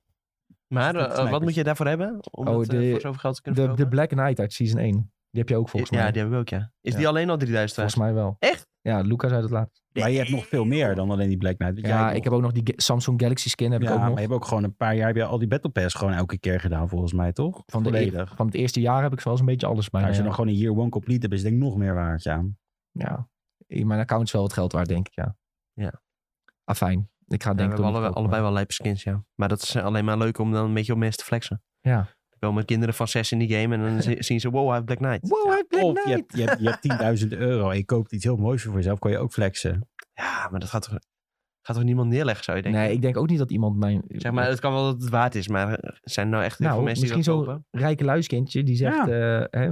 Speaker 2: Maar eh,
Speaker 3: Dat snap
Speaker 2: wat
Speaker 3: ik.
Speaker 2: moet je daarvoor hebben? Om
Speaker 1: Oh,
Speaker 2: dat, eh,
Speaker 1: de-
Speaker 2: voor zoveel geld te kunnen
Speaker 1: De, de
Speaker 2: verkopen?
Speaker 1: Black Knight uit Season 1. Die heb je ook volgens
Speaker 2: ja,
Speaker 1: mij.
Speaker 2: die heb ik ook, ja. Is
Speaker 1: Ja.
Speaker 2: die alleen al 3000 waard?
Speaker 1: Volgens mij wel.
Speaker 2: Echt?
Speaker 1: Ja, Lucas uit het laatst.
Speaker 3: Maar je hebt nog veel meer dan alleen die Black Knight. want jij
Speaker 1: Ja,
Speaker 3: hebt
Speaker 1: ik heb ook nog die Ga- Samsung Galaxy skin. Heb
Speaker 3: ja,
Speaker 1: ik ook
Speaker 3: maar
Speaker 1: nog.
Speaker 3: je hebt ook gewoon een paar jaar heb je al die Battle Pass gewoon elke keer gedaan volgens mij, toch?
Speaker 1: Van, de eer-
Speaker 3: Volledig.
Speaker 1: van het eerste jaar heb ik zoals een beetje alles eh, bij.
Speaker 3: Nou, als je
Speaker 1: ja.
Speaker 3: nog gewoon een year one complete hebt, is het denk ik nog meer waard, ja.
Speaker 1: ja, in mijn account is wel wat geld waard, denk ik, ja.
Speaker 2: Ja.
Speaker 1: Afijn. Ik ga
Speaker 2: Ja, we
Speaker 1: denk ik eh,
Speaker 2: hebben
Speaker 1: toch
Speaker 2: alle,
Speaker 1: niet kopen.
Speaker 2: allebei wel lijpe skins, ja. Maar dat is eh, alleen maar leuk om dan een beetje op mensen te flexen.
Speaker 1: Ja.
Speaker 2: Ik wil met kinderen van zes in die game en dan zi- zien ze, wow, hij heeft Black Knight.
Speaker 1: Wow, hij heeft Black
Speaker 2: Oh,
Speaker 3: of je
Speaker 1: Knight!
Speaker 3: hebt, je hebt, je hebt 10.000 euro en je koopt iets heel moois voor jezelf, kan je ook flexen.
Speaker 2: Ja, maar dat gaat toch, gaat toch niemand neerleggen, zou je denken?
Speaker 1: Nee, ik denk ook niet dat iemand mijn...
Speaker 2: Zeg maar, het kan wel dat het waard is, maar eh, zijn er nou echt heel
Speaker 1: Nou,
Speaker 2: veel mensen die dat
Speaker 1: misschien zo-
Speaker 2: kopen?
Speaker 1: rijke luiskindje die zegt... eh, hè,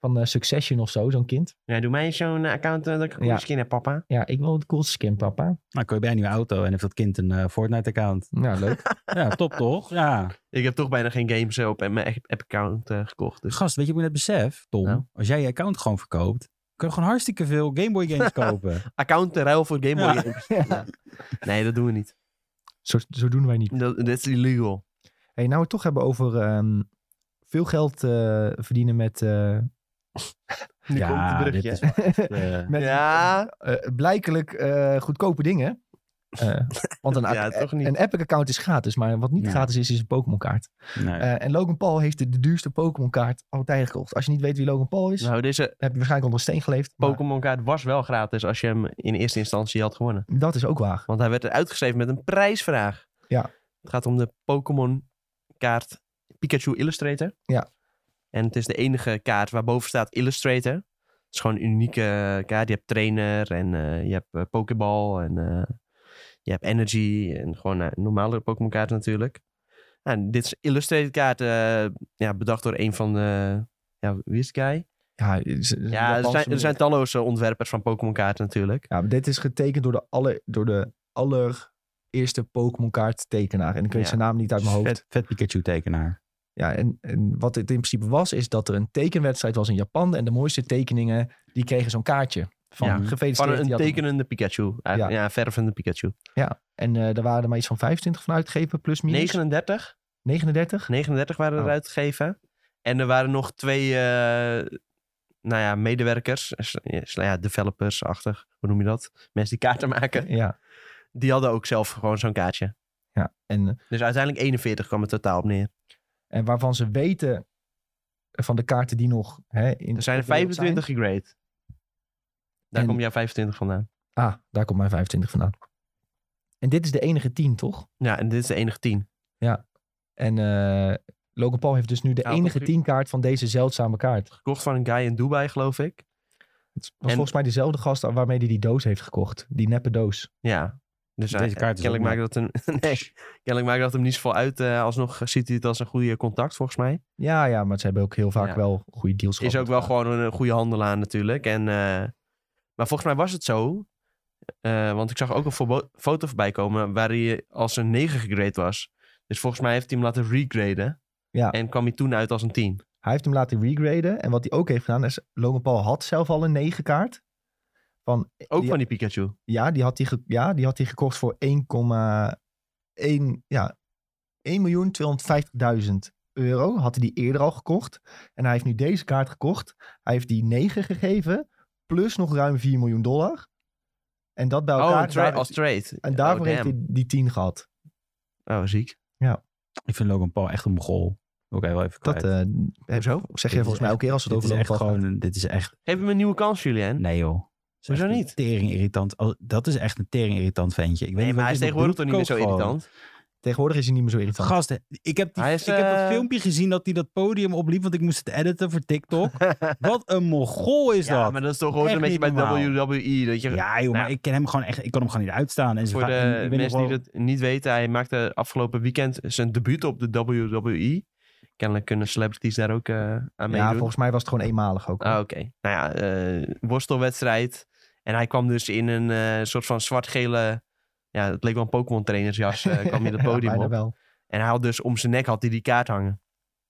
Speaker 1: van eh, Succession of zo, zo'n kind.
Speaker 2: Ja, doe mij eens zo'n eh, account eh, dat ik een goede
Speaker 1: Ja.
Speaker 2: skin heb, papa.
Speaker 1: Ja, ik wil het coolste skin, papa.
Speaker 3: Nou, koop jij een nieuwe auto en heeft dat kind een eh, Fortnite-account.
Speaker 1: Nou, leuk.
Speaker 3: Ja, top toch? Ja.
Speaker 2: Ik heb toch bijna geen games eh, op mijn app- app-account eh, gekocht. Dus
Speaker 3: Gast, weet je wat ik net besef, Tom?
Speaker 2: Nou?
Speaker 3: Als jij je account gewoon verkoopt, kun je gewoon hartstikke veel Game Boy games kopen.
Speaker 2: account te ruil voor Game Boy
Speaker 3: Ja.
Speaker 2: games. Ja. Nee, dat doen we niet.
Speaker 1: zo, zo doen wij niet.
Speaker 2: Dat dat is illegal.
Speaker 1: Hey, nou we het toch hebben over ehm, veel geld eh, verdienen met... eh,
Speaker 2: Nu komt het
Speaker 3: dit
Speaker 2: brugje.
Speaker 3: is wel echt, eh,
Speaker 1: met
Speaker 2: ja,
Speaker 1: eh, blijkelijk eh, goedkope dingen. Eh, want een,
Speaker 2: Ja, toch niet.
Speaker 1: een Epic-account is gratis, maar wat niet
Speaker 3: Ja.
Speaker 1: gratis is, is een Pokémon-kaart.
Speaker 3: Nee.
Speaker 1: Eh, en Logan Paul heeft de, de duurste Pokémon-kaart altijd gekocht. Als je niet weet wie Logan Paul is,
Speaker 2: Nou, deze
Speaker 1: dan heb je waarschijnlijk onder een steen geleefd. maar
Speaker 2: Pokémon-kaart was wel gratis als je hem in eerste instantie had gewonnen.
Speaker 1: Dat is ook waar.
Speaker 2: Want hij werd er uitgeschreven met een prijsvraag.
Speaker 1: Ja.
Speaker 2: Het gaat om de Pokémon-kaart Pikachu Illustrator.
Speaker 1: Ja.
Speaker 2: En het is de enige kaart waarboven staat Illustrator. Het is gewoon een unieke kaart. Je hebt trainer en eh, je hebt eh, Pokéball en eh, je hebt Energy. En gewoon eh, normale Pokémon kaarten natuurlijk. Nou, en dit is Illustrator kaart eh, ja, bedacht door een van de... Ja, wie is die guy?
Speaker 1: Ja, is- is een
Speaker 2: Ja, er
Speaker 1: Japanse
Speaker 2: zijn, er
Speaker 1: manier.
Speaker 2: zijn talloze ontwerpers van Pokémon kaarten natuurlijk.
Speaker 1: Ja, maar dit is getekend door de, aller, door de allereerste Pokémon-kaart tekenaar. En ik weet
Speaker 2: Ja.
Speaker 1: zijn naam niet uit mijn hoofd.
Speaker 3: Vet, vet Pikachu tekenaar.
Speaker 1: Ja, en, en wat het in principe was, is dat er een tekenwedstrijd was in Japan. En de mooiste tekeningen, die kregen zo'n kaartje. Van
Speaker 3: Ja.
Speaker 1: gefeliciteerd.
Speaker 2: Van
Speaker 1: die
Speaker 2: een
Speaker 1: had hem.
Speaker 2: tekenende Pikachu. Ja,
Speaker 1: Ja.
Speaker 2: ja een vervende Pikachu.
Speaker 1: En eh er waren er maar iets van 25 van uitgegeven, plus minus.
Speaker 2: 39?
Speaker 1: 39?
Speaker 2: 39 waren er
Speaker 1: Oh.
Speaker 2: uitgegeven. En er waren nog twee, eh, nou ja, medewerkers. s- s- Nou ja, developers-achtig. Hoe noem je dat? Mensen die kaarten maken.
Speaker 1: Ja.
Speaker 2: Die hadden ook zelf gewoon zo'n kaartje.
Speaker 1: En, eh,
Speaker 2: Dus uiteindelijk 41 kwam het totaal op neer.
Speaker 1: en waarvan ze weten eh, van de kaarten die nog hè, in
Speaker 2: Er zijn er
Speaker 1: de wereld
Speaker 2: 25 gegrade. Daar
Speaker 1: En-
Speaker 2: komt jouw 25 vandaan.
Speaker 1: zijn. Ah, daar komt mijn 25 vandaan. En dit is de enige 10, toch?
Speaker 2: Ja, en dit is de enige 10.
Speaker 1: En eh, Logan Paul heeft dus nu de
Speaker 2: Ja,
Speaker 1: enige
Speaker 2: dat-
Speaker 1: 10 kaart van deze zeldzame kaart.
Speaker 2: Gekocht van een guy in Dubai, geloof ik.
Speaker 1: Het was volgens
Speaker 2: volgens
Speaker 1: mij dezelfde gast waarmee hij die doos heeft gekocht. Die neppe doos.
Speaker 2: Ja. Dus
Speaker 3: Deze
Speaker 2: hij-
Speaker 3: kaart is
Speaker 2: kennelijk
Speaker 3: ook
Speaker 2: maakt dat hem. nee, kennelijk maakt dat hem niet zoveel uit. eh, alsnog ziet hij het als een goede contact, volgens mij.
Speaker 1: Ja, ja, maar ze hebben ook heel vaak
Speaker 2: Ja.
Speaker 1: wel goede deals gehad.
Speaker 2: Is ook
Speaker 1: met
Speaker 2: wel
Speaker 1: elkaar.
Speaker 2: gewoon een goede handelaar natuurlijk. En, eh, maar volgens mij was het zo. eh, want ik zag ook een voorbo- foto voorbij komen waar hij als een 9 gegrade was. Dus volgens mij heeft hij hem laten regraden.
Speaker 1: Ja.
Speaker 2: En kwam hij toen uit als een 10.
Speaker 1: Hij heeft hem laten regraden. En wat hij ook heeft gedaan is... Logan Paul had zelf al een 9 kaart. Van,
Speaker 2: Ook
Speaker 1: Ja.
Speaker 2: van die Pikachu.
Speaker 3: Oh,
Speaker 1: ja, die had hij, ge- ja, die had hij gekocht voor 1,1... Ja, 1.250.000 euro. Had hij die eerder al gekocht. En hij heeft nu deze kaart gekocht. Hij heeft die 9 gegeven. Plus nog ruim 4 miljoen dollar. En dat bij
Speaker 2: Oh,
Speaker 1: elkaar...
Speaker 2: een tra-
Speaker 1: daar-
Speaker 2: als trade.
Speaker 1: en daarvoor
Speaker 2: oh,
Speaker 1: heeft hij
Speaker 2: damn.
Speaker 1: die 10 gehad.
Speaker 2: Oh, ziek.
Speaker 3: Ik vind Logan Paul echt een mogol. Oké, wel even kwijt.
Speaker 1: Dat eh zo. zeg je volgens
Speaker 3: is
Speaker 1: mij
Speaker 3: echt-
Speaker 1: elke keer als we het
Speaker 3: dit
Speaker 1: over
Speaker 3: is echt
Speaker 1: Logan Paul
Speaker 3: gewoon, dit is echt,
Speaker 2: Geef hem een nieuwe kans, Julien.
Speaker 3: nee joh. Het is
Speaker 2: Hoezo
Speaker 3: echt een
Speaker 2: niet?
Speaker 3: Tering irritant. Al- Dat is echt een tering irritant ventje. Ik weet
Speaker 2: Nee,
Speaker 3: niet
Speaker 2: maar hij
Speaker 3: wat
Speaker 2: is
Speaker 3: dit
Speaker 2: tegenwoordig toch niet
Speaker 3: bedoelt.
Speaker 2: meer zo
Speaker 3: Koop gewoon.
Speaker 2: irritant.
Speaker 1: Tegenwoordig is hij niet meer zo irritant.
Speaker 3: Gast, ik heb, die,
Speaker 2: Hij is,
Speaker 3: ik heb dat
Speaker 2: eh,
Speaker 3: filmpje gezien dat hij dat podium opliep, want ik moest het editen voor TikTok. Wat een mogol is
Speaker 2: ja,
Speaker 3: dat.
Speaker 2: maar dat is toch gewoon
Speaker 3: Echt
Speaker 2: een beetje
Speaker 3: niet
Speaker 2: bij
Speaker 3: normaal.
Speaker 2: WWE. Dat je,
Speaker 3: Ja, joh,
Speaker 2: Nou,
Speaker 3: maar ik ken hem gewoon echt, ik kan hem gewoon niet uitstaan. En ze
Speaker 2: Voor
Speaker 3: va- en ik
Speaker 2: de
Speaker 3: weet nog
Speaker 2: mensen
Speaker 3: wel-
Speaker 2: die dat niet weten, hij maakte afgelopen weekend zijn debuut op de WWE. Kennelijk kunnen celebrities daar ook eh, aan
Speaker 1: ja,
Speaker 2: meedoen.
Speaker 1: volgens mij was het gewoon eenmalig ook.
Speaker 2: Ah, oké. Nou ja, eh, worstelwedstrijd. En hij kwam dus in een eh, soort van zwart-gele... Ja, het leek wel een Pokémon trainersjas, eh, kwam hij het
Speaker 1: Ja,
Speaker 2: podium
Speaker 1: bijna
Speaker 2: op.
Speaker 1: wel.
Speaker 2: En hij had dus om zijn nek had hij die kaart hangen.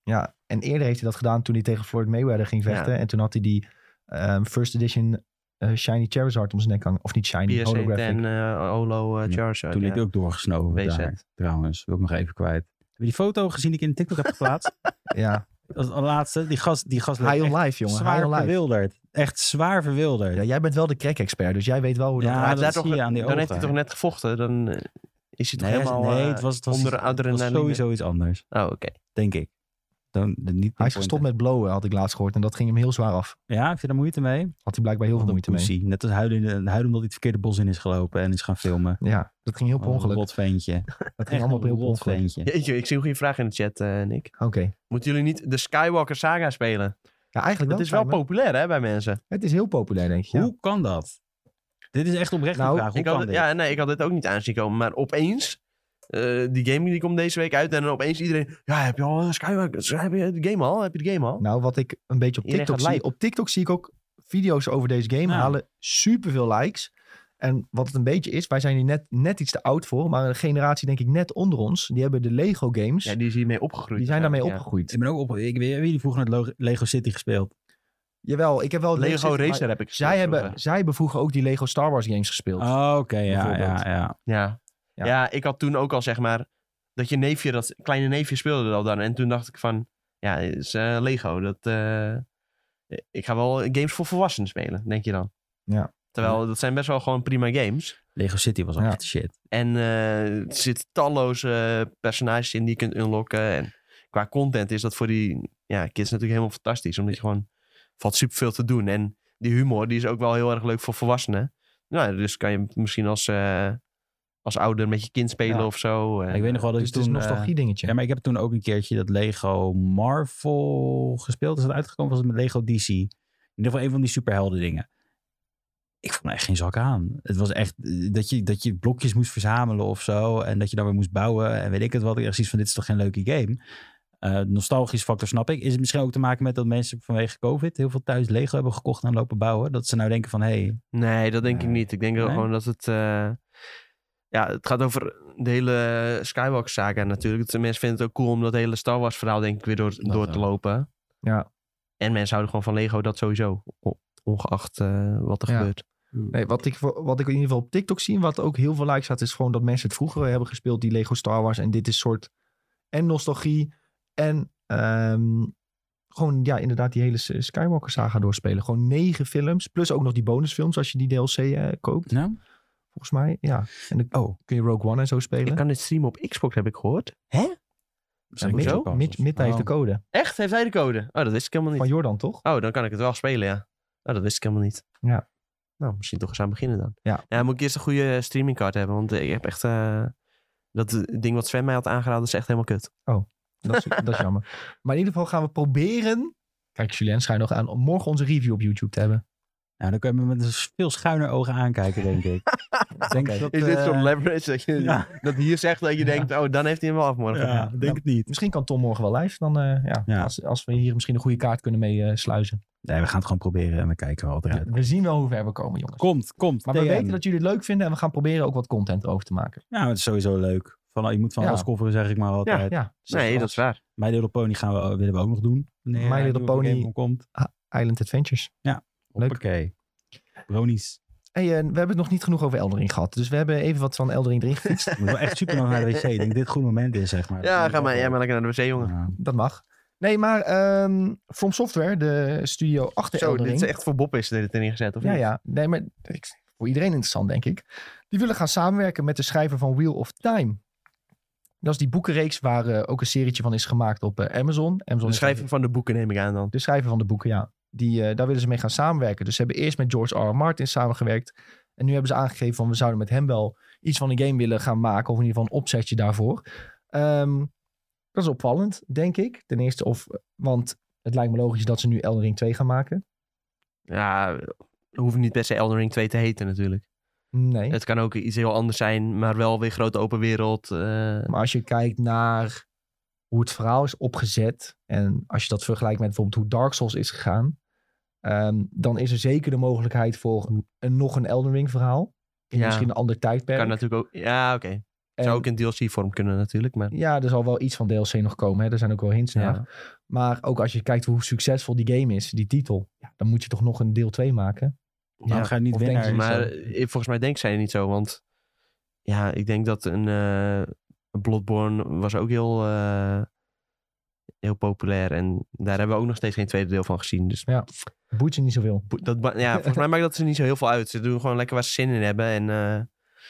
Speaker 1: Ja, en eerder heeft hij dat gedaan toen hij tegen Floyd Mayweather ging vechten. En toen had hij die ehm, first edition eh, Shiny Charizard om zijn nek hangen. Of niet Shiny,
Speaker 2: PSA
Speaker 1: holographic.
Speaker 2: 10 E eh Holo
Speaker 3: Ja,
Speaker 2: eh Charizard.
Speaker 3: Toen liet hij
Speaker 2: ja.
Speaker 3: ook doorgesnoven
Speaker 2: WZ.
Speaker 3: daar, trouwens. Wil ik nog even kwijt. Heb je die foto gezien die ik in TikTok heb geplaatst?
Speaker 1: Ja,
Speaker 3: Als als laatste, die gast, die gast leek
Speaker 1: high
Speaker 3: echt
Speaker 1: on life, jongen. High
Speaker 3: zwaar
Speaker 1: on life.
Speaker 3: verwilderd. Echt zwaar verwilderd.
Speaker 1: Ja, jij bent wel de crack-expert, dus jij weet wel hoe dat...
Speaker 3: Ja,
Speaker 2: Maar
Speaker 3: dat
Speaker 2: daar
Speaker 3: zie
Speaker 2: toch-
Speaker 3: je aan die
Speaker 2: Dan heeft
Speaker 3: ogen.
Speaker 2: hij toch net gevochten? Dan eh, is hij toch
Speaker 3: nee,
Speaker 2: helemaal
Speaker 3: nee,
Speaker 2: eh,
Speaker 3: het was, het was,
Speaker 2: onder
Speaker 3: het was
Speaker 2: adrenaline?
Speaker 3: sowieso iets anders,
Speaker 2: Oh, oké.
Speaker 3: denk ik. Dan, de- niet
Speaker 1: Hij is gestopt met blowen, had ik laatst gehoord. En dat ging hem heel zwaar af.
Speaker 3: Ja, heb je daar moeite mee?
Speaker 1: Had hij blijkbaar heel
Speaker 3: Wat
Speaker 1: veel
Speaker 3: een
Speaker 1: moeite mee.
Speaker 3: poesie. Net als huilen, huilen omdat hij het verkeerde bos in is gelopen en is gaan filmen.
Speaker 1: Ja, dat ging heel op
Speaker 3: Wat een
Speaker 1: ongeluk.
Speaker 3: Rot ventje.
Speaker 1: Dat
Speaker 3: Echt
Speaker 1: ging allemaal op
Speaker 3: een
Speaker 1: heel op
Speaker 3: rot
Speaker 1: ongeluk.
Speaker 3: ventje.
Speaker 2: Jeetje, ik zie een goede vraag in de chat, eh, Nick.
Speaker 1: Oké.
Speaker 2: Moeten jullie niet de Skywalker Saga spelen?
Speaker 1: Ja, eigenlijk
Speaker 2: Dat is wel
Speaker 1: lijkt me.
Speaker 2: populair hè, bij mensen.
Speaker 1: Het is heel populair, denk ik. Ja.
Speaker 3: Hoe kan dat? Dit is echt oprecht
Speaker 1: Nou,
Speaker 3: een vraag. Hoe
Speaker 2: Ik had,
Speaker 3: kan
Speaker 2: het-
Speaker 3: dit?
Speaker 2: ja, nee, ik had dit ook niet aanzien komen. Maar opeens, eh, die game die komt deze week uit. En dan opeens iedereen, ja, heb je al een Skywalker? eh, Heb je de game al? Heb je de game al?
Speaker 1: Nou, wat ik een beetje op
Speaker 2: Iedereen
Speaker 1: TikTok zie.
Speaker 2: gaat lijp.
Speaker 1: Op TikTok zie ik ook video's over deze game
Speaker 3: Nou.
Speaker 1: halen superveel likes. En wat het een beetje is, wij zijn hier net, net iets te oud voor. Maar een generatie, denk ik, net onder ons. Die hebben de Lego games.
Speaker 2: Ja, die is hiermee opgegroeid.
Speaker 1: die zijn daarmee
Speaker 2: Ja.
Speaker 1: opgegroeid.
Speaker 3: Ik ben ook op. Ik weet jullie vroeger naar Lo- Lego City gespeeld.
Speaker 1: Jawel, ik heb wel
Speaker 2: Lego
Speaker 1: City, maar
Speaker 2: Racer heb ik
Speaker 1: Zij
Speaker 2: gespeeld
Speaker 1: hebben,
Speaker 2: vroeger.
Speaker 1: zij hebben vroeger ook die Lego Star Wars games gespeeld.
Speaker 3: Oh, oké, ja,
Speaker 1: Bijvoorbeeld.
Speaker 3: ja, ja.
Speaker 2: Ja.
Speaker 1: Ja.
Speaker 2: Ja. ik had toen ook al zeg maar, dat je neefje, dat kleine neefje speelde er al dan. En toen dacht ik van, ja, het is eh, Lego. Dat, eh, ik ga wel games voor volwassenen spelen, denk je dan.
Speaker 1: Ja.
Speaker 2: Terwijl dat zijn best wel gewoon prima games.
Speaker 3: Lego City was al
Speaker 1: Ja.
Speaker 3: echt shit.
Speaker 2: En eh, er zitten talloze personages in die je kunt unlocken. En qua content is dat voor die ja, kids natuurlijk helemaal fantastisch. Omdat je gewoon valt superveel te doen. En die humor die is ook wel heel erg leuk voor volwassenen. Nou, dus kan je misschien als, eh, als ouder met je kind spelen
Speaker 1: Ja.
Speaker 2: of zo. En,
Speaker 3: ik weet nog wel dat
Speaker 1: Dus
Speaker 3: ik
Speaker 1: het
Speaker 3: toen...
Speaker 1: is een
Speaker 3: eh,
Speaker 1: nostalgie dingetje.
Speaker 3: ja, maar ik heb toen ook een keertje dat Lego Marvel gespeeld. Is dat uitgekomen? Was het met Lego DC? In ieder geval een van die superhelden dingen. Ik vond er echt geen zak aan. Het was echt eh, dat je, dat je blokjes moest verzamelen of zo. En dat je dan weer moest bouwen. En weet ik het wat. Ik dacht zoiets van, dit is toch geen leuke game? Eh nostalgisch factor snap ik. Is het misschien ook te maken met dat mensen vanwege COVID... heel veel thuis Lego hebben gekocht en lopen bouwen? Dat ze nou denken van, hé, hey,
Speaker 2: Nee, dat denk ik
Speaker 3: Nee.
Speaker 2: niet. Ik denk wel
Speaker 3: Nee?
Speaker 2: gewoon dat het... eh, ja, het gaat over de hele Skywalker-saga natuurlijk. De mensen vinden het ook cool om dat hele Star Wars-verhaal denk ik weer door, door te
Speaker 3: wel.
Speaker 2: lopen.
Speaker 1: Ja.
Speaker 2: En mensen houden gewoon van Lego, dat sowieso. O- Ongeacht eh, wat er
Speaker 1: Ja.
Speaker 2: gebeurt.
Speaker 1: Nee, wat, ik, voor- wat ik in ieder geval op TikTok zie, wat ook heel veel likes had, is gewoon dat mensen het vroeger hebben gespeeld, die Lego Star Wars. En dit is soort en nostalgie en ehm, gewoon ja, inderdaad die hele S- Skywalker saga doorspelen. Gewoon negen films, plus ook nog die bonusfilms als je die DLC eh, koopt,
Speaker 3: nou...
Speaker 1: volgens mij. Ja, en dan
Speaker 3: Oh,
Speaker 1: kun je Rogue One en zo
Speaker 2: Ik
Speaker 1: spelen.
Speaker 2: kan dit streamen op Xbox, heb ik gehoord.
Speaker 1: Ja,
Speaker 3: zijn
Speaker 1: Mid,
Speaker 2: zo?
Speaker 1: Mid, Midnight heeft de code.
Speaker 2: Echt? Heeft hij de code? Oh, dat wist ik helemaal
Speaker 1: Van
Speaker 2: niet.
Speaker 1: Jordan, toch?
Speaker 2: Oh, dan kan ik het wel spelen, ja. Oh, dat wist ik helemaal niet.
Speaker 1: Ja.
Speaker 2: Nou, misschien toch eens aan beginnen dan.
Speaker 1: Ja.
Speaker 2: Nou, moet ik eerst een goede streamingcard hebben. Want ik heb echt... eh, dat eh, ding wat Sven mij had aangeraden is echt helemaal kut.
Speaker 1: Dat is, dat is jammer. Maar in ieder geval gaan we proberen... Kijk, Julien, schijn nog aan om morgen onze review op YouTube te hebben.
Speaker 3: Nou, dan kun je me met een s- veel schuiner ogen aankijken, denk ik. Ik denk dat,
Speaker 2: Is dit
Speaker 3: eh,
Speaker 2: zo'n leverage dat, je,
Speaker 3: Ja.
Speaker 2: dat hier zegt dat je
Speaker 3: Ja.
Speaker 2: denkt, oh, dan heeft hij hem wel af morgen.
Speaker 3: Ja, ik denk het niet.
Speaker 1: Misschien kan Tom morgen wel live. Dan, eh, ja,
Speaker 3: Ja.
Speaker 1: Als, als we hier misschien een goede kaart kunnen mee eh, sluizen.
Speaker 3: Nee, we gaan het gewoon proberen en we kijken wel wat eruit.
Speaker 1: We zien wel hoe ver we komen, jongens.
Speaker 3: Komt, komt.
Speaker 1: Maar we
Speaker 3: DM.
Speaker 1: weten dat jullie het leuk vinden en we gaan proberen ook wat content over te maken.
Speaker 3: Nou, het is sowieso leuk. Van, je moet van
Speaker 1: Ja.
Speaker 3: alles coveren, zeg ik maar altijd. Dus
Speaker 1: Ja,
Speaker 2: Nee, dat is waar.
Speaker 3: My Little Pony gaan we, willen we ook nog doen. wanneer
Speaker 1: My
Speaker 3: een
Speaker 1: Little
Speaker 3: nieuwe
Speaker 1: Pony.
Speaker 3: Pokémon komt.
Speaker 1: Island Adventures. Leuk.
Speaker 3: Hoppakee. Bronies.
Speaker 1: Hey, eh, we hebben het nog niet genoeg over Eldering gehad. Dus we hebben even wat van Eldering erin gefietst.
Speaker 3: Ik moet wel echt super lang naar de wc. Ik denk dat dit het goede moment is, zeg maar.
Speaker 2: Ja, ga maar, ja, maar lekker naar de wc, jongen.
Speaker 3: Ja.
Speaker 1: dat mag. Nee, maar ehm, From Software, de studio achter
Speaker 2: Zo,
Speaker 1: Eldering.
Speaker 2: dit is echt voor Bob is dit erin gezet, of
Speaker 1: Ja,
Speaker 2: niet?
Speaker 1: ja. Nee, maar ik, voor iedereen interessant, denk ik. Die willen gaan samenwerken met de schrijver van Wheel of Time. Dat is die boekenreeks waar eh, ook een serietje van is gemaakt op eh, Amazon. Amazon
Speaker 2: De
Speaker 1: is
Speaker 2: schrijving van de boeken neem ik aan dan.
Speaker 1: de schrijver van de boeken, ja. Die, eh, daar willen ze mee gaan samenwerken. Dus ze hebben eerst met George R. R. Martin samengewerkt. En nu hebben ze aangegeven van we zouden met hem wel iets van een game willen gaan maken. Of in ieder geval een opzetje daarvoor. Ehm, dat is opvallend, denk ik. Ten eerste, of, want het lijkt me logisch dat ze nu Elden Ring 2 gaan maken.
Speaker 2: Ja, hoeft niet per se Elden Ring 2 te heten natuurlijk.
Speaker 1: Nee.
Speaker 2: Het kan ook iets heel anders zijn, maar wel weer grote open wereld. eh.
Speaker 1: Maar als je kijkt naar hoe het verhaal is opgezet. En als je dat vergelijkt met bijvoorbeeld hoe Dark Souls is gegaan. ehm, dan is er zeker de mogelijkheid voor een, nog een Elden Ring verhaal. In
Speaker 2: Ja.
Speaker 1: misschien een ander tijdperk.
Speaker 2: kan natuurlijk ook... Ja, oké.
Speaker 1: En-
Speaker 2: Zou ook in DLC-vorm kunnen natuurlijk, maar...
Speaker 1: Ja, er zal wel iets van DLC nog komen. Hè? Er zijn ook wel hints
Speaker 2: Ja.
Speaker 1: naar. Maar ook als je kijkt hoe succesvol die game is, die titel. Ja, dan moet je toch nog een deel 2 maken.
Speaker 3: Waarom ga je niet
Speaker 1: Of denken
Speaker 3: winnaar?
Speaker 1: ze
Speaker 2: Maar
Speaker 3: zijn?
Speaker 2: eh, volgens mij denkt zij niet zo, want ja, ik denk dat een eh, Bloodborne was ook heel, eh, heel populair en daar hebben we ook nog steeds geen tweede deel van gezien. Dus
Speaker 1: Boeit je niet zoveel.
Speaker 2: bo- dat, ba- ja, volgens mij maakt dat ze niet zo heel veel uit. Ze doen gewoon lekker waar ze zin in hebben en eh,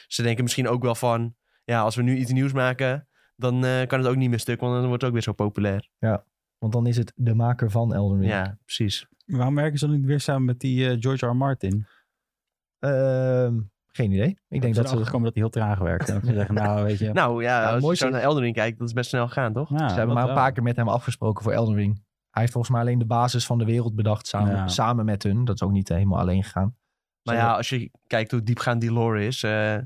Speaker 2: ze denken misschien ook wel van, ja, als we nu iets nieuws maken, dan eh, kan het ook niet meer stuk, want dan wordt het ook weer zo populair.
Speaker 1: Want dan is het de maker van Elden Ring.
Speaker 2: Ja, precies.
Speaker 3: Waarom werken ze dan niet weer samen met die eh, George R. R. Martin?
Speaker 1: Ehm, geen idee. Ik denk dat ze...
Speaker 3: komen dat hij heel traag werkt. En dat ze zeggen, nou, weet je...
Speaker 2: Nou ja,
Speaker 1: Ja,
Speaker 2: als je
Speaker 1: mooi
Speaker 2: zo
Speaker 1: zo-
Speaker 2: naar Elden Ring kijkt, dat is best snel gegaan, toch?
Speaker 3: ja,
Speaker 1: Nou, ze hebben
Speaker 3: Ah, Nou, dat
Speaker 1: maar een
Speaker 3: wel.
Speaker 1: paar keer met hem afgesproken voor Elden Ring. Hij heeft volgens mij alleen de basis van de wereld bedacht samen,
Speaker 3: Ja.
Speaker 1: samen met hun. Dat is ook niet helemaal alleen gegaan.
Speaker 2: Maar
Speaker 1: Zo-
Speaker 2: ja, als je kijkt hoe diepgaand die lore is, eh,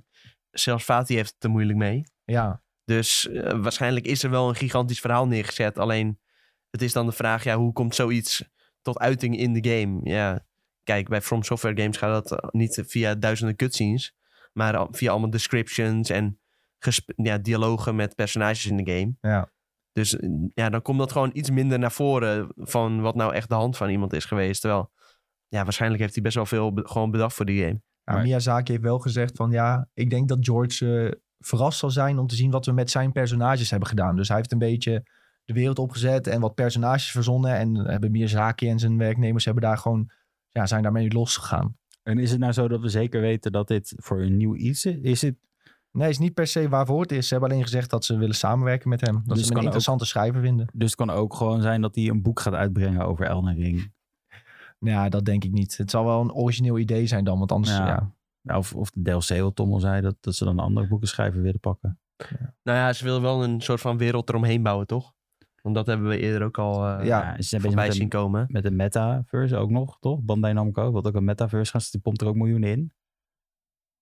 Speaker 2: zelfs Fatih heeft het er moeilijk mee.
Speaker 1: Ja, nou,
Speaker 2: Dus eh, waarschijnlijk is er wel een gigantisch verhaal neergezet. Alleen het is dan de vraag, ja, hoe komt zoiets tot uiting in de game? Ja, kijk, bij From Software games gaat dat eh, niet via duizenden cutscenes, maar al- via allemaal descriptions en gesp- ja, dialogen met personages in de game.
Speaker 1: Ja.
Speaker 2: Dus eh, ja, dan komt dat gewoon iets minder naar voren van wat nou echt de hand van iemand is geweest. Terwijl, ja, waarschijnlijk heeft hij best wel veel be- gewoon bedacht voor die game.
Speaker 1: Ja,
Speaker 3: Maar-
Speaker 1: Miyazaki heeft wel gezegd van ja, ik denk dat George eh, verrast zal zijn om te zien wat we met zijn personages hebben gedaan. Dus hij heeft een beetje de wereld opgezet en wat personages verzonnen. En hebben Miyazaki en zijn werknemers hebben daar gewoon, ja, zijn daarmee losgegaan.
Speaker 3: En is het nou zo dat we zeker weten dat dit voor een nieuw iets is? Is het
Speaker 1: Nee, is niet per se waarvoor het is. Ze hebben alleen gezegd dat ze willen samenwerken met hem. Dat
Speaker 3: Dus
Speaker 1: ze hem
Speaker 3: kan
Speaker 1: een
Speaker 3: ook-
Speaker 1: interessante schrijver vinden.
Speaker 3: Dus het kan ook gewoon zijn dat hij een boek gaat uitbrengen over Elden Ring.
Speaker 1: Nou, ja, dat denk ik niet. Het zal wel een origineel idee zijn dan, want anders...
Speaker 3: Ja.
Speaker 1: Ja.
Speaker 3: Ja, of, of de DLC, wat Tom al zei, dat, dat ze dan andere boekenschrijver willen pakken.
Speaker 2: Nou ja, ze willen wel een soort van wereld eromheen bouwen, toch? Want dat hebben we eerder ook al eh
Speaker 1: Ja,
Speaker 3: ze zijn bezig
Speaker 2: voorbij
Speaker 3: met
Speaker 2: zien
Speaker 3: een,
Speaker 2: komen.
Speaker 3: met een metaverse ook nog, toch? Bandai Namco wil ook een metaverse gaan, dus die pompt er ook miljoenen in.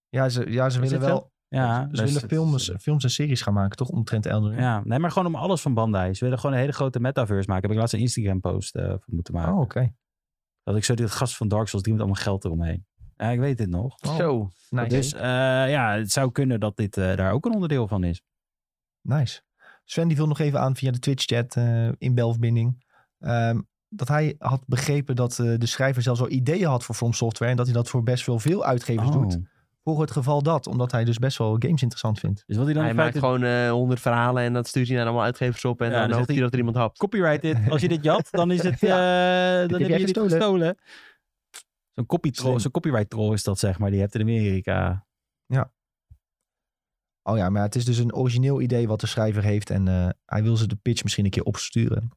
Speaker 1: Ja, ze, ja, ze willen
Speaker 3: dit
Speaker 1: wel...
Speaker 3: Ja,
Speaker 1: ze
Speaker 3: dus
Speaker 1: willen
Speaker 3: het-
Speaker 1: films, films en series gaan maken, toch? Omtrent Elden Ring.
Speaker 3: Ja, nee, maar gewoon om alles van Bandai. Ze willen gewoon een hele grote metaverse maken. Heb ik laatst een Instagram-post eh, voor moeten maken.
Speaker 1: Oh, oké.
Speaker 3: Dat ik zo dit gast van Dark Souls, die met allemaal geld eromheen. Ja, ik weet dit nog.
Speaker 1: Oh,
Speaker 2: Zo.
Speaker 1: Nice.
Speaker 3: Dus eh, ja, het zou kunnen dat dit eh, daar ook een onderdeel van is.
Speaker 1: Nice. Sven die viel nog even aan via de Twitch-chat eh, in belverbinding. Ehm, dat hij had begrepen dat eh, de schrijver zelfs al ideeën had voor From Software. En dat hij dat voor best wel veel
Speaker 3: Oh.
Speaker 1: uitgevers doet. Voor het geval dat, omdat hij dus best wel games interessant vindt.
Speaker 3: Dus wat hij dan
Speaker 2: Hij
Speaker 3: in
Speaker 2: maakt
Speaker 3: feite
Speaker 2: gewoon eh, honderd verhalen en dat stuurt hij naar allemaal uitgevers op. En
Speaker 3: Ja,
Speaker 2: dan,
Speaker 3: dan zegt
Speaker 2: hoopt hij
Speaker 3: hij-
Speaker 2: dat er iemand hapt.
Speaker 3: copyright dit. Als je dit jat, dan is het. eh, dan
Speaker 1: heb
Speaker 3: heb je
Speaker 1: jij
Speaker 3: dit
Speaker 1: gestolen.
Speaker 3: gestolen. Zo'n copy troll,
Speaker 1: Slim.
Speaker 3: zo'n copyright troll is dat, zeg maar. Die hebt in Amerika.
Speaker 1: Oh ja, maar het is dus een origineel idee wat de schrijver heeft. En eh, hij wil ze de pitch misschien een keer opsturen.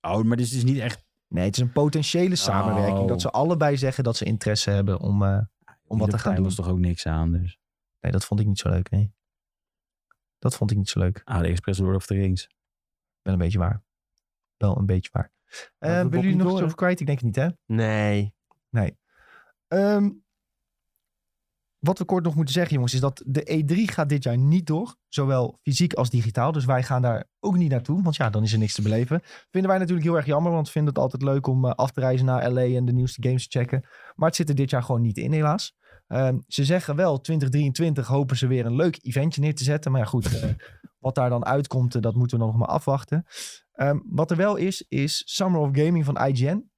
Speaker 3: Oh, maar dit is dus niet echt.
Speaker 1: Nee, het is een potentiële samenwerking.
Speaker 3: Oh.
Speaker 1: Dat ze allebei zeggen dat ze interesse hebben om, eh, om wat te gaan doen.
Speaker 3: was toch ook niks aan. Dus.
Speaker 1: Nee, dat vond ik niet zo leuk. Nee. Dat vond ik niet zo leuk.
Speaker 3: Ah, de Express Lord of the Rings.
Speaker 1: Wel een beetje waar. Wel een beetje waar. Eh
Speaker 2: dat
Speaker 1: willen
Speaker 2: wordt
Speaker 1: jullie
Speaker 2: niet
Speaker 1: nog iets
Speaker 2: door,
Speaker 1: over kwijt? Ik denk het niet, hè?
Speaker 2: Nee.
Speaker 1: Ehm, wat we kort nog moeten zeggen, jongens, is dat de E3 gaat dit jaar niet door. Zowel fysiek als digitaal. Dus wij gaan daar ook niet naartoe. Want ja, dan is er niks te beleven. Vinden wij natuurlijk heel erg jammer. Want we vinden het altijd leuk om eh, af te reizen naar LA en de nieuwste games te checken. Maar het zit er dit jaar gewoon niet in, helaas. Ehm, ze zeggen wel, 2023 hopen ze weer een leuk eventje neer te zetten. Maar ja, goed, eh, wat daar dan uitkomt, eh, dat moeten we dan nog maar afwachten. Ehm, wat er wel is, is Summer of Gaming van IGN.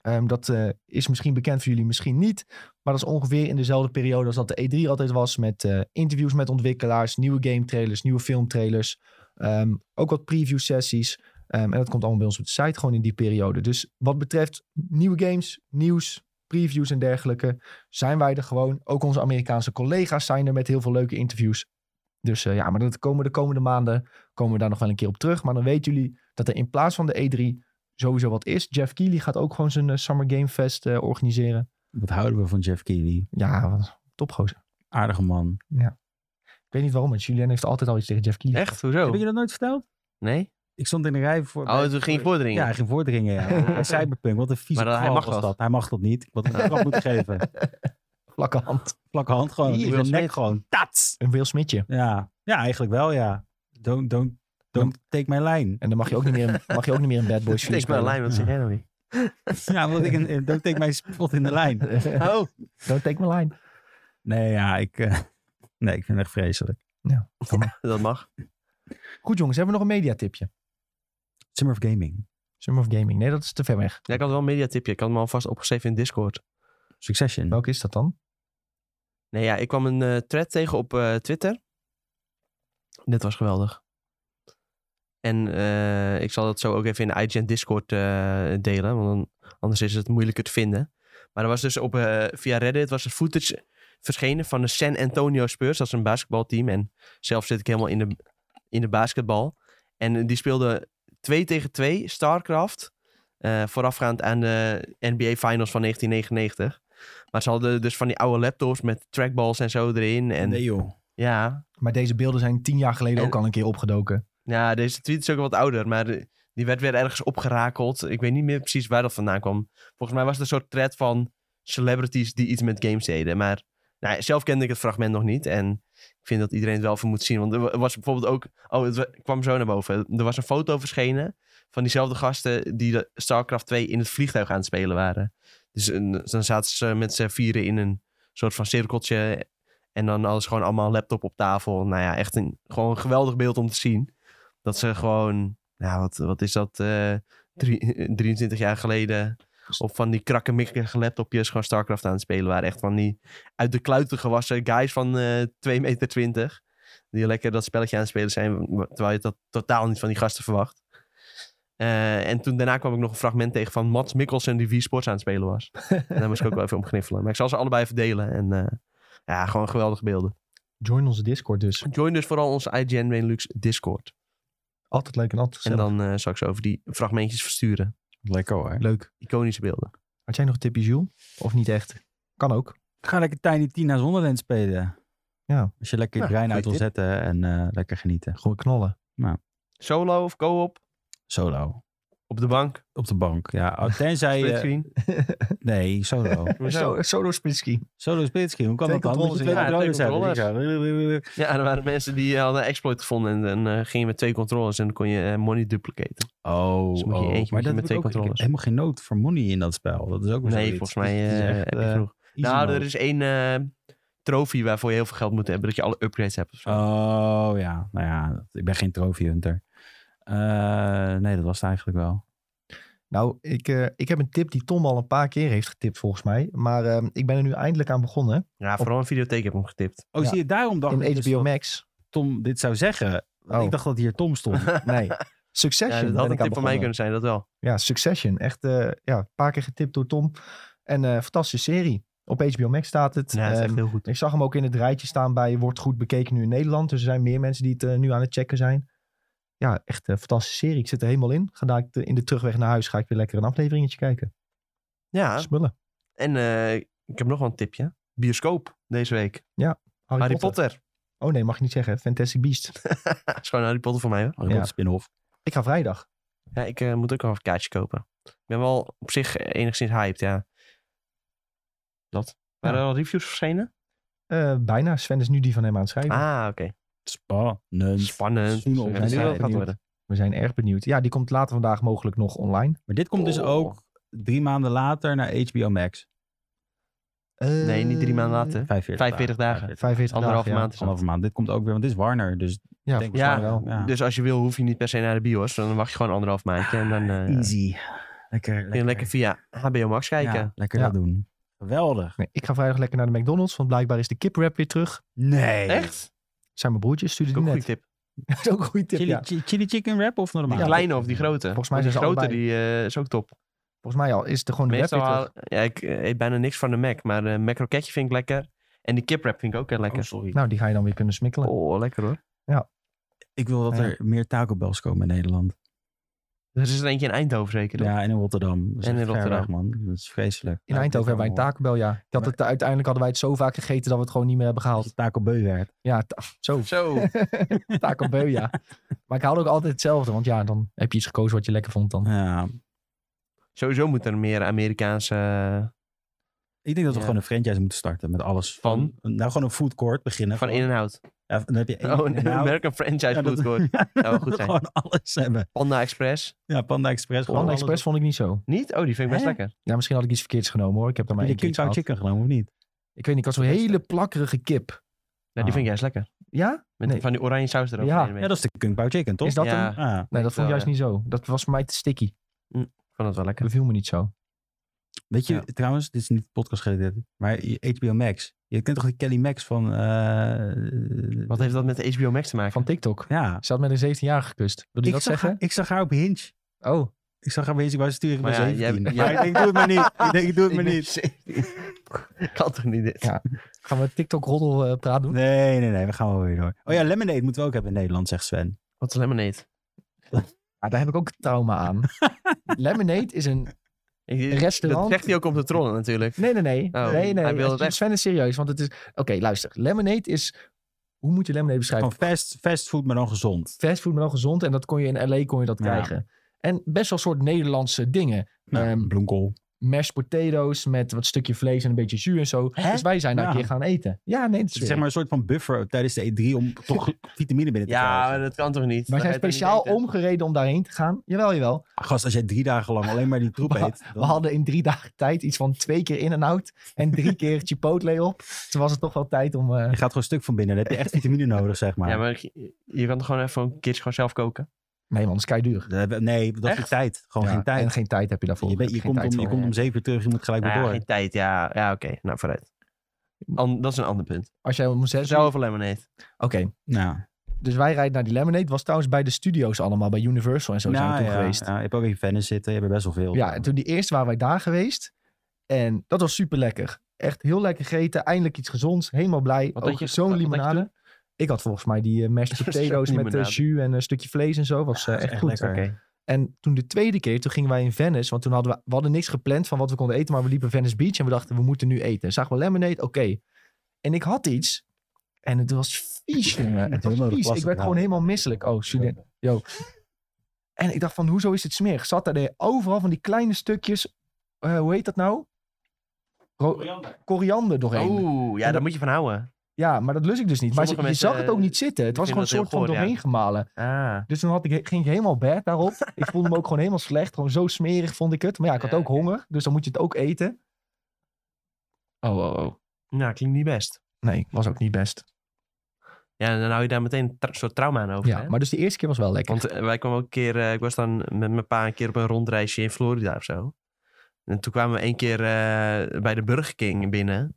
Speaker 1: Ehm, dat eh, is misschien bekend voor jullie, misschien niet. Maar dat is ongeveer in dezelfde periode als dat de E3 altijd was. Met eh, interviews met ontwikkelaars, nieuwe game trailers, nieuwe filmtrailers. ehm, ook wat preview sessies. Ehm, en dat komt allemaal bij ons op de site gewoon in die periode. Dus wat betreft nieuwe games, nieuws, previews en dergelijke, zijn wij er gewoon. Ook onze Amerikaanse collega's zijn er met heel veel leuke interviews. Dus eh, ja, maar dat komen de komende maanden komen we daar nog wel een keer op terug. Maar dan weten jullie dat er in plaats van de E E3 sowieso wat is. Jeff Keighley gaat ook gewoon zijn eh, Summer Game Fest eh, organiseren.
Speaker 3: Wat houden we van Jeff Keighley?
Speaker 1: Ja, wat- topgozer.
Speaker 3: Aardige man.
Speaker 1: Ik weet niet waarom, maar Julien heeft altijd al iets tegen Jeff Keighley.
Speaker 2: Echt? Hoezo?
Speaker 3: Oh. Heb je dat nooit verteld?
Speaker 2: Nee?
Speaker 3: Ik stond in de rij voor.
Speaker 2: Oh, toen ging je voordringen.
Speaker 3: Ja, hij ging voordringen. Ja. Bij Cyberpunk, wat een vieze
Speaker 2: Maar dat- hij
Speaker 3: kwal
Speaker 2: mag
Speaker 3: was
Speaker 2: dat.
Speaker 3: dat. Hij mag dat niet. Wat een trap moeten geven.
Speaker 1: Vlakke hand.
Speaker 3: Vlakke hand gewoon.
Speaker 2: Hier,
Speaker 3: in
Speaker 2: Will
Speaker 3: zijn nek
Speaker 2: Smith.
Speaker 3: gewoon. Tats!
Speaker 1: Een Will Smithje.
Speaker 3: Ja. ja, eigenlijk wel, ja. Don't, don't, don't take my line.
Speaker 1: En dan mag je ook niet meer, een- mag je ook niet meer een Bad Boys
Speaker 2: Ik denk
Speaker 1: film
Speaker 2: maar een lijn, wat zeg jij nou weer?
Speaker 3: Ja, omdat ik een, eh, don't take my spot in de lijn.
Speaker 2: Oh.
Speaker 1: Don't take my line.
Speaker 3: Nee, ja, ik, eh, nee, ik vind het echt vreselijk.
Speaker 2: Dat mag.
Speaker 1: Goed jongens, hebben we nog een mediatipje?
Speaker 3: Summer of Gaming.
Speaker 1: Summer of Gaming. Nee, dat is te ver weg.
Speaker 2: Ja, ik had wel een mediatipje. Ik had hem alvast opgeschreven in Discord.
Speaker 3: Succession.
Speaker 1: Welke is dat dan?
Speaker 2: Nee, ja, ik kwam een eh, thread tegen op eh, Twitter. Dit was geweldig. En eh, ik zal dat zo ook even in de IGN Discord eh, delen, want dan- anders is het moeilijker te vinden. Maar er was dus op, eh, via Reddit was er footage verschenen van de San Antonio Spurs. Dat is een basketbalteam en zelf zit ik helemaal in de, in de basketbal. En eh, die speelden 2 tegen 2 StarCraft, eh, voorafgaand aan de NBA Finals van 1999. Maar ze hadden dus van die oude laptops met trackballs en zo erin. En
Speaker 3: nee joh.
Speaker 2: ja,
Speaker 1: Maar deze beelden zijn tien jaar geleden
Speaker 2: En-
Speaker 1: ook al een keer opgedoken.
Speaker 2: ja, deze tweet is ook wat ouder, maar eh, die werd weer ergens opgerakeld. Ik weet niet meer precies waar dat vandaan kwam. Volgens mij was het een soort thread van celebrities die iets met games deden. Maar nou, zelf kende ik het fragment nog niet en ik vind dat iedereen het wel voor moet zien. Want er wa- was bijvoorbeeld ook, oh, het wa- kwam zo naar boven. Er was een foto verschenen van diezelfde gasten die de StarCraft 2 in het vliegtuig aan het spelen waren. Dus een- dan zaten ze met z'n vieren in een soort van cirkeltje en dan alles gewoon allemaal een laptop op tafel. Nou ja, echt een, gewoon een geweldig beeld om te zien dat ze gewoon, nou wat, wat is dat, eh, drie- 23 jaar geleden op van die krakkemikkige laptopjes gewoon StarCraft aan het spelen waren. Echt van die uit de kluiten gewassen guys van eh 2,20 meter die lekker dat spelletje aan het spelen zijn, wa- terwijl je dat totaal niet van die gasten verwacht. Eh, en toen daarna kwam ik nog een fragment tegen van Mats Mikkelsen die Wii Sports aan het spelen was. en daar moest ik ook wel even om gniffelen. Maar ik zal ze allebei verdelen. En eh, ja, gewoon geweldige beelden.
Speaker 1: Join onze Discord dus.
Speaker 2: Join dus vooral onze IGN Benelux Discord.
Speaker 1: Altijd leuk en altijd
Speaker 2: En
Speaker 1: gezellig.
Speaker 2: dan eh, zal ik ze over die fragmentjes versturen.
Speaker 3: Lekker hoor.
Speaker 1: leuk.
Speaker 2: Iconische beelden.
Speaker 1: Had jij nog een tipje, Jules? Of niet echt? Kan ook.
Speaker 3: Ga lekker Tiny Tina Zonderland spelen.
Speaker 1: Ja.
Speaker 3: Als je lekker je
Speaker 2: Ja,
Speaker 3: brein
Speaker 2: goeie
Speaker 3: uit wil
Speaker 2: tip.
Speaker 3: zetten en eh, lekker genieten.
Speaker 1: Gewoon knallen.
Speaker 2: Solo of co-op.
Speaker 3: Solo.
Speaker 2: Op de bank.
Speaker 3: Op de bank. Ja, oh, tenzij...
Speaker 2: Split
Speaker 3: eh,
Speaker 2: screen.
Speaker 3: nee, solo.
Speaker 1: Zo, solo splitski.
Speaker 3: solo splitscreen. Hoe kan
Speaker 1: Twee
Speaker 3: dat dan? Moet je twee
Speaker 1: controllers,
Speaker 2: ja.
Speaker 3: controllers
Speaker 2: Ja, twee
Speaker 3: hebben.
Speaker 2: Ja, er waren mensen die eh, hadden een exploit gevonden. En dan eh, ging je met twee controllers en dan kon je eh, money duplicaten.
Speaker 3: Oh,
Speaker 2: Dus moet je
Speaker 3: oh.
Speaker 2: eentje moet je met
Speaker 3: dat heb ik
Speaker 2: twee
Speaker 3: ook- ik heb
Speaker 2: controllers.
Speaker 3: helemaal geen nood voor money in dat spel. Dat is ook weer
Speaker 2: Nee,
Speaker 3: zoiets.
Speaker 2: volgens mij
Speaker 3: Het is
Speaker 2: eh,
Speaker 3: echt,
Speaker 2: heb je
Speaker 3: eh,
Speaker 2: genoeg.
Speaker 3: easy
Speaker 2: nou, er
Speaker 3: mode.
Speaker 2: is één eh trofee waarvoor je heel veel geld moet hebben. Dat je alle upgrades hebt. of zo.
Speaker 3: Oh ja, nou ja, dat- ik ben geen trophy hunter. Eh, nee, dat was het eigenlijk wel.
Speaker 1: Nou, ik, eh, ik heb een tip die Tom al een paar keer heeft getipt volgens mij. Maar eh, ik ben er nu eindelijk aan begonnen.
Speaker 2: ja, vooral een videotheek heb ik hem getipt.
Speaker 3: Oh,
Speaker 1: Ja.
Speaker 3: zie je, daarom dacht ik
Speaker 1: in
Speaker 3: dus
Speaker 1: HBO
Speaker 3: dat
Speaker 1: Max.
Speaker 3: Tom dit zou zeggen. Want
Speaker 1: Oh.
Speaker 3: Ik dacht dat hier Tom stond. Oh,
Speaker 1: Nee.
Speaker 2: Ja,
Speaker 1: Succession
Speaker 2: dat
Speaker 1: ben
Speaker 2: had een
Speaker 1: ik aan
Speaker 2: tip van
Speaker 1: begonnen.
Speaker 2: mij kunnen zijn, dat wel.
Speaker 1: Ja, Succession. Echt eh, ja, een paar keer getipt door Tom. En eh fantastische serie. Op HBO Max staat het.
Speaker 2: Ja, dat is
Speaker 1: Ehm,
Speaker 2: echt heel goed.
Speaker 1: ik zag hem ook in het rijtje staan bij Wordt Goed Bekeken nu in Nederland. Dus er zijn meer mensen die het eh, nu aan het checken zijn. Ja, echt een fantastische serie. Ik zit er helemaal in. Ga daar ik de- in de terugweg naar huis ga ik weer lekker een afleveringetje kijken.
Speaker 2: Ja,
Speaker 1: Smullen.
Speaker 2: en eh, ik heb nog wel een tipje. Bioscoop deze week.
Speaker 1: Harry,
Speaker 2: Harry
Speaker 1: Potter.
Speaker 2: Potter.
Speaker 1: Oh nee, mag je niet zeggen. Fantastic Beast.
Speaker 2: Dat is gewoon Harry Potter voor mij hoor.
Speaker 3: Oh, dat
Speaker 1: Ja.
Speaker 3: is spin-off.
Speaker 1: Ik ga vrijdag.
Speaker 2: Ja, ik eh, moet ook wel een kaartje kopen. Ik ben wel op zich eh, enigszins hyped, ja. Dat. Waren er al reviews verschenen?
Speaker 1: Eh, bijna. Sven is nu die van hem aan het schrijven.
Speaker 2: Ah, oké.
Speaker 3: Spannend.
Speaker 2: Spannend.
Speaker 3: Snoel,
Speaker 2: We
Speaker 3: we
Speaker 2: gaan
Speaker 1: zijn
Speaker 2: nu wel
Speaker 1: er
Speaker 2: gaat
Speaker 1: niet.
Speaker 2: worden.
Speaker 1: We zijn erg benieuwd. Ja, die komt later vandaag mogelijk nog online.
Speaker 3: Maar dit komt dus
Speaker 2: Oh.
Speaker 3: ook drie maanden later naar HBO Max.
Speaker 2: Nee, niet drie maanden later.
Speaker 3: 45,
Speaker 2: 45 dagen.
Speaker 1: 45
Speaker 2: Anderhalve
Speaker 1: Eh, dagen, ja.
Speaker 2: maand is dat.
Speaker 3: Anderhalve maand. Dit komt ook weer, want dit is Warner. Dus
Speaker 1: Ja,
Speaker 3: denk
Speaker 1: volgens mij
Speaker 2: ja.
Speaker 1: wel.
Speaker 3: ja.
Speaker 2: Dus als je wil, hoef je niet per se naar de bios. Dan wacht je gewoon anderhalf maandje. En dan eh, kun
Speaker 3: easy. Lekker, lekker.
Speaker 2: je lekker via HBO Max kijken.
Speaker 3: Ja, lekker
Speaker 1: Ja.
Speaker 3: dat doen. Geweldig.
Speaker 1: Nee, ik ga vrijdag lekker naar de McDonald's, want blijkbaar is de kiprap weer terug.
Speaker 3: Nee.
Speaker 2: Echt?
Speaker 1: Zijn mijn broertjes,
Speaker 2: Dat is
Speaker 1: stuurde
Speaker 2: ook
Speaker 1: die
Speaker 2: een
Speaker 1: net.
Speaker 2: goede tip.
Speaker 1: Dat is ook een goede tip,
Speaker 3: Chili,
Speaker 1: ja.
Speaker 3: chi- chili chicken wrap of normaal?
Speaker 2: Die
Speaker 1: Ja.
Speaker 2: kleine of die grote?
Speaker 1: Volgens mij
Speaker 2: Want
Speaker 1: zijn ze
Speaker 2: die grote
Speaker 1: allebei.
Speaker 2: die, eh, is ook top.
Speaker 1: Volgens mij al is er gewoon de wrap
Speaker 2: Meestal
Speaker 1: weer terug.
Speaker 2: haal- ja, ik eh, eet bijna niks van de Mac, maar eh makroketje vind ik lekker. En die kiprap vind ik ook heel
Speaker 3: Oh,
Speaker 2: lekker.
Speaker 3: sorry.
Speaker 1: Nou, die ga je dan weer kunnen smikkelen.
Speaker 2: Oh, lekker hoor.
Speaker 3: ik wil dat
Speaker 1: Ja.
Speaker 3: er meer Taco Bells komen in Nederland.
Speaker 2: Er is er eentje in Eindhoven zeker. toch?
Speaker 3: Ja, en in Rotterdam. Dat is
Speaker 2: En in
Speaker 3: echt ver
Speaker 2: Rotterdam.
Speaker 3: weg, man. Dat is vreselijk.
Speaker 1: In Eindhoven hebben wij een Taco Bell, ja. Ik had het, eh, uiteindelijk hadden wij het zo vaak gegeten dat we het gewoon niet meer hebben gehaald.
Speaker 3: Taco Beu werd.
Speaker 1: Ja, ta- zo.
Speaker 2: Zo.
Speaker 1: Taco Bell, ja. Maar ik haalde ook altijd hetzelfde, want ja, dan heb je iets gekozen wat je lekker vond dan.
Speaker 3: Ja.
Speaker 2: Sowieso moet er meer Amerikaanse... eh,
Speaker 3: Ik denk dat we
Speaker 2: Ja.
Speaker 3: gewoon een franchise moeten starten met alles.
Speaker 2: Van?
Speaker 3: Nou, gewoon een food court beginnen.
Speaker 2: van in en out.
Speaker 3: Ja, dan heb je één-
Speaker 2: Oh, een
Speaker 3: nou,
Speaker 2: American franchise
Speaker 3: ja,
Speaker 2: food
Speaker 3: dat-
Speaker 2: court.
Speaker 3: dat
Speaker 2: goed
Speaker 3: we
Speaker 2: zijn.
Speaker 3: Gewoon alles hebben.
Speaker 2: Panda Express.
Speaker 3: Ja, Panda Express. gewoon
Speaker 1: Panda
Speaker 3: alles.
Speaker 1: Express vond ik niet zo.
Speaker 2: Niet? Oh, die vind ik best
Speaker 3: Hè?
Speaker 2: lekker.
Speaker 1: Ja, misschien had ik iets verkeerds genomen hoor. Ik heb daar maar
Speaker 3: Heb je
Speaker 1: één keer
Speaker 3: King
Speaker 1: iets
Speaker 3: Cow
Speaker 1: gehad.
Speaker 3: Chicken genomen of niet?
Speaker 1: Ik weet niet, ik had zo'n hele plakkerige kip.
Speaker 2: Nou, die
Speaker 3: Ah.
Speaker 2: vind ik juist lekker.
Speaker 1: Ja?
Speaker 2: Met
Speaker 1: Nee.
Speaker 2: van die oranje saus erop.
Speaker 1: Ja.
Speaker 3: Ja, dat is de Kung Pao Chicken, toch?
Speaker 1: Is dat
Speaker 2: Ja.
Speaker 1: hem?
Speaker 3: Ah,
Speaker 1: Nee, dat vond ik
Speaker 2: wel,
Speaker 1: juist niet zo. Dat was voor mij te sticky.
Speaker 2: Ik vond het wel lekker.
Speaker 1: Dat viel me niet zo.
Speaker 3: Weet je,
Speaker 2: Ja.
Speaker 3: trouwens, dit is niet podcast gerelateerd, maar je- HBO Max. Je kent toch die Kelly Max van... eh,
Speaker 2: Wat heeft dat met HBO Max te maken?
Speaker 1: Van TikTok.
Speaker 3: Ja.
Speaker 1: Ze had met een 17-jarige gekust. Wil je
Speaker 3: Ik
Speaker 1: dat
Speaker 3: zag, haar,
Speaker 1: zeggen?
Speaker 3: ik zag haar op Hinge.
Speaker 1: Oh.
Speaker 3: Ik zag haar bezig bij sturen. Ik
Speaker 2: Maar
Speaker 3: was
Speaker 2: ja, jij-
Speaker 3: 17.
Speaker 2: jij-
Speaker 3: Maar ik denk, doe het maar niet. Ik denk, doe het maar
Speaker 2: Ik ben
Speaker 3: niet.
Speaker 2: 17. kan toch niet dit?
Speaker 1: Ja. Gaan we TikTok-roddel eh, praat doen?
Speaker 3: Nee, nee, nee. We gaan wel weer door. Oh ja, Lemonade moeten we ook hebben in Nederland, zegt Sven.
Speaker 2: Wat is lemonade?
Speaker 1: Maar daar heb ik ook trauma aan. Lemonade is een...
Speaker 2: Ik,
Speaker 1: Restaurant?
Speaker 2: Dat zegt hij ook om te trollen natuurlijk.
Speaker 1: Nee, nee, nee.
Speaker 2: Oh,
Speaker 1: nee, nee.
Speaker 2: hij wil het echt.
Speaker 1: Sven is serieus, want het is... Oké, luister. Lemonade is... Hoe moet je lemonade beschrijven?
Speaker 3: Gewoon fast, fast food, maar dan gezond.
Speaker 1: Fastfood, maar wel gezond. En dat kon je in L.A. kon je dat
Speaker 3: Ja.
Speaker 1: krijgen. En best wel soort Nederlandse dingen.
Speaker 3: Nou,
Speaker 1: Ehm,
Speaker 3: bloemkool.
Speaker 1: Mashed potatoes met wat stukje vlees en een beetje zuur en zo.
Speaker 3: Hè? Nou.
Speaker 1: Dus wij zijn daar
Speaker 3: Ja.
Speaker 1: een keer gaan eten. Ja, nee, dat is
Speaker 3: Het is zeg maar een soort van buffer tijdens de E3 om toch vitamine binnen te
Speaker 2: Ja, maar
Speaker 3: krijgen.
Speaker 2: dat kan toch niet?
Speaker 1: Wij
Speaker 2: Dan
Speaker 1: zijn
Speaker 2: ga je het
Speaker 1: speciaal
Speaker 2: toch niet eten?
Speaker 1: omgereden om daarheen te gaan. Jawel, jawel.
Speaker 3: Ah, Gast, als jij drie dagen lang alleen maar die troep
Speaker 1: We-
Speaker 3: eet.
Speaker 1: We hadden in drie dagen tijd iets van twee keer in en out en drie keer Chipotle op. Toen was het toch wel tijd om... eh,
Speaker 3: Je gaat gewoon stuk van binnen. Dan heb je echt vitamine nodig, zeg maar.
Speaker 2: Ja, maar je- je kan toch gewoon even een keertje gewoon zelf koken?
Speaker 1: Nee man, dat is kei duur.
Speaker 3: Dat hebben- Nee, dat is
Speaker 2: Echt?
Speaker 3: tijd. Gewoon
Speaker 1: Ja,
Speaker 3: geen tijd.
Speaker 1: En geen tijd heb je daarvoor.
Speaker 3: je, bent-
Speaker 1: Heb
Speaker 3: je,
Speaker 1: geen
Speaker 3: komt
Speaker 1: tijd
Speaker 3: om, je
Speaker 1: voor.
Speaker 3: komt om zeven uur terug, je moet gelijk weer
Speaker 2: Nou ja,
Speaker 3: door.
Speaker 2: geen tijd. Ja, ja oké. Nou, vooruit. An- dat is een ander punt.
Speaker 1: Als jij om zes uur...
Speaker 2: Zelf over lemonade.
Speaker 1: Oké,
Speaker 3: Nou,
Speaker 1: Dus wij rijden naar die Lemonade. Was trouwens bij de studio's allemaal, bij Universal en zo zijn we toen
Speaker 3: nou ja,
Speaker 1: geweest.
Speaker 3: Ja, je hebt ook in Venice zitten. Je hebt er best wel veel.
Speaker 1: Ja, en toen die eerste waren wij daar geweest. En dat was super lekker. Echt heel lekker gegeten. Eindelijk iets gezonds. Helemaal blij.
Speaker 2: Wat had
Speaker 1: Ook
Speaker 2: je-
Speaker 1: zo'n
Speaker 2: wat had je
Speaker 1: limonade. Ik had volgens mij die eh, mashed potatoes met eh,
Speaker 2: Limonade.
Speaker 1: jus en een stukje vlees en zo. Was eh,
Speaker 3: dat is
Speaker 1: echt
Speaker 3: echt
Speaker 1: goed.
Speaker 3: lekker.
Speaker 1: En toen de tweede keer, toen gingen wij in Venice. Want toen hadden we, we hadden niks gepland van wat we konden eten. Maar we liepen Venice Beach en we dachten, we moeten nu eten. Zagen we lemonade? Oké. En ik had iets. En het was vies, jongen. Het
Speaker 3: Heel
Speaker 1: was
Speaker 3: nodig
Speaker 1: vies. Ik
Speaker 3: plastic,
Speaker 1: werd
Speaker 3: ja.
Speaker 1: gewoon helemaal misselijk. Oh, student. Yo. En ik dacht van, hoezo is dit smerig? Zat er overal van die kleine stukjes, eh, hoe heet dat nou? Ro- koriander doorheen.
Speaker 2: Oeh, ja,
Speaker 1: En
Speaker 2: daar
Speaker 1: dat-
Speaker 2: moet je van houden.
Speaker 1: Ja, maar dat lust ik dus niet. Maar ze- je
Speaker 2: Oh. Sommige mensen,
Speaker 1: zag het ook niet zitten. Het
Speaker 2: die
Speaker 1: was gewoon een
Speaker 2: vinden
Speaker 1: soort
Speaker 2: dat heel
Speaker 1: van
Speaker 2: goor, ja.
Speaker 1: doorheen gemalen.
Speaker 2: Ah.
Speaker 1: Dus toen had ik, ging ik helemaal bad daarop. ik voelde me ook gewoon helemaal slecht. Gewoon zo smerig vond ik het. Maar ja, ik had
Speaker 2: Ja,
Speaker 1: ook
Speaker 2: oké.
Speaker 1: honger. Dus dan moet je het ook eten. Oh, oh, oh.
Speaker 2: Nou, klinkt niet best.
Speaker 1: Nee, was ook niet best.
Speaker 2: Ja, dan hou je daar meteen een tra- soort trauma aan over.
Speaker 1: Ja,
Speaker 2: hè?
Speaker 1: maar dus die eerste keer was wel lekker.
Speaker 2: Want eh, wij kwamen ook een keer, eh, ik was dan met mijn pa een keer op een rondreisje in Florida of zo. En toen kwamen we een keer eh, bij de Burger King binnen.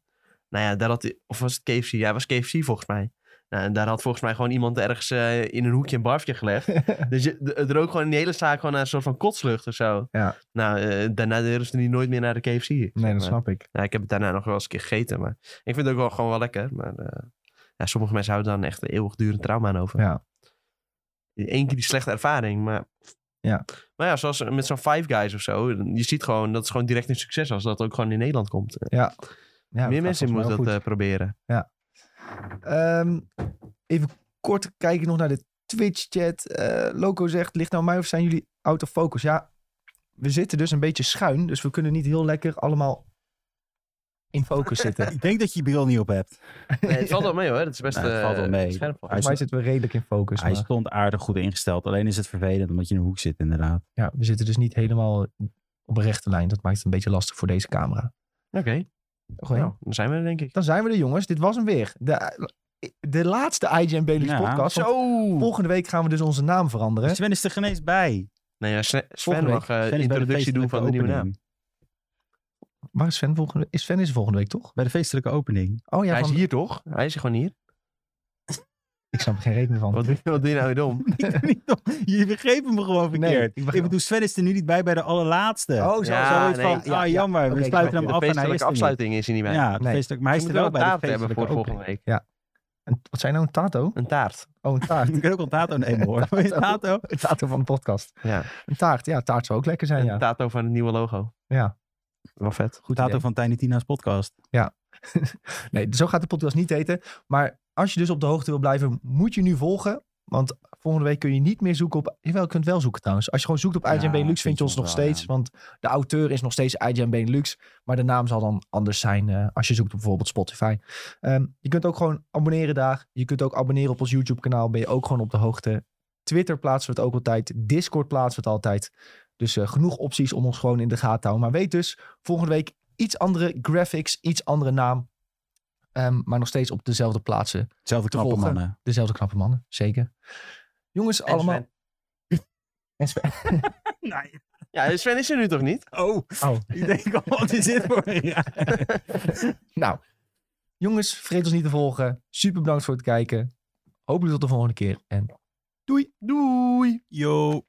Speaker 2: Nou ja, daar had, i- of was het KFC? Ja, het was KFC volgens mij. Nou, en daar had volgens mij gewoon iemand ergens eh, in een hoekje een barfje gelegd. dus je, d- het rook gewoon in die hele zaak gewoon naar een soort van kotslucht of zo.
Speaker 1: Ja. Mm.
Speaker 2: Nou, eh, daarna durfde ze niet nooit meer naar de KFC. zeg
Speaker 1: nee,
Speaker 2: maar.
Speaker 1: dat snap ik.
Speaker 2: Nou, ik heb het daarna nog wel eens een keer gegeten, maar ik vind het ook wel gewoon wel lekker. Maar eh, ja, sommige mensen houden dan echt een eeuwigdurend trauma aan over.
Speaker 1: Ja.
Speaker 2: Eén keer die slechte ervaring, maar...
Speaker 1: Ja.
Speaker 2: Maar ja, zoals met zo'n Five Guys of zo, je ziet gewoon, dat is gewoon direct een succes als dat ook gewoon in Nederland komt.
Speaker 1: Ja,
Speaker 2: Meer
Speaker 1: dat
Speaker 2: mensen
Speaker 1: gaat volgens mij wel
Speaker 2: moeten
Speaker 1: goed.
Speaker 2: dat eh, proberen.
Speaker 1: Ehm, even kort kijken nog naar de Twitch-chat. Eh, Loco zegt, ligt nou aan mij of zijn jullie out of focus? Ja, we zitten dus een beetje schuin. Dus we kunnen niet heel lekker allemaal in focus zitten.
Speaker 3: Ik denk dat je je bril niet op hebt.
Speaker 2: Nee, het valt wel mee hoor, het is best
Speaker 3: Nee, het
Speaker 2: eh,
Speaker 3: valt wel mee.
Speaker 2: scherp.
Speaker 3: Hij
Speaker 1: Volgens mij zitten we redelijk in focus.
Speaker 3: Hij
Speaker 1: maar-
Speaker 3: stond aardig goed ingesteld. Alleen is het vervelend omdat je in een hoek zit inderdaad.
Speaker 1: ja, we zitten dus niet helemaal op een rechte lijn. Dat maakt het een beetje lastig voor deze camera.
Speaker 2: Oké,
Speaker 1: Goeie.
Speaker 2: nou, dan zijn we er denk ik.
Speaker 1: Dan zijn we er jongens. Dit was hem weer. De, de laatste IGN Bailey's
Speaker 3: Ja,
Speaker 1: podcast. Want Volgende week gaan we dus onze naam veranderen.
Speaker 3: Sven is er geen eens bij.
Speaker 2: Nee, ja, Sven Sven
Speaker 1: Volgende
Speaker 2: mag eh,
Speaker 3: Sven is bij de
Speaker 2: introductie doen van de
Speaker 3: feestelijke
Speaker 2: nieuwe naam.
Speaker 3: opening.
Speaker 1: Maar is Sven volgende, is Sven is er volgende week toch?
Speaker 3: Bij de feestelijke opening.
Speaker 1: Oh ja,
Speaker 2: Hij is
Speaker 1: van-
Speaker 2: hier toch? Hij is gewoon hier.
Speaker 1: ik snap er geen rekening van.
Speaker 2: Wat, doe- wat doe je nou weer dom?
Speaker 3: je begrepen me gewoon
Speaker 1: Nee,
Speaker 3: verkeerd.
Speaker 1: ik begrijp-
Speaker 3: ik bedoel, Sven is er nu niet bij bij de allerlaatste.
Speaker 1: Oh, zo.
Speaker 2: Ja,
Speaker 3: Zoiets
Speaker 2: nee,
Speaker 3: van,
Speaker 1: ja,
Speaker 3: ah,
Speaker 1: ja.
Speaker 3: jammer,
Speaker 1: Oké,
Speaker 3: we
Speaker 1: ik
Speaker 3: sluiten
Speaker 1: snap
Speaker 3: hem
Speaker 2: De
Speaker 3: af en hij
Speaker 2: feestelijke
Speaker 3: is er niet.
Speaker 2: afsluiting is hij niet bij.
Speaker 3: Ja,
Speaker 1: Nee.
Speaker 3: nee. feestelijk, maar hij
Speaker 2: Ze
Speaker 3: is er
Speaker 2: moeten
Speaker 3: wel
Speaker 2: een
Speaker 3: bij de
Speaker 2: taart hebben voor
Speaker 3: feestelijke
Speaker 2: volgende
Speaker 3: opening.
Speaker 2: week.
Speaker 1: Een- wat zijn nou een tato?
Speaker 2: Een taart.
Speaker 1: Oh, een taart.
Speaker 3: Je kunt ook wel tato nemen hoor. Wil je
Speaker 1: Tato.
Speaker 3: tato?
Speaker 1: een tato van de podcast.
Speaker 2: Ja.
Speaker 1: Een taart. Ja, taart zou ook lekker zijn.
Speaker 2: Een
Speaker 1: Ja.
Speaker 2: tato van het nieuwe logo.
Speaker 1: Ja.
Speaker 2: Wel vet.
Speaker 1: Goed
Speaker 3: Tato
Speaker 1: idee.
Speaker 3: van Tiny Tina's podcast.
Speaker 1: Nee, zo gaat de podcast niet heten. Maar als je dus op de hoogte wil blijven, moet je nu volgen. Want volgende week kun je niet meer zoeken op... Jawel, je kunt wel zoeken trouwens. Als je gewoon zoekt op IGN
Speaker 3: Ja,
Speaker 1: Benelux, vind je ons nog
Speaker 3: wel,
Speaker 1: steeds.
Speaker 3: ja.
Speaker 1: Want de auteur is nog steeds IGN Benelux. Maar de naam zal dan anders zijn eh, als je zoekt op bijvoorbeeld Spotify. Ehm, je kunt ook gewoon abonneren daar. Je kunt ook abonneren op ons YouTube-kanaal. Ben je ook gewoon op de hoogte. Twitter plaatsen we het ook altijd. Discord plaatsen we het altijd. Dus eh, genoeg opties om ons gewoon in de gaten te houden. Maar weet dus, volgende week iets andere graphics, iets andere naam. Ehm, maar nog steeds op dezelfde plaatsen.
Speaker 3: Zelfde
Speaker 1: Te
Speaker 3: knappe
Speaker 1: volgen.
Speaker 3: mannen.
Speaker 1: Dezelfde knappe mannen, zeker. Jongens,
Speaker 2: En
Speaker 1: allemaal.
Speaker 2: Sven.
Speaker 1: En Sven. Nou,
Speaker 2: Ja, Sven is er nu toch niet?
Speaker 3: Oh,
Speaker 1: Oh,
Speaker 3: ik denk al, wat is dit voor een raar?
Speaker 1: nou. Jongens, vergeet ons niet te volgen. Super bedankt voor het kijken. Hopelijk tot de volgende keer. En
Speaker 2: Doei.
Speaker 3: Yo.